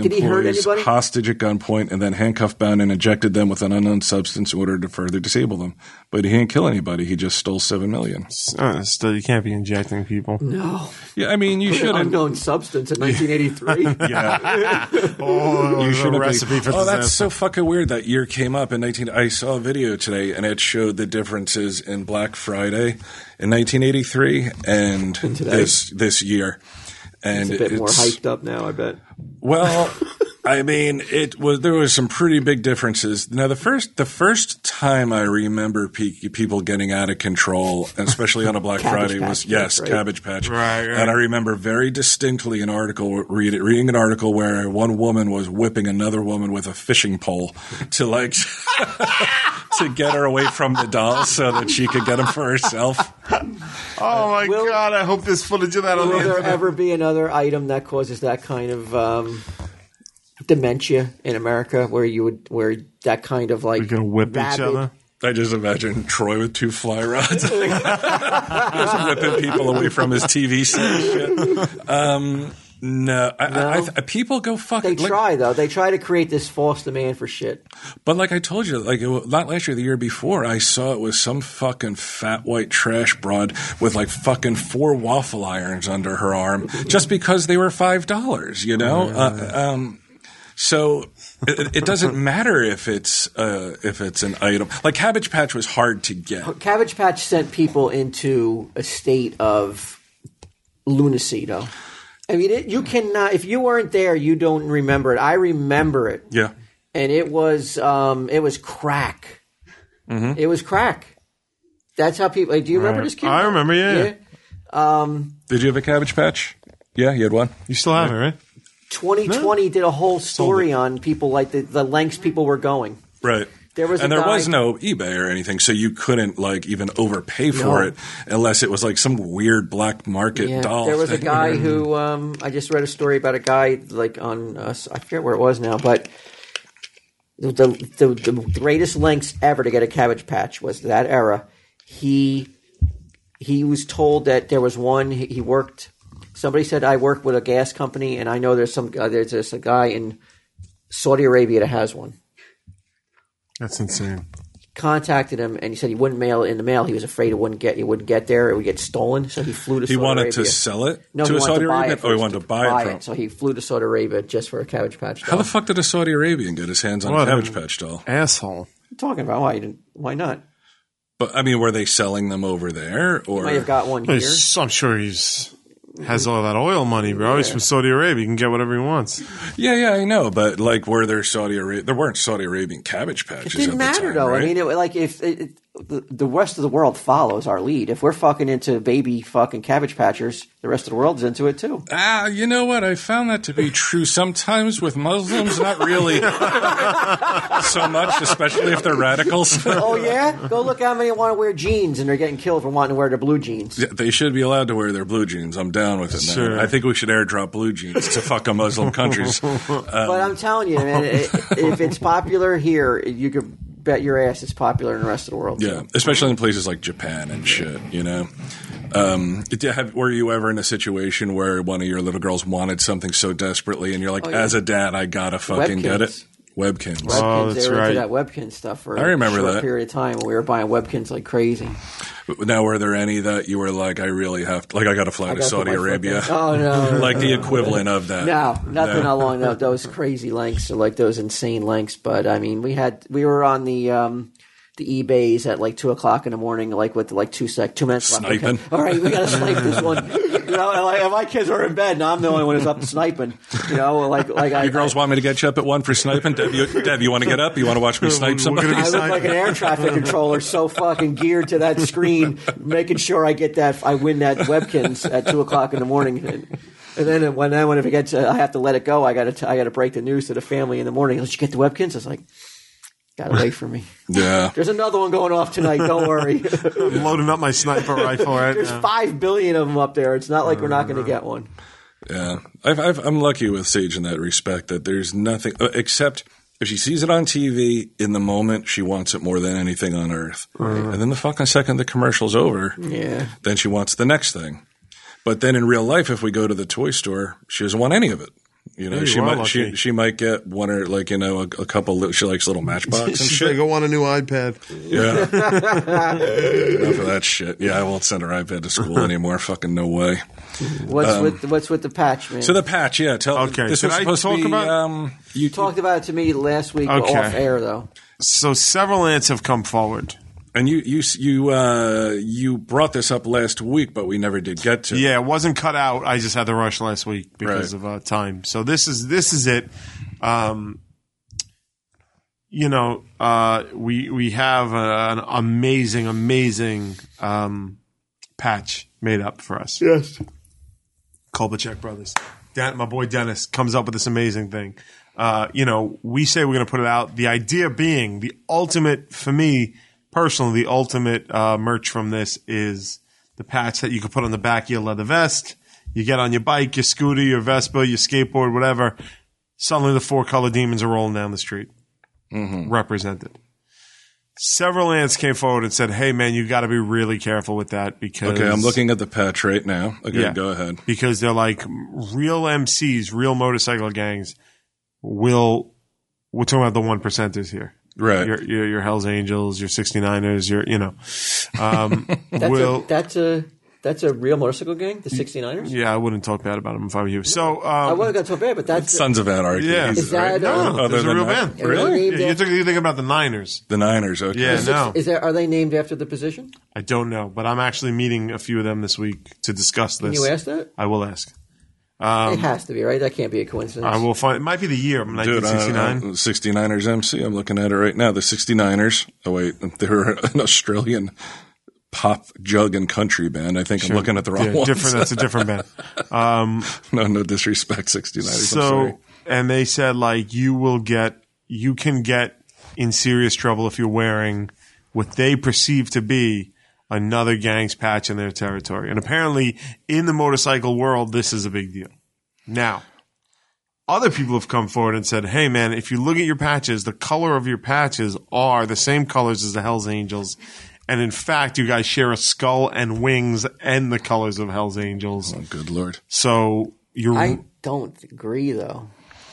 he hurt employees anybody? hostage at gunpoint and then handcuffed, bound, and injected them with an unknown substance in order to further disable them. But he didn't kill anybody. He just stole seven million. Uh, still, you can't be injecting people. No, Yeah, I mean, you shouldn't. unknown substance in 1983. Oh, You the should have recipe been- for oh, that's disaster. so fucking weird. That year came up in 19. I saw a video today, and it showed the differences in Black Friday in 1983 and this this year. And It's a bit more it's- hyped up now, I bet. Well, I mean, it was there was some pretty big differences. Now the first the first time I remember pe- people getting out of control, especially on a Black Cabbage Friday, was Patch, yes, right? Cabbage Patch. Right, right. And I remember very distinctly an article read, reading an article where one woman was whipping another woman with a fishing pole to like to get her away from the dolls so that she could get them for herself. Oh my god! I hope there's footage of that on the Will there internet. ever be another item that causes that kind of um, dementia in America, where you would where that kind of like We're gonna whip each rabid- other. I just imagine Troy with two fly rods, just whipping people away from his TV set. and shit. Um, no, I, I, I, people go They fucking. like- try though. They try to create this false demand for shit. but like I told you, like it, wa- not last year, the year before, I saw it was some fucking fat white trash broad with like fucking four waffle irons under her arm, just because they were five dollars. You know. Uh, um, so it, it doesn't matter if it's uh, if it's an item like Cabbage Patch was hard to get. Cabbage Patch sent people into a state of lunacy, though. I mean, it, you cannot. If you weren't there, you don't remember it. I remember it, Yeah. and it was um, it was crack. Mm-hmm. It was crack. That's how people. Like, do you remember this kid? I remember, yeah, yeah. Did you have a cabbage patch? Yeah, you had one. You still have it, right? 2020 did a whole story on people like the, the lengths people were going. Right. There was and a there guy- was no eBay or anything, so you couldn't like even overpay for No. it unless it was like some weird black market Yeah, doll. there was a thing. guy who um, I just read a story about a guy like on uh, I forget where it was now, but the, the the greatest lengths ever to get a Cabbage Patch was that era. He he was told that there was one he, he worked. Somebody said I work with a gas company, and I know there's some uh, there's this a guy in Saudi Arabia that has one That's insane. contacted him and he said he wouldn't mail it in the mail. He was afraid it wouldn't get it wouldn't get there. It would get stolen. So he flew to. he Saudi wanted Arabia. to sell it No, to he a wanted Saudi to buy Arabian. it oh, he first wanted to buy it from. So he flew to Saudi Arabia just for a Cabbage Patch doll. How the fuck did a Saudi Arabian get his hands on What a cabbage an- patch doll? Asshole. you talking about? Why you didn't? Why not? But I mean, were they selling them over there, or Might have got one Well, here. he's- I'm sure he's has all that oil money, bro. He's from Saudi Arabia. He can get whatever he wants. yeah, yeah, I know. But like, were there Saudi Arabia? There weren't Saudi Arabian cabbage It patches. at didn't the matter time, though. right? I mean, it, like if it, it, the, the rest of the world follows our lead, if we're fucking into baby fucking Cabbage Patchers, the rest of the world's into it too. Ah, you know what? I found that to be true sometimes with Muslims, not really so much, especially if they're radicals. Oh yeah, go look how many want to wear jeans and they're getting killed for wanting to wear their blue jeans. They should be allowed to wear their blue jeans. I'm down with it now. Sure. I think we should airdrop blue jeans to fuck up Muslim countries. But I'm telling you, man, it, if it's popular here, you could bet your ass it's popular in the rest of the world. Yeah, especially in places like Japan and shit. You know, um, did you have, were you ever in a situation where one of your little girls wanted something so desperately, and you're like, as a dad, I gotta fucking get Webkins. it? Webkins. Oh, Webkins, that's they were right. into that Webkins stuff for I remember a short that. period of time when we were buying Webkins like crazy. Now, were there any that you were like, I really have, to, like, I got to fly to gotta put Saudi my foot Arabia? down. Oh, no. like the equivalent of that. No, nothing No. along tho- those crazy lengths or like those insane lengths. But I mean, we had we were on the um, the eBay's at like two o'clock in the morning, like with like two sec two minutes left. Sniping. all right, we gotta snipe this one. You know, and, like, my kids are in bed, and I'm the only one who's up sniping. You know, like like I, You girls want me to get you up at one for sniping? Deb, you, Deb, you want to get up? You want to watch me snipe We're somebody? gonna be I look sniping. like an air traffic controller, so fucking geared to that screen, making sure I get that, I win that Webkins at two o'clock in the morning. And, and then when then when if it gets, uh, I have to let it go. I got to I got to break the news to the family in the morning. Did you get the Webkins? It's like, got away from me. Yeah. There's another one going off tonight. Don't worry. I'm loading up my sniper rifle right There's now. five billion of them up there. It's not like we're not going to get one. Yeah, I've, I've, I'm lucky with Sage in that respect that there's nothing uh, except if she sees it on TV in the moment, she wants it more than anything on earth. And then the fucking second the commercial's over, Yeah. then she wants the next thing. But then in real life, if we go to the toy store, she doesn't want any of it. You know, you she are might lucky. she, she might get one or like you know a, a couple. Li- she likes little Matchbox and She's shit. like, I want a new iPad. Yeah. Enough of that shit. Yeah, I won't send her iPad to school anymore. Fucking no way. What's with what's with the patch, man? So the patch, yeah. Tell Okay, This should was I supposed to talk be, about- um, you talked about it to me last week Okay. off air though. So several ants have come forward. and you you you uh, you brought this up last week, but we never did get to. it. Yeah, it wasn't cut out. I just had the rush last week because Right. of uh, time. So this is this is it. Um, you know, uh, we we have uh an amazing, amazing um, patch made up for us. Yes. Kolbachek brothers. Dan, my boy Dennis comes up with this amazing thing. Uh, you know, we say we're going to put it out. The idea being, the ultimate for me personally, the ultimate uh, merch from this is the patch that you can put on the back of your leather vest. You get on your bike, your scooter, your Vespa, your skateboard, whatever. Suddenly, the four color demons are rolling down the street, Mm-hmm. represented. Several ants came forward and said, "Hey, man, you got to be really careful with that because Okay, I'm looking at the patch right now. Okay, go ahead. because they're like real MCs, real motorcycle gangs will. We're talking about the one percenters here. Right. Your, your your Hell's Angels, your 69ers, your you know, um, will That's a that's a real motorcycle gang, the 69ers. yeah. I wouldn't talk bad about them if I were you. So I um, wasn't going to talk bad, but that's Sons of Anarchy. Yeah. Jesus, Is right? that, uh, no, Other there's a than real that- band. Really? Named Yeah, you're after- thinking, you're thinking about the Niners. The Niners. Okay. Yeah, no, Is there? Are they named after the position? I don't know, but I'm actually meeting a few of them this week to discuss Can this. you ask that? I will ask. um, it has to be right. That can't be a coincidence. I will find. It might be the year Dude, I don't 1969. know. 69ers MC. I'm looking at it right now. The 69ers. Oh, wait. They're an Australian pop, jug, and country band. I think I'm looking at the wrong Yeah, ones. different. That's a different band. Um, no, no disrespect, 69ers. I'm sorry. So, and they said like you will get, you can get in serious trouble if you're wearing what they perceive to be another gang's patch in their territory. And apparently, in the motorcycle world, this is a big deal. Now, other people have come forward and said, hey, man, if you look at your patches, the color of your patches are the same colors as the Hells Angels. And in fact, you guys share a skull and wings and the colors of Hells Angels. Oh, good lord. So you're. I don't agree though.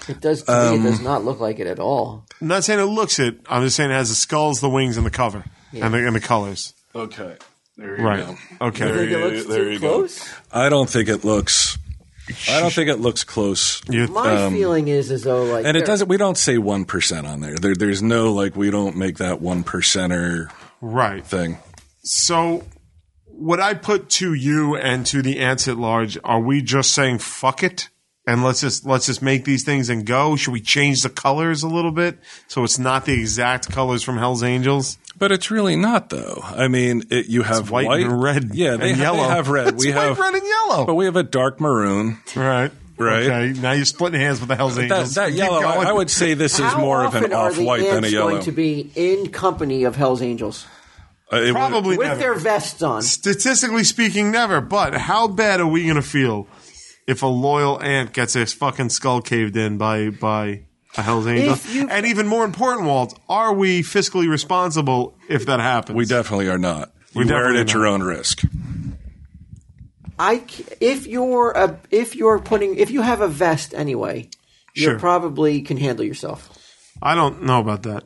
It does to Um, me, it does not look like it at all. I'm not saying it looks it. I'm just saying it has the skulls, the wings, and the cover and, the, and the colors. Okay. There you Right. Okay. I think it you- looks there too you go. close. I don't think it looks. I don't think it looks close. You- um, My feeling is as though like Um, And it they're- doesn't. We don't say one percent on there. there. There's no like. We don't make that one percenter right. thing. So, what I put to you and to the ants at large, are we just saying fuck it and let's just let's just make these things and go? Should we change the colors a little bit so it's not the exact colors from Hell's Angels? But it's really not though. I mean, it, you have white and red Yeah, they, and ha- yellow. they have red. It's we white, have red, and yellow. but we have a dark maroon. right, Right. Okay, now you're splitting hands with the Hell's That, Angels. that Keep yellow, I, going. I would say this is How more of an often are off the white than a ants yellow. Going to be in company of Hell's Angels Uh, it would- probably with never. their vests on. statistically speaking, never. But how bad are we going to feel if a loyal ant gets his fucking skull caved in by by a Hell's Angel? If you- and even more important, Walt, are we fiscally responsible if that happens? we definitely are not. We You wear it definitely at your not. own risk. I c- if you're a, if you're putting if you have a vest anyway, Sure. you probably can handle yourself, I don't know about that.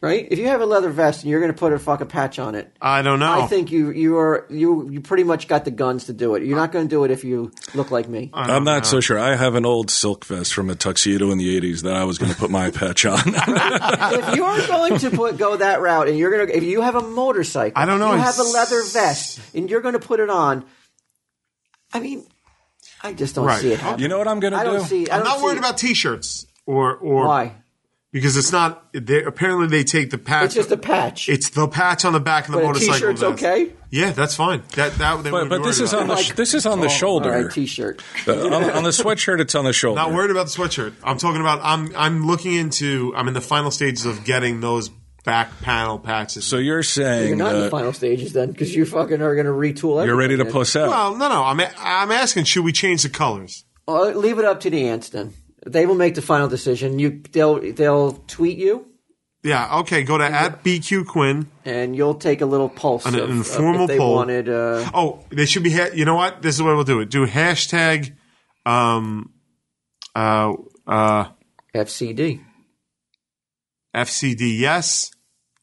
right? If you have a leather vest and you're going to put a fucking patch on it, I don't know. I think you you are you you pretty much got the guns to do it. You're not going to do it if you look like me. I'm not so sure. I have an old silk vest from a tuxedo in the 80s that I was going to put my patch on. if you're going to put go that route and you're going to if you have a motorcycle, I don't know, you I have a s- leather vest and you're going to put it on. I mean, I just don't Right. see it happen. you know what I'm going to I do? don't see. I I'm don't not see worried it. about T-shirts or or why. because it's not. They, apparently, they take the patch. It's just a patch. It's the patch on the back of the But a motorcycle. t-shirt's vest. okay? Yeah, that's fine. That that. they wouldn't but be but this worried is about. on the sh- this is on the Oh. All shoulder. right, t-shirt. Uh, on, on the sweatshirt, it's on the shoulder. Not worried about the sweatshirt. I'm talking about. I'm I'm looking into. I'm in the final stages of getting those back panel patches. So you're saying You're not in the that final stages then, because you fucking are going to retool. Everything uh, you're ready to then. puss out? well, no, no. I'm I'm asking. Should we change the colors? Well, leave it up to the ants then. They will make the final decision. You they'll they'll tweet you, Yeah. Okay. Go to at BQ Quinn. and you'll take a little pulse. An of, of informal if they poll. wanted. Uh, Oh, they should be. Ha- you know what? This is what we'll do. It do hashtag. Um. Uh. Uh. FCD. FCD yes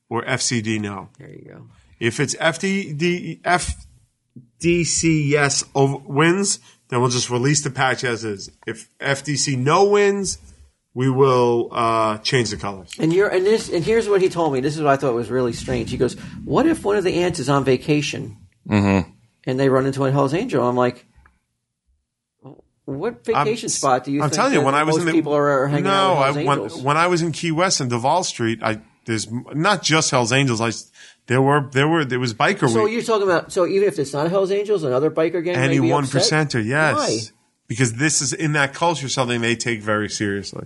or FCD no. There you go. If it's FDD FDC yes over, wins, then we'll just release the patch as is. If FDC no wins, we will uh, change the colors. And you're and this and here's what he told me. This is what I thought was really strange. He goes, "What if one of the ants is on vacation Mm-hmm. and they run into a Hell's Angel?" I'm like, "What vacation spot do you?" I'm think telling you, that when I was most in the, people are hanging no, out with Hell's I, Angels? when, when I was in Key West and Duval Street, I there's m- not just Hell's Angels. I s- there were there were there was biker so week. you're talking about so even if it's not Hell's Angels, another biker gang, Any may be one upset? percenter, yes, because this is in that culture something they take very seriously.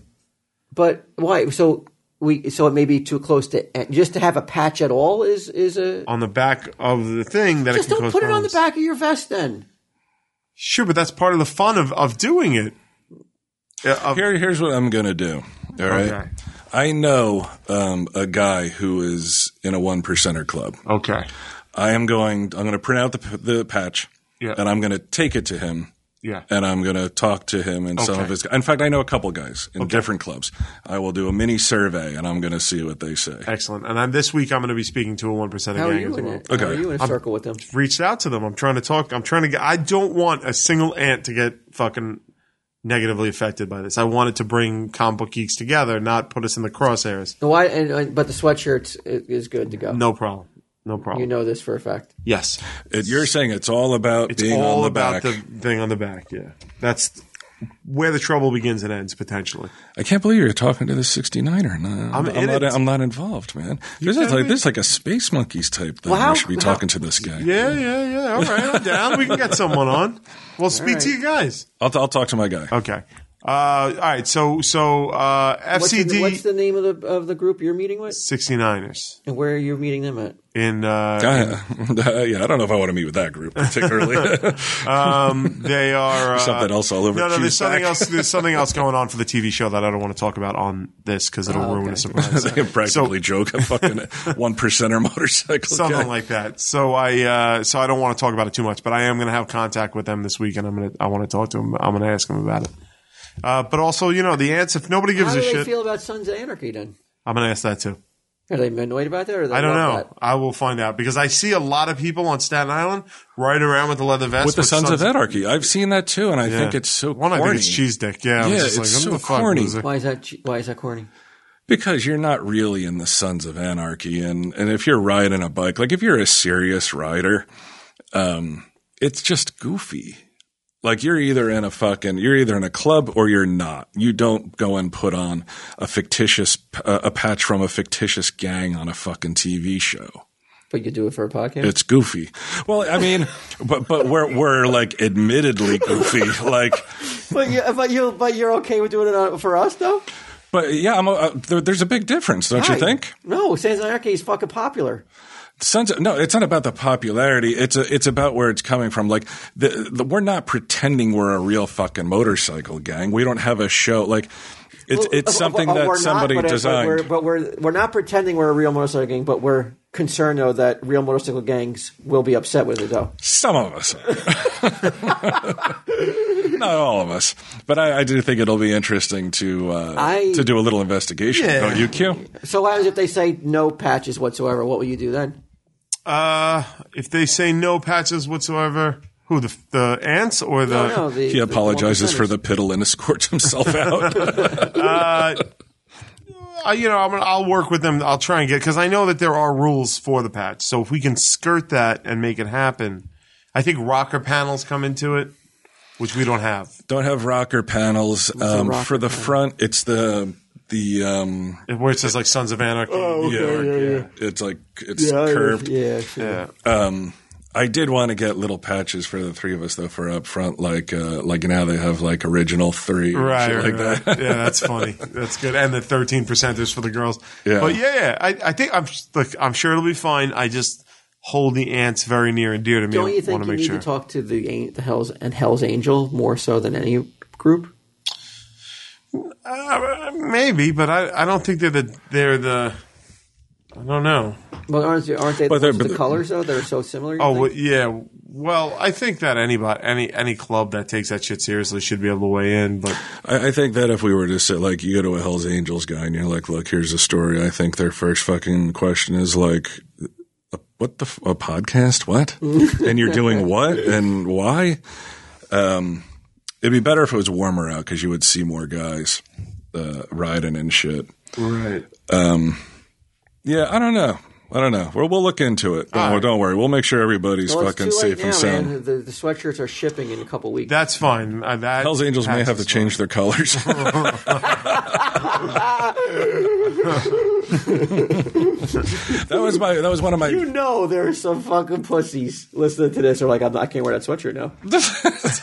But why? So we so it may be too close to just to have a patch at all is is a On the back of the thing that just it can don't cause put it on the problems. back of your vest then. Sure, but that's part of the fun of, of doing it. Yeah, of- Here, here's what I'm going to do. All right. Okay. I know um, a guy who is in a one percenter club. okay. I am going. I'm going to print out the p- the patch, Yeah. and I'm going to take it to him, Yeah. and I'm going to talk to him and some Okay. of his. In fact, I know a couple guys in different clubs. I will do a mini survey, and I'm going to see what they say. Excellent. And I'm, this week I'm going to be speaking to a 1% How are gang as you in well. it? How are Okay. you in a circle with them? Reached out to them. I'm trying to talk. I'm trying to get, I don't want a single ant to get fucking negatively affected by this. I wanted to bring comic book geeks together, not put us in the crosshairs. No, Why? And, and- but the sweatshirt is good to go. No problem. No problem. You know this for a fact. yes. It, you're saying it's all about It's being all on the about back. the thing on the back. Yeah. That's where the trouble begins and ends potentially. I can't believe you're talking to the 69er. No, I'm, in not, it. I'm not involved, man. This is, can't like, be. this is like a Space Monkeys type thing. how- we should be how- talking to this guy. Yeah, yeah, yeah. All right. I'm down. we can get someone on. Well, speak to you guys. I'll, t- I'll talk to my guy. Okay. Uh, all right, so so uh, What's the- FCD What's the, name of the of the group you're meeting with, 69ers and where are you meeting them at? in uh, Uh, yeah, I don't know if I want to meet with that group particularly. Um, they are uh, Something else all over No, no, there's Cusack. something else. There's something else going on for the TV show that I don't want to talk about on this because Oh, it'll ruin a surprise. they practically joke a fucking one percenter motorcycle. Something guy. like that. So I, uh, so I don't want to talk about it too much, but I am going to have contact with them this week, and I'm going to, I want to talk to them. I'm going to ask them about it. Uh, but also, you know, the ants. If nobody gives How do a they shit, feel about Sons of Anarchy? Then I'm going to ask that too. are they annoyed about that? Or they I don't know. love that? I will find out because I see a lot of people on Staten Island riding around with the leather vest with the Sons of Anarchy. Anarchy. I've seen that too, and I think it's so One, corny. I think it's cheese dick. Yeah, I was Yeah, just like, it's what so the fuck corny. was it? Why is that? che- Why is that corny? because you're not really in the Sons of Anarchy, and and if you're riding a bike, like if you're a serious rider, um, it's just goofy. Like you're either in a fucking you're either in a club or you're not. You don't go and put on a fictitious uh, a patch from a fictitious gang on a fucking TV show. But you do it for a podcast. It's goofy. Well, I mean, but but we're we're like admittedly goofy. Like, but you, but you, but you're okay with doing it on, for us though. but yeah, I'm a, uh, there, there's a big difference, don't you Right. think? No, Sons of Anarchy is fucking popular. Sons of- no, it's not about the popularity. It's a, it's about where it's coming from. Like the, the, we're not pretending we're a real fucking motorcycle gang. We don't have a show. Like it's it's Uh, something uh, we're that not, somebody but, uh, designed. But we're, but we're we're not pretending we're a real motorcycle gang, but we're concerned though that real motorcycle gangs will be upset with it though. Some of us. Not all of us, but I, I do think it'll be interesting to uh, I- to do a little investigation. Yeah. Don't you, Q? So what happens if they say no patches whatsoever? What will you do then? Uh, if they say no patches whatsoever, who the the ants or No, the? no, the, Uh, He the apologizes for one the piddle and escorts himself out. Uh, you know, I'm gonna, I'll work with them. I'll try and get because I know that there are rules for the patch. So if we can skirt that and make it happen, I think rocker panels come into it, which we don't have. Don't have rocker panels um, for the front. It's the the um, Where it says like Sons of Anarchy. Oh, yeah, It's like it's curved. Yeah, sure. yeah. I did want to get little patches for the three of us though for up front, like uh, like now they have like original three, and Right, shit right, like right. that. yeah, that's funny. That's good. And the thirteen percenters for the girls. Yeah. but yeah, yeah, I, I think I'm look, I'm sure it'll be fine. I just hold the ants very near and dear to me. Don't I you want think to you make need sure. to talk to the, an- the Hell's and Hell's Angel more so than any group? Uh, maybe, but I, I don't think they're the they're the. I don't know. Well, aren't they, aren't they But but they're- the but they're- colors though? They're so similar. you Oh think? well, yeah. Well, I think that anybody, any any club that takes that shit seriously should be able to weigh in. But I, I think that if we were to sit like you go to a Hell's Angels guy and you're like, look, here's the story. I think their first fucking question is like, what the f- a podcast? What? and you're doing what and why? Um, it'd be better if it was warmer out because you would see more guys uh, riding and shit. right, Yeah, I don't know. I don't know. Well, we'll look into it. Don't, don't worry. We'll make sure everybody's Well, it's fucking too late safe now, and sound. Man. The, the sweatshirts are shipping in a couple weeks. that's fine. Uh, that Hell's Angels may passes have to change their colors. that was my. That was one of my. you know there's some fucking pussies listening to this are like, I'm not, I can't wear that sweatshirt now.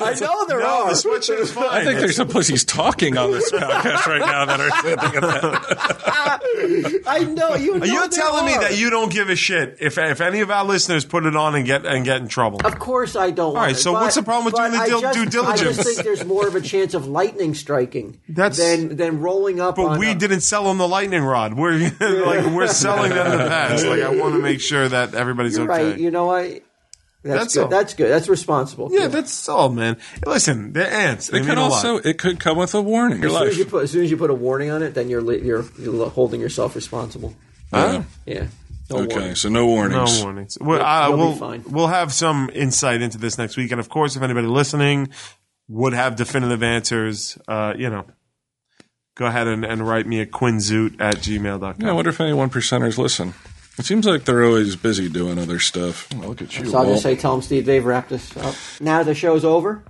I know there No, are. Oh, the sweatshirt is fine. I think there's some pussies talking on this podcast right now that are thinking of that. I know you. Know Are you there telling me are. that you don't give a shit if if any of our listeners put it on and get and get in trouble? Of course, I don't. All right, so what's the problem with doing the dil- due I diligence? just think there's more of a chance of lightning striking That's- than than rolling up. But on we a- didn't sell them the lightning rod. We're like we're selling them the pass. Like I want to make sure that everybody's You're okay. right. You know, I. That's, That's good. all. That's good. That's responsible. yeah, that's all, man. Listen, they're ants. They It mean could a also. lot. It could come with a warning. Your As soon as, you life. put, as soon as you put a warning on it, then you're li- you're, you're holding yourself responsible. Yeah. Yeah. No Okay, warning. so no No warnings. warnings. Well, I- You'll be we'll, fine. we'll have some insight into this next week, and of course, if anybody listening would have definitive answers, uh, you know, go ahead and, and write me at quinzoot at gmail.com. Yeah, I wonder if any one percenters listen. It seems like they're always busy doing other stuff. Oh, look at you. So I'll Walt. just say, tell them, Steve, they've wrapped this up. Now the show's over.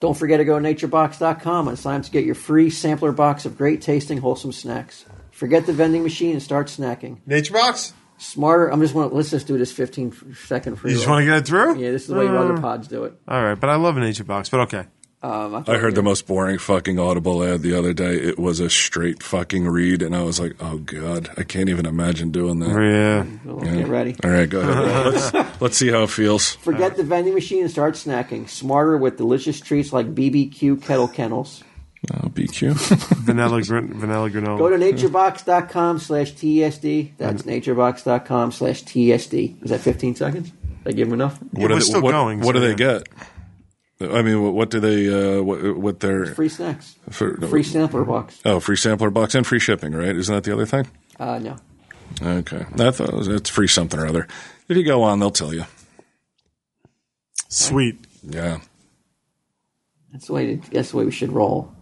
Don't forget to go to naturebox.com and sign up to get your free sampler box of great tasting, wholesome snacks. Forget the vending machine and start snacking. Nature Box? Smarter, I'm just want to, let's just do this 15 second free You just want to get it through? Yeah, this is the way other pods do it. All right, but I love Nature Box, but okay. Um, I, thought I heard the you- most boring fucking Audible ad the other day. It was a straight fucking read, and I was like, "Oh god, I can't even imagine doing that." Yeah. Well, Get ready. All right, go ahead. let's let's see how it feels. Forget the vending machine and start snacking. Smarter with delicious treats like BBQ kettle kennels. Oh, BQ. Vanilla, grin- vanilla Go granola. to naturebox.com slash TSD. That's naturebox.com slash TSD. Is that 15 seconds? Did I give him enough? what we're do they- still what- going, What so do they yeah. get? I mean, what, what do they? Uh, what what their Free snacks. for- Free sampler box. Oh, free sampler box and free shipping, right? Isn't that the other thing? Uh, no. Okay, I thought it was, it's free something or other. If you go on, they'll tell you. Sweet. Yeah. That's the way, that's the way we should roll.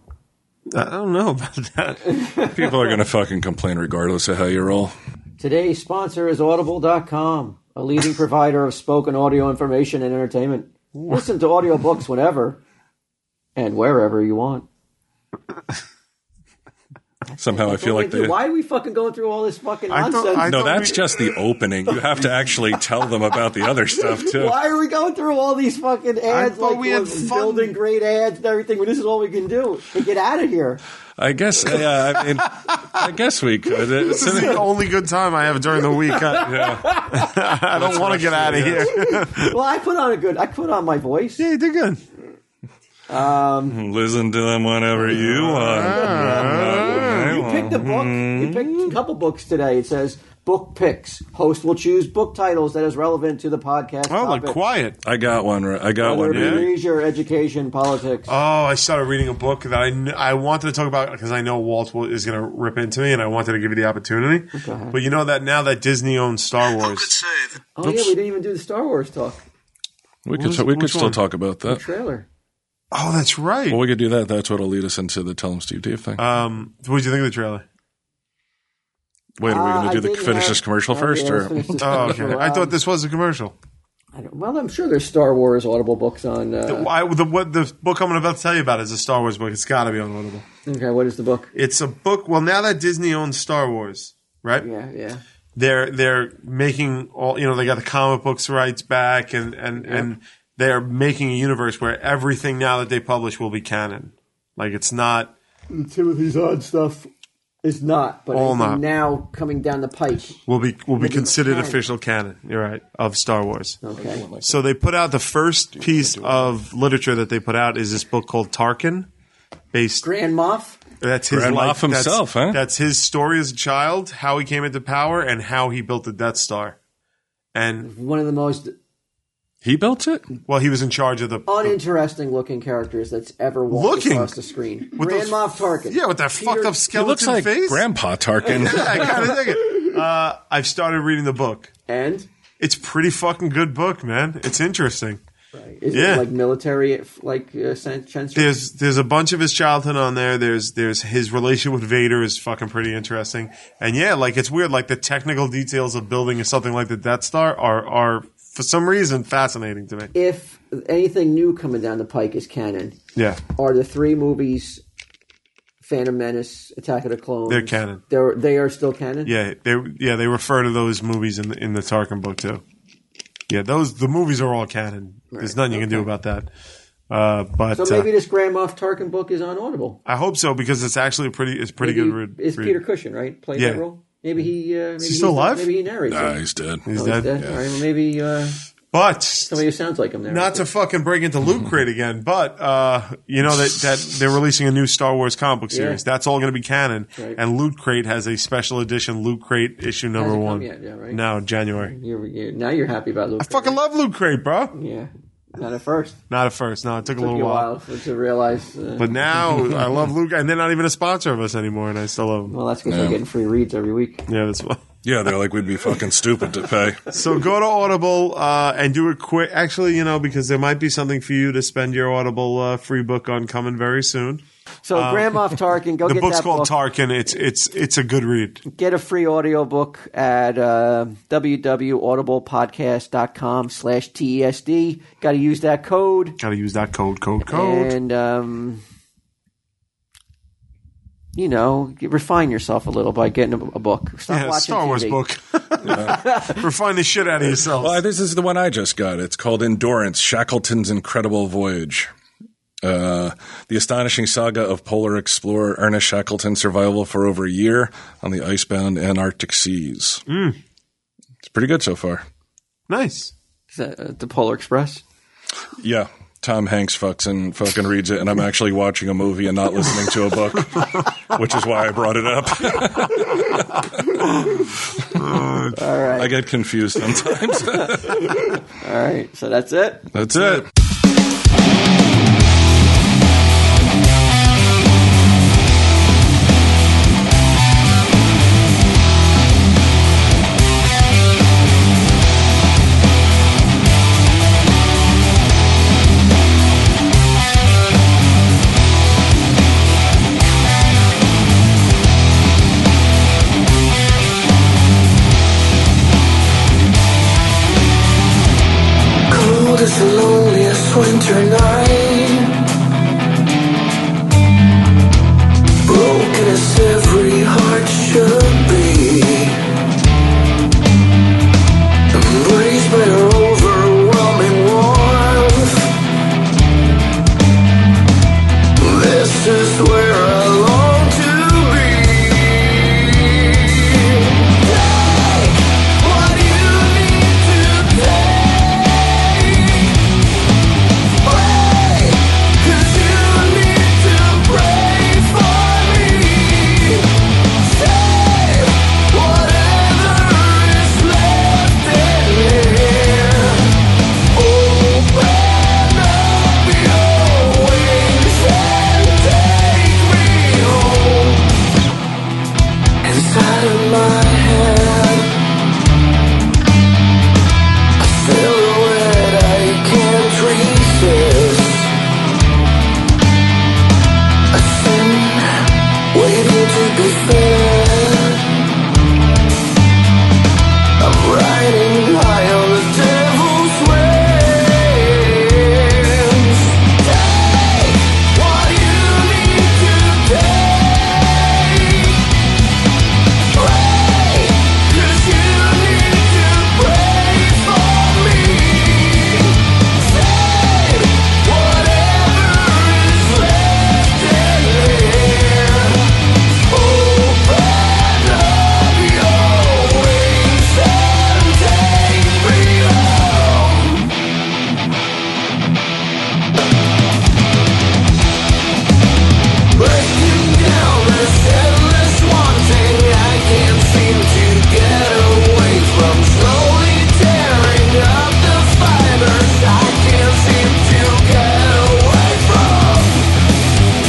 I don't know about that. People are going to fucking complain regardless of how you roll. Today's sponsor is Audible.com, a leading provider of spoken audio information and entertainment. Listen to audiobooks whenever and wherever you want. Somehow I feel like they. Dude, why are we fucking going through all this fucking I thought- nonsense? I No, thought that's we- just the opening. You have to actually tell them about the other stuff, too. Why are we going through all these fucking ads? thought like we had we're fun. building great ads and everything. But this is all we can do. We get out of here. I guess, yeah, I mean, I guess we could. It's This is the only good time I have during the week. I, I don't want to get out of here. Well, I put on a good. I put on my voice. Yeah, you did good. listen to them whenever you Ah. You want. picked a book. You picked a couple books today. It says book picks. Host will choose book titles that is relevant to the podcast. Oh, like topic, quiet. I got one. right- I got Whether one. it be yeah. leisure, education, politics. Oh, I started reading a book that I, kn- I wanted to talk about because I know Walt will- is going to rip into me, and I wanted to give you the opportunity. But you know that now that Disney owns Star Wars, oh yeah, we didn't even do the Star Wars talk We could, Which- we could which still one? talk about that. trailer. oh, that's right. Well, we could do that. That's what'll lead us into the Tell 'em Steve Dave thing. Um, what did you think of the trailer? Wait, are we Uh, I going to do the didn't finish have- this commercial Oh, first, yeah, let's or finish this Oh, okay. commercial. I Um, thought this was a commercial. I don't- well, I'm sure there's Star Wars Audible books on. The, Uh, I, the, what, the book I'm about to tell you about is a Star Wars book. It's got to be on Audible. okay, what is the book? It's a book. Well, now that Disney owns Star Wars, right? Yeah, yeah. they're they're making all you know they got the comic books rights back and and and they're making a universe where everything now that they publish will be canon like it's not Timothy's odd stuff is not, but All it's not. now coming down the pike. will be will be considered canon. official canon you're right of star wars Okay. so they put out the first piece of literature that they put out is this book called tarkin based Grand Moff. that's his Grand life Moff himself, that's, huh? that's his story as a child how he came into power and how he built the death star and one of the most he built it? well he was in charge of the Oh, uninteresting looking characters that's ever walked Looking. across the screen. With Grand those- Moff Tarkin. yeah with that fucked up He skeleton looks like face Grandpa Tarkin. I kind of dig it. Uh, I've started reading the book. And It's pretty fucking good book, man. It's interesting. is Yeah. it like military, like uh, cen- censor? There's there's a bunch of his childhood on there. There's there's his relation with Vader is fucking pretty interesting. And yeah, like it's weird. Like the technical details of building something like the Death Star are are for some reason fascinating to me. If anything new coming down the pike is canon, Yeah, are the three movies Phantom Menace, Attack of the Clones? They're canon. They're, they are still canon? yeah. They yeah they refer to those movies in the, in the Tarkin book too. Yeah, those the movies are all canon. There's nothing you can do about that. Uh, but So uh, maybe this Grand Moff Tarkin book is on Audible. I hope so because it's actually a pretty it's pretty Maybe good read. Is read. Peter Cushing right? Played Yeah. that role. Maybe he. Uh, maybe he's still the- alive? Uh, Maybe he narrates. Nah, it. he's dead. He's Oh, he's dead. dead? All right, well, maybe uh, But somebody who sounds like him there. not to fucking break into Loot Crate again, but uh, you know that, that they're releasing a new Star Wars comic book series. Yeah. That's all going to be canon. Right. And Loot Crate has a special edition Loot Crate issue number Hasn't come one. yet, yeah, right? No, January. You're, you're, now you're happy about Luke. I fucking love Loot Crate, bro. Yeah, not at first. Not at first. No, it took, a Took little you a while. while for, to realize. Uh, But now I love Loot, and they're not even a sponsor of us anymore, and I still love them. well, that's because we're getting free reads every week. Yeah, that's why. Yeah, they're like, we'd be fucking stupid to pay. So go to Audible uh, and do a quick. Actually, you know, because there might be something for you to spend your Audible uh, free book on coming very soon. So Grand Moff Tarkin, go Uh, The get book's that called book. Tarkin. It's it's it's a good read. get a free audiobook at uh, www.audiblepodcast.com slash E TESD. Got to use that code. Got to use that code, code, code. And, um, you know, refine yourself a little by getting a, a book. Stop yeah, watching Star Wars TV. book. Refine the shit out of yourself. Well, this is the one I just got. It's called Endurance Shackleton's Incredible Voyage. Uh, the astonishing saga of polar explorer Ernest Shackleton's survival for over a year on the icebound Antarctic seas. It's pretty good so far. Nice. Is that uh, the Polar Express? Yeah. Tom Hanks fucks and fucking reads it, and I'm actually watching a movie and not listening to a book, which is why I brought it up. All I right, get confused sometimes. all right. So that's it. That's it. coldest and loneliest winter night. Broken as every heart should be. Embraced by her overwhelming warmth. This is where I long to be. Take what you need to take. Cause you need to pray for me. Save whatever is left in here. Open up your wings and take me home. Inside of my head, a silhouette I can't resist. waiting to be fed. I'm riding high on the devil's wings. Take what you need to take. Pray, 'cause you need to pray for me. Save whatever is left in here. Open up your wings and take me home. Breaking down this endless wanting, I can't seem to get away from slowly tearing up the fibers. I can't seem to get away from.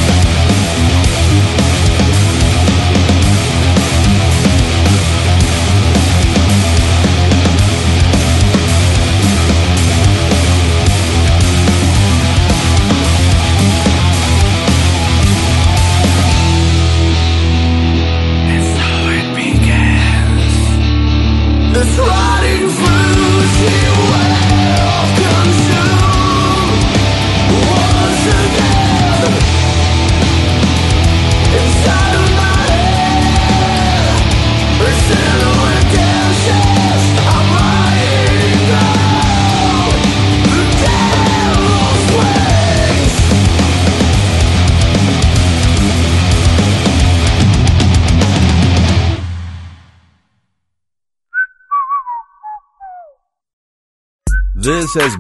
And so it begins. This rotting fruity well consumed once again. Inside of my head, her silhouette dances. I'm lying down. The devil's wings. This has